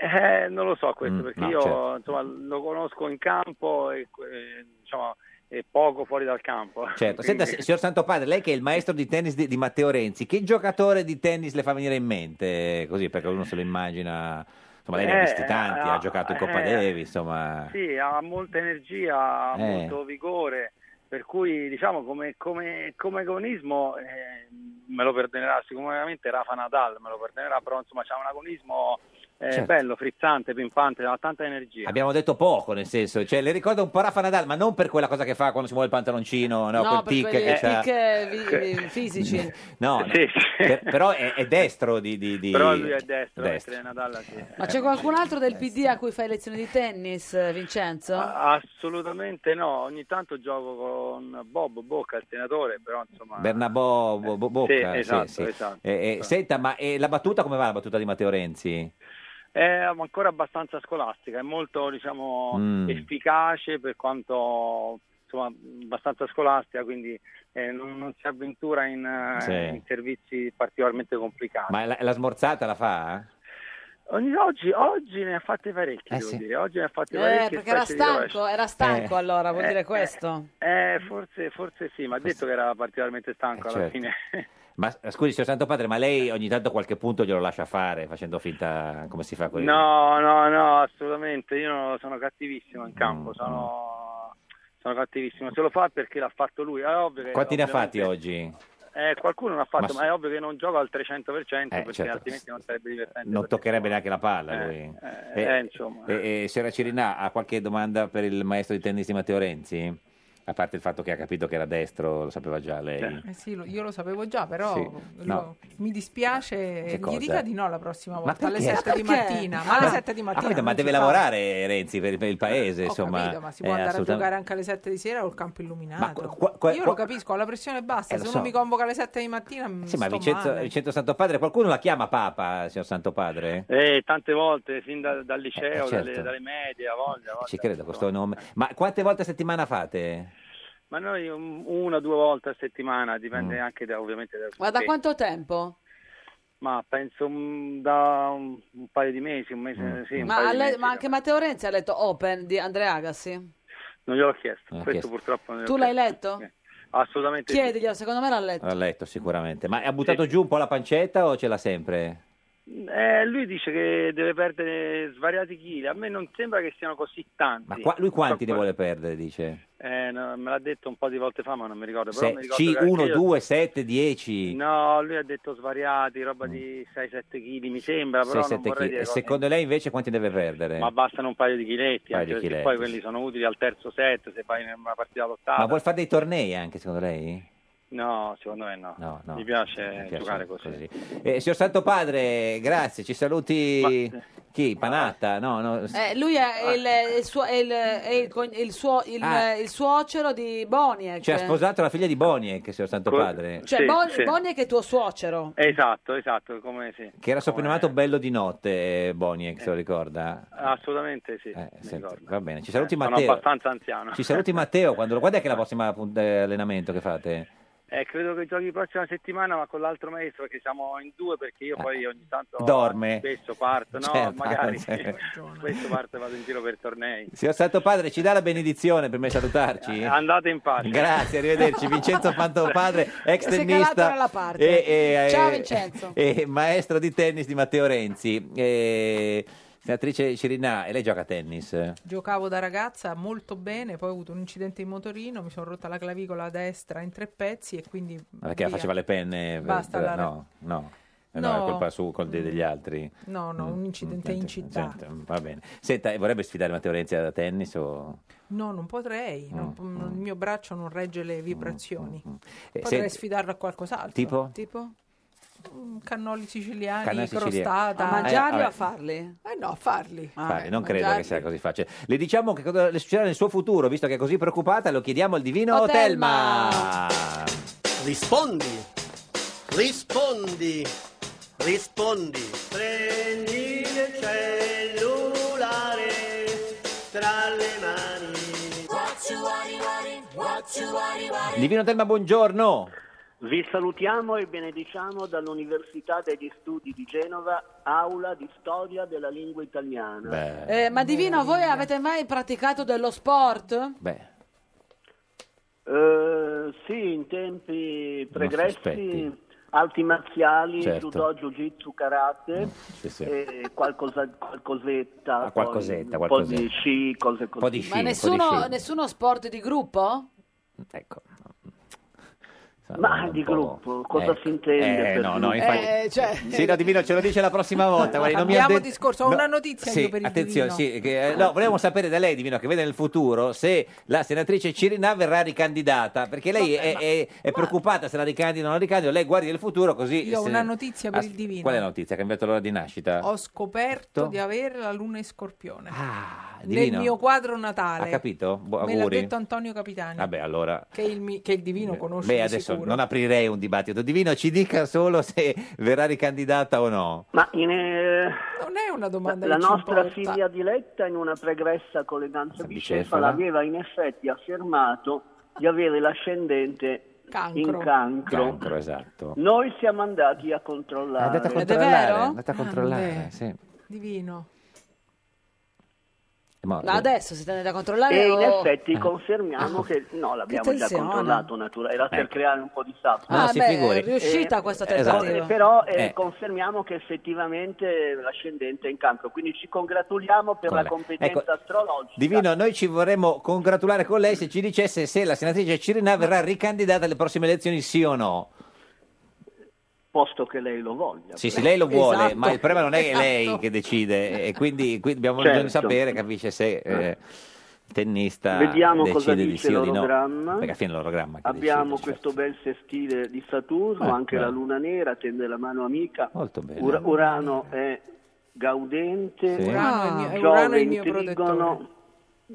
S19: Eh, non lo so questo
S2: Mm,
S19: perché
S2: no,
S19: io
S2: certo.
S19: insomma, lo conosco in campo e eh, diciamo, e poco fuori dal campo.
S2: Certo. Senta,
S19: Quindi-
S2: si- signor Santopadre, lei che è il maestro di tennis di, di Matteo Renzi, che giocatore di tennis le fa venire in mente? Così perché uno se lo immagina. Insomma, lei ne ha
S19: Eh,
S2: visti tanti,
S19: eh,
S2: ha giocato in Coppa
S19: eh,
S2: Davis, insomma.
S19: Sì, ha molta energia, ha
S2: Eh.
S19: molto vigore, per cui diciamo come, come, come agonismo eh, me lo perdonerà sicuramente Rafa Nadal, me lo perdonerà, però insomma c'è un agonismo eh,
S2: Certo.
S19: bello, frizzante, pimpante, ha tanta energia.
S2: Abbiamo detto poco, nel senso, cioè, le ricorda un po' Rafa Nadal, ma non per quella cosa che fa quando si muove il pantaloncino, no, quel
S1: per
S2: tic
S1: quelli-
S2: che c'ha.
S1: tic, eh, vi- vi- fisici.
S2: No, no. Per- però è, è destro di, di, di-
S19: Però lui è destro,
S2: destro. Eh,
S19: mentre Nadal sì.
S1: Ma c'è qualcun altro del PD a cui fai lezioni di tennis, eh,
S19: Ah,
S1: Vincenzo?
S19: Assolutamente no, ogni tanto gioco con Bob Bocca, il senatore, però insomma...
S2: Bernabò Bo- Bo- Bocca.
S19: sì, esatto,
S2: sì.
S19: esatto,
S2: Eh, eh,
S19: esatto.
S2: Senta, ma eh, la battuta come va la battuta di Matteo Renzi?
S19: È ancora abbastanza scolastica, è molto diciamo,
S2: Mm.
S19: efficace per quanto insomma, abbastanza scolastica, quindi eh, non, non si avventura in, eh,
S2: Sì.
S19: in servizi particolarmente complicati.
S2: Ma la, la smorzata la fa?
S19: Ah. Ogni- oggi, oggi ne ha fatte parecchie,
S2: Eh,
S19: devo
S2: sì.
S19: dire. Oggi ne ha fatte
S1: Eh,
S19: parecchie.
S1: perché era
S19: specie di rovescio.
S1: stanco, era stanco
S19: Eh.
S1: allora, vuol
S19: Eh,
S1: dire questo.
S19: Eh, forse, forse sì, ma ha detto che era particolarmente stanco alla
S2: certo.
S19: fine.
S2: Ma eh, scusi, signor Santo Padre, ma lei ogni tanto qualche punto glielo lascia fare facendo finta come si fa con i-
S19: No, no, no, assolutamente. Io sono cattivissimo in
S2: Mm,
S19: campo, sono, sono cattivissimo. Se lo fa perché l'ha fatto lui. È ovvio che,
S2: Quanti ne ha fatti
S19: ovviamente-
S2: oggi?
S19: Eh, qualcuno l'ha fatto,
S2: Ma-
S19: ma, è ovvio che non gioca al 300% perché
S2: certo.
S19: altrimenti non sarebbe divertente.
S2: Non toccherebbe neanche la palla lui.
S19: eh, eh, insomma.
S2: eh, eh, signora Cirinà, ha qualche domanda per il maestro di tennis di Matteo Renzi? A parte il fatto che ha capito che era destro, lo sapeva già lei.
S15: Eh sì, lo- io lo sapevo già, però
S2: Sì,
S15: lo-
S2: no. Ah,
S15: mi dispiace.
S2: Che cosa?
S15: Gli dica di no la prossima volta, alle
S2: perché?
S15: 7 di
S1: Ma perché?
S15: mattina. Ma alle 7 di
S2: Ah,
S15: mattina.
S2: capito, ma
S15: non
S2: deve
S15: si fa.
S2: lavorare Renzi per, per il paese,
S15: Ho
S2: insomma.
S15: capito, ma si può
S2: Eh,
S15: andare
S2: assolutam-
S15: a giocare anche alle 7 di sera col campo illuminato.
S2: qua- qua-
S15: io
S2: qua-
S15: lo capisco, la pressione basta.
S2: Eh, lo
S15: Se uno
S2: so.
S15: mi convoca alle 7 di mattina,
S2: Sì, ma
S15: sto
S2: Vincenzo,
S15: male.
S2: Vincenzo Santopadre, qualcuno la chiama Papa, signor Santopadre?
S19: Eh, tante volte, fin da- dal liceo,
S2: certo.
S19: dalle, dalle medie, a voglia, a voglia.
S2: Ci credo con
S19: eh.
S2: questo nome. Ma quante volte a settimana fate?
S19: Ma noi un- una o due volte a settimana, dipende
S2: Mm.
S19: anche da, ovviamente da...
S1: Ma da quanto tempo?
S19: Ma penso mm, da un, un paio di mesi, un mese,
S2: Mm.
S19: sì, un
S1: Ma,
S19: paio
S1: ha
S19: di
S1: le-
S19: mesi.
S1: ma anche Matteo Renzi ha letto Open di Andrea Agassi.
S19: Non gliel'ho chiesto,
S2: Non l'ho
S19: questo
S2: chiesto.
S19: purtroppo non
S1: Tu
S19: gliel'ho
S1: l'hai letto?
S19: chiesto. Assolutamente sì.
S1: Chiediglielo, secondo me l'ha letto.
S2: L'ha letto sicuramente. Ma ha buttato giù un po' la pancetta o ce l'ha sempre?
S19: Eh, lui dice che deve perdere svariati chili, a me non sembra che siano così tanti.
S2: Ma qua- lui quanti ne
S19: Troppo-
S2: vuole perdere, dice?
S19: Eh, no, me l'ha detto un po' di volte fa, ma non mi ricordo. Però
S2: Se-
S19: mi ricordo
S2: C,
S19: che anche
S2: 1,
S19: io-
S2: 2, 7, 10.
S19: No, lui ha detto svariati, roba
S2: Mm.
S19: di 6-7 kg mi sembra, però
S2: 6,
S19: non
S2: 7
S19: vorrei dire
S2: kg.
S19: cose-
S2: Secondo lei invece quanti deve perdere?
S19: Ma bastano un paio di chiletti,
S2: Paio
S19: anche
S2: di
S19: perché
S2: chiletti,
S19: poi
S2: sì.
S19: quelli sono utili al terzo set, se vai in una partita lottata.
S2: Ma vuol fare dei tornei anche, secondo lei?
S19: No, secondo me no.
S2: No, no.
S19: Mi piace,
S2: Mi piace
S19: giocare così.
S2: Eh, signor Santo Padre, grazie, ci saluti.
S19: eh.
S2: Chi? Panatta? No, no.
S1: Eh, lui è il, il suo, è il, è il con- il suo- il-
S2: Ah.
S1: il suocero di Boniek.
S2: Cioè, ha sposato la figlia di Boniek, signor Santo Padre.
S1: eh. Cioè, Bon- Boniek è tuo suocero.
S19: Esatto, esatto, come sì.
S2: Che era soprannominato Bello di Notte, eh, Boniek, se lo ricorda?
S19: Assolutamente sì.
S2: Eh, senta, va bene, ci saluti
S19: Eh, sono
S2: Matteo.
S19: abbastanza anziano.
S2: Ci saluti Matteo, quando lo... quando è che è la prossima punt- eh, allenamento che fate?
S19: Eh, credo che giochi prossima settimana, ma con l'altro maestro, perché siamo in due, perché io poi ogni tanto
S2: Dorme.
S19: spesso parto, no,
S2: Certo,
S19: magari
S2: certo.
S19: spesso parto e vado in giro per tornei.
S2: Signor Santo Padre, ci dà la benedizione prima di salutarci?
S19: Eh, Andate in pace.
S2: Grazie, arrivederci. Vincenzo Padre, ex
S1: Si è calato
S2: tennista
S1: nella parte.
S2: e- e-
S1: Ciao
S2: e-
S1: Vincenzo.
S2: e maestro di tennis di Matteo Renzi. E, senatrice Cirinà, e lei gioca a tennis?
S15: Giocavo da ragazza molto bene, poi ho avuto un incidente in motorino, mi sono rotta la clavicola a destra in tre pezzi e quindi...
S2: Ma Perché
S15: via.
S2: faceva le penne? per-
S15: Basta,
S2: per-
S15: allora.
S2: no, no. Eh, no,
S15: No.
S2: è colpa su, col de- degli altri.
S15: No,
S2: Mm,
S15: no, un incidente in città.
S2: Senta, va bene. Senta, e vorrebbe sfidare Matteo Renzi a tennis? O...
S15: No, non potrei, non-
S2: Mm,
S15: non- il mio braccio non regge le vibrazioni.
S2: Eh,
S15: Potrei
S2: senti-
S15: sfidarlo a qualcos'altro.
S2: Tipo?
S15: Mm, Cannoli siciliani,
S2: Cannoli siciliani.
S15: crostata.
S2: A mangiarli o Eh, a vabbè.
S15: farli? Eh no, a farli.
S2: Fare, non credo che sia così facile. Le diciamo che cosa le succederà nel suo futuro, visto che è così preoccupata, lo chiediamo al
S15: Oh,
S2: divino
S12: Otelma.
S2: Otelma.
S12: Rispondi, rispondi, rispondi. Prendi il cellulare tra le mani.
S2: Divino Otelma, buongiorno.
S20: Vi salutiamo e benediciamo dall'Università degli Studi di Genova, aula di storia della lingua italiana.
S2: Beh,
S1: Eh, ma Divino, voi avete mai praticato dello sport?
S2: beh.
S20: Eh, sì, in tempi pregressi,
S13: sospetti.
S20: arti marziali,
S13: Certo.
S20: judo, jiu-jitsu, karate,
S2: Mm,
S13: sì.
S20: e qualcosa, qualcosetta, poi
S2: Ah, qualcosetta,
S20: un po'
S2: qualcosetta.
S20: di sci, cose così.
S2: po' di sci,
S1: Ma
S2: un po' di
S1: nessuno,
S2: sci.
S1: nessuno sport di gruppo?
S2: Ecco.
S20: Ma di gruppo, cosa
S2: Ecco.
S20: si intende?
S2: Eh,
S20: per
S2: no,
S20: gruppo?
S2: no, infatti-
S1: Eh, cioè-
S2: Sì, no, Divino ce lo dice la prossima volta. guardi, non mi ha
S15: Cambiamo
S2: detto-
S15: discorso, ho
S2: No,
S15: una notizia
S2: sì,
S15: io per il
S2: attenzione,
S15: Divino.
S2: sì, che, eh, no, volevamo sapere da lei, Divino, che vede nel futuro se la senatrice Cirinà verrà ricandidata, perché lei è, è- è preoccupata se la ricandida o non la ricandida, lei guardi nel futuro così...
S15: Io ho
S2: se-
S15: una notizia per
S2: As-
S15: il divino.
S2: Qual è la notizia? Ha cambiato l'ora di nascita?
S15: Ho scoperto
S2: Tutto?
S15: di avere la luna in scorpione. nel
S2: Ah, divino.
S15: mio quadro
S2: ha
S15: natale.
S2: capito? Bu-
S15: Me l'ha
S2: auguri.
S15: detto Antonio Capitani,
S2: Vabbè, allora...
S15: che, il mi- che il divino conosce
S2: Beh,
S15: di
S2: adesso
S15: sicuro.
S2: non aprirei un dibattito. Divino, ci dica solo se verrà ricandidata o no.
S20: Ma in, eh,
S15: Non è una domanda
S20: la
S15: che ci
S20: nostra
S15: importa.
S20: figlia diletta in una pregressa colleganza
S2: bicefala.
S20: bicefala aveva in effetti affermato di avere l'ascendente in cancro.
S2: Cancro, esatto.
S20: Noi siamo andati a controllare.
S2: È andata a
S15: Ed è
S2: controllare,
S15: vero?
S2: è andata a
S15: Ah,
S2: controllare,
S15: vabbè.
S2: sì.
S15: Divino.
S2: Ma-
S1: Ma adesso siete andati a controllare?
S20: E Eh, in
S1: o-
S20: effetti confermiamo che no, l'abbiamo
S1: Che
S20: già
S1: tensione.
S20: controllato natura, era per
S2: Ecco.
S20: creare un po' di sapore.
S1: Ah, Ah, si beh, figuri. è riuscita questa
S20: però-
S1: tentativa.
S20: Però eh,
S2: Eh.
S20: confermiamo che effettivamente l'ascendente è in cancro, quindi ci congratuliamo per
S2: Con
S20: la
S2: lei.
S20: competenza
S2: Ecco.
S20: astrologica.
S2: Divino, noi ci vorremmo congratulare con lei se ci dicesse se la senatrice Cirinà verrà ricandidata alle prossime elezioni, sì o no.
S20: posto che lei lo voglia.
S2: Sì, sì, lei lo vuole,
S20: Esatto.
S2: ma il problema non è che è lei
S20: Esatto.
S2: che decide, e quindi, quindi abbiamo
S20: Certo.
S2: bisogno di sapere, capisce, se eh, il tennista
S20: Vediamo
S2: decide
S20: cosa
S2: di
S20: dice
S2: sì o di no.
S20: l'orogramma.
S2: Perché alla fine è l'orogramma che
S20: Abbiamo
S2: decide, certo.
S20: questo bel sestile di Saturno,
S2: Eh,
S20: anche la
S2: beh.
S20: luna nera tende la mano amica.
S2: Molto bene.
S20: Ura- Urano è gaudente,
S2: Sì.
S15: Urano Ah, è il mio-
S20: Giove
S15: Urano è il
S20: in
S15: mio
S20: trigono.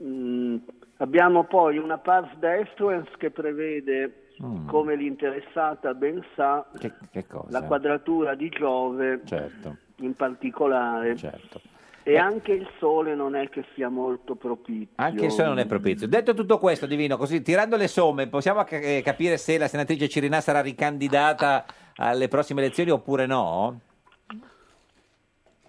S20: Mm, abbiamo poi una pars destruens che prevede,
S2: Mm.
S20: come l'interessata ben sa,
S2: Che, che cosa?
S20: la quadratura di Giove
S2: Certo,
S20: in particolare.
S2: certo.
S20: E anche il Sole non è che sia molto propizio.
S2: Anche il sole non è propizio. Detto tutto questo, Divino, così tirando le somme, possiamo ca- eh, capire se la senatrice Cirinà sarà ricandidata alle prossime elezioni oppure no?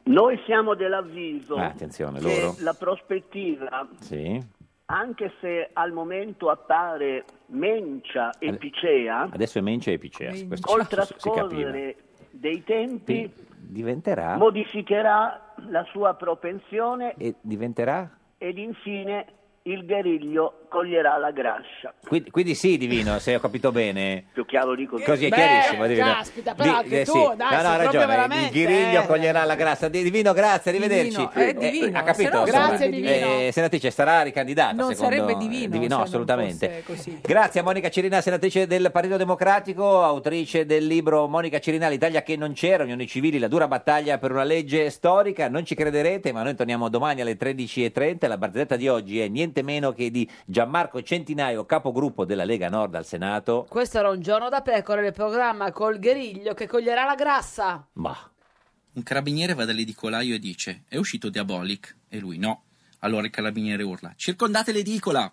S20: Noi siamo dell'avviso
S2: Ah, attenzione,
S20: che
S2: loro.
S20: la prospettiva,
S2: Sì.
S20: anche se al momento appare mencia e
S2: Ad-
S20: picea,
S2: Adesso è Mence e Picea, su questo
S20: col
S2: si- si capiva.
S20: trascorrere dei tempi
S2: Diventerà
S20: modificherà la sua propensione
S2: e diventerà?
S20: ed infine il guerriglio coglierà la grascia.
S2: Quindi, quindi sì, Divino, se ho capito bene.
S20: Più chiaro di così.
S2: Così è
S20: Beh,
S2: chiarissimo. Divino. eh,
S20: caspita, però anche tu, dai,
S2: no, no,
S20: sei
S2: ha
S20: proprio
S2: ragione. Il
S20: veramente,
S2: ghiriglio
S20: eh.
S2: coglierà la grassa. Di- Divino, grazie, arrivederci.
S15: Divino, è divino,
S2: ha capito?
S15: se no
S2: insomma.
S15: sarebbe divino.
S2: Eh, senatrice, sarà ricandidata
S15: Non
S2: secondo...
S15: sarebbe divino
S2: Divi-
S15: se
S2: No,
S15: non
S2: assolutamente.
S15: fosse così.
S2: Grazie a Monica Cirina, senatrice del Partito Democratico, autrice del libro Monica Cirina, l'Italia che non c'era, Unioni Civili, la dura battaglia per una legge storica. Non ci crederete, ma noi torniamo domani alle 13.30. La barzelletta di oggi è niente meno che di Gianmarco Centinaio, capogruppo della Lega Nord al Senato.
S1: Questo era un giorno da pecora del programma col gueriglio che coglierà la grassa.
S21: Un carabiniere va dall'edicolaio e dice: È uscito Diabolic? E lui no. Allora il carabiniere urla: Circondate l'edicola!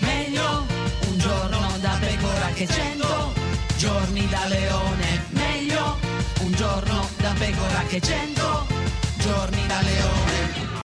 S12: Meglio un giorno da pecora che cento giorni da leone. Meglio un giorno da pecora che cento giorni da leone.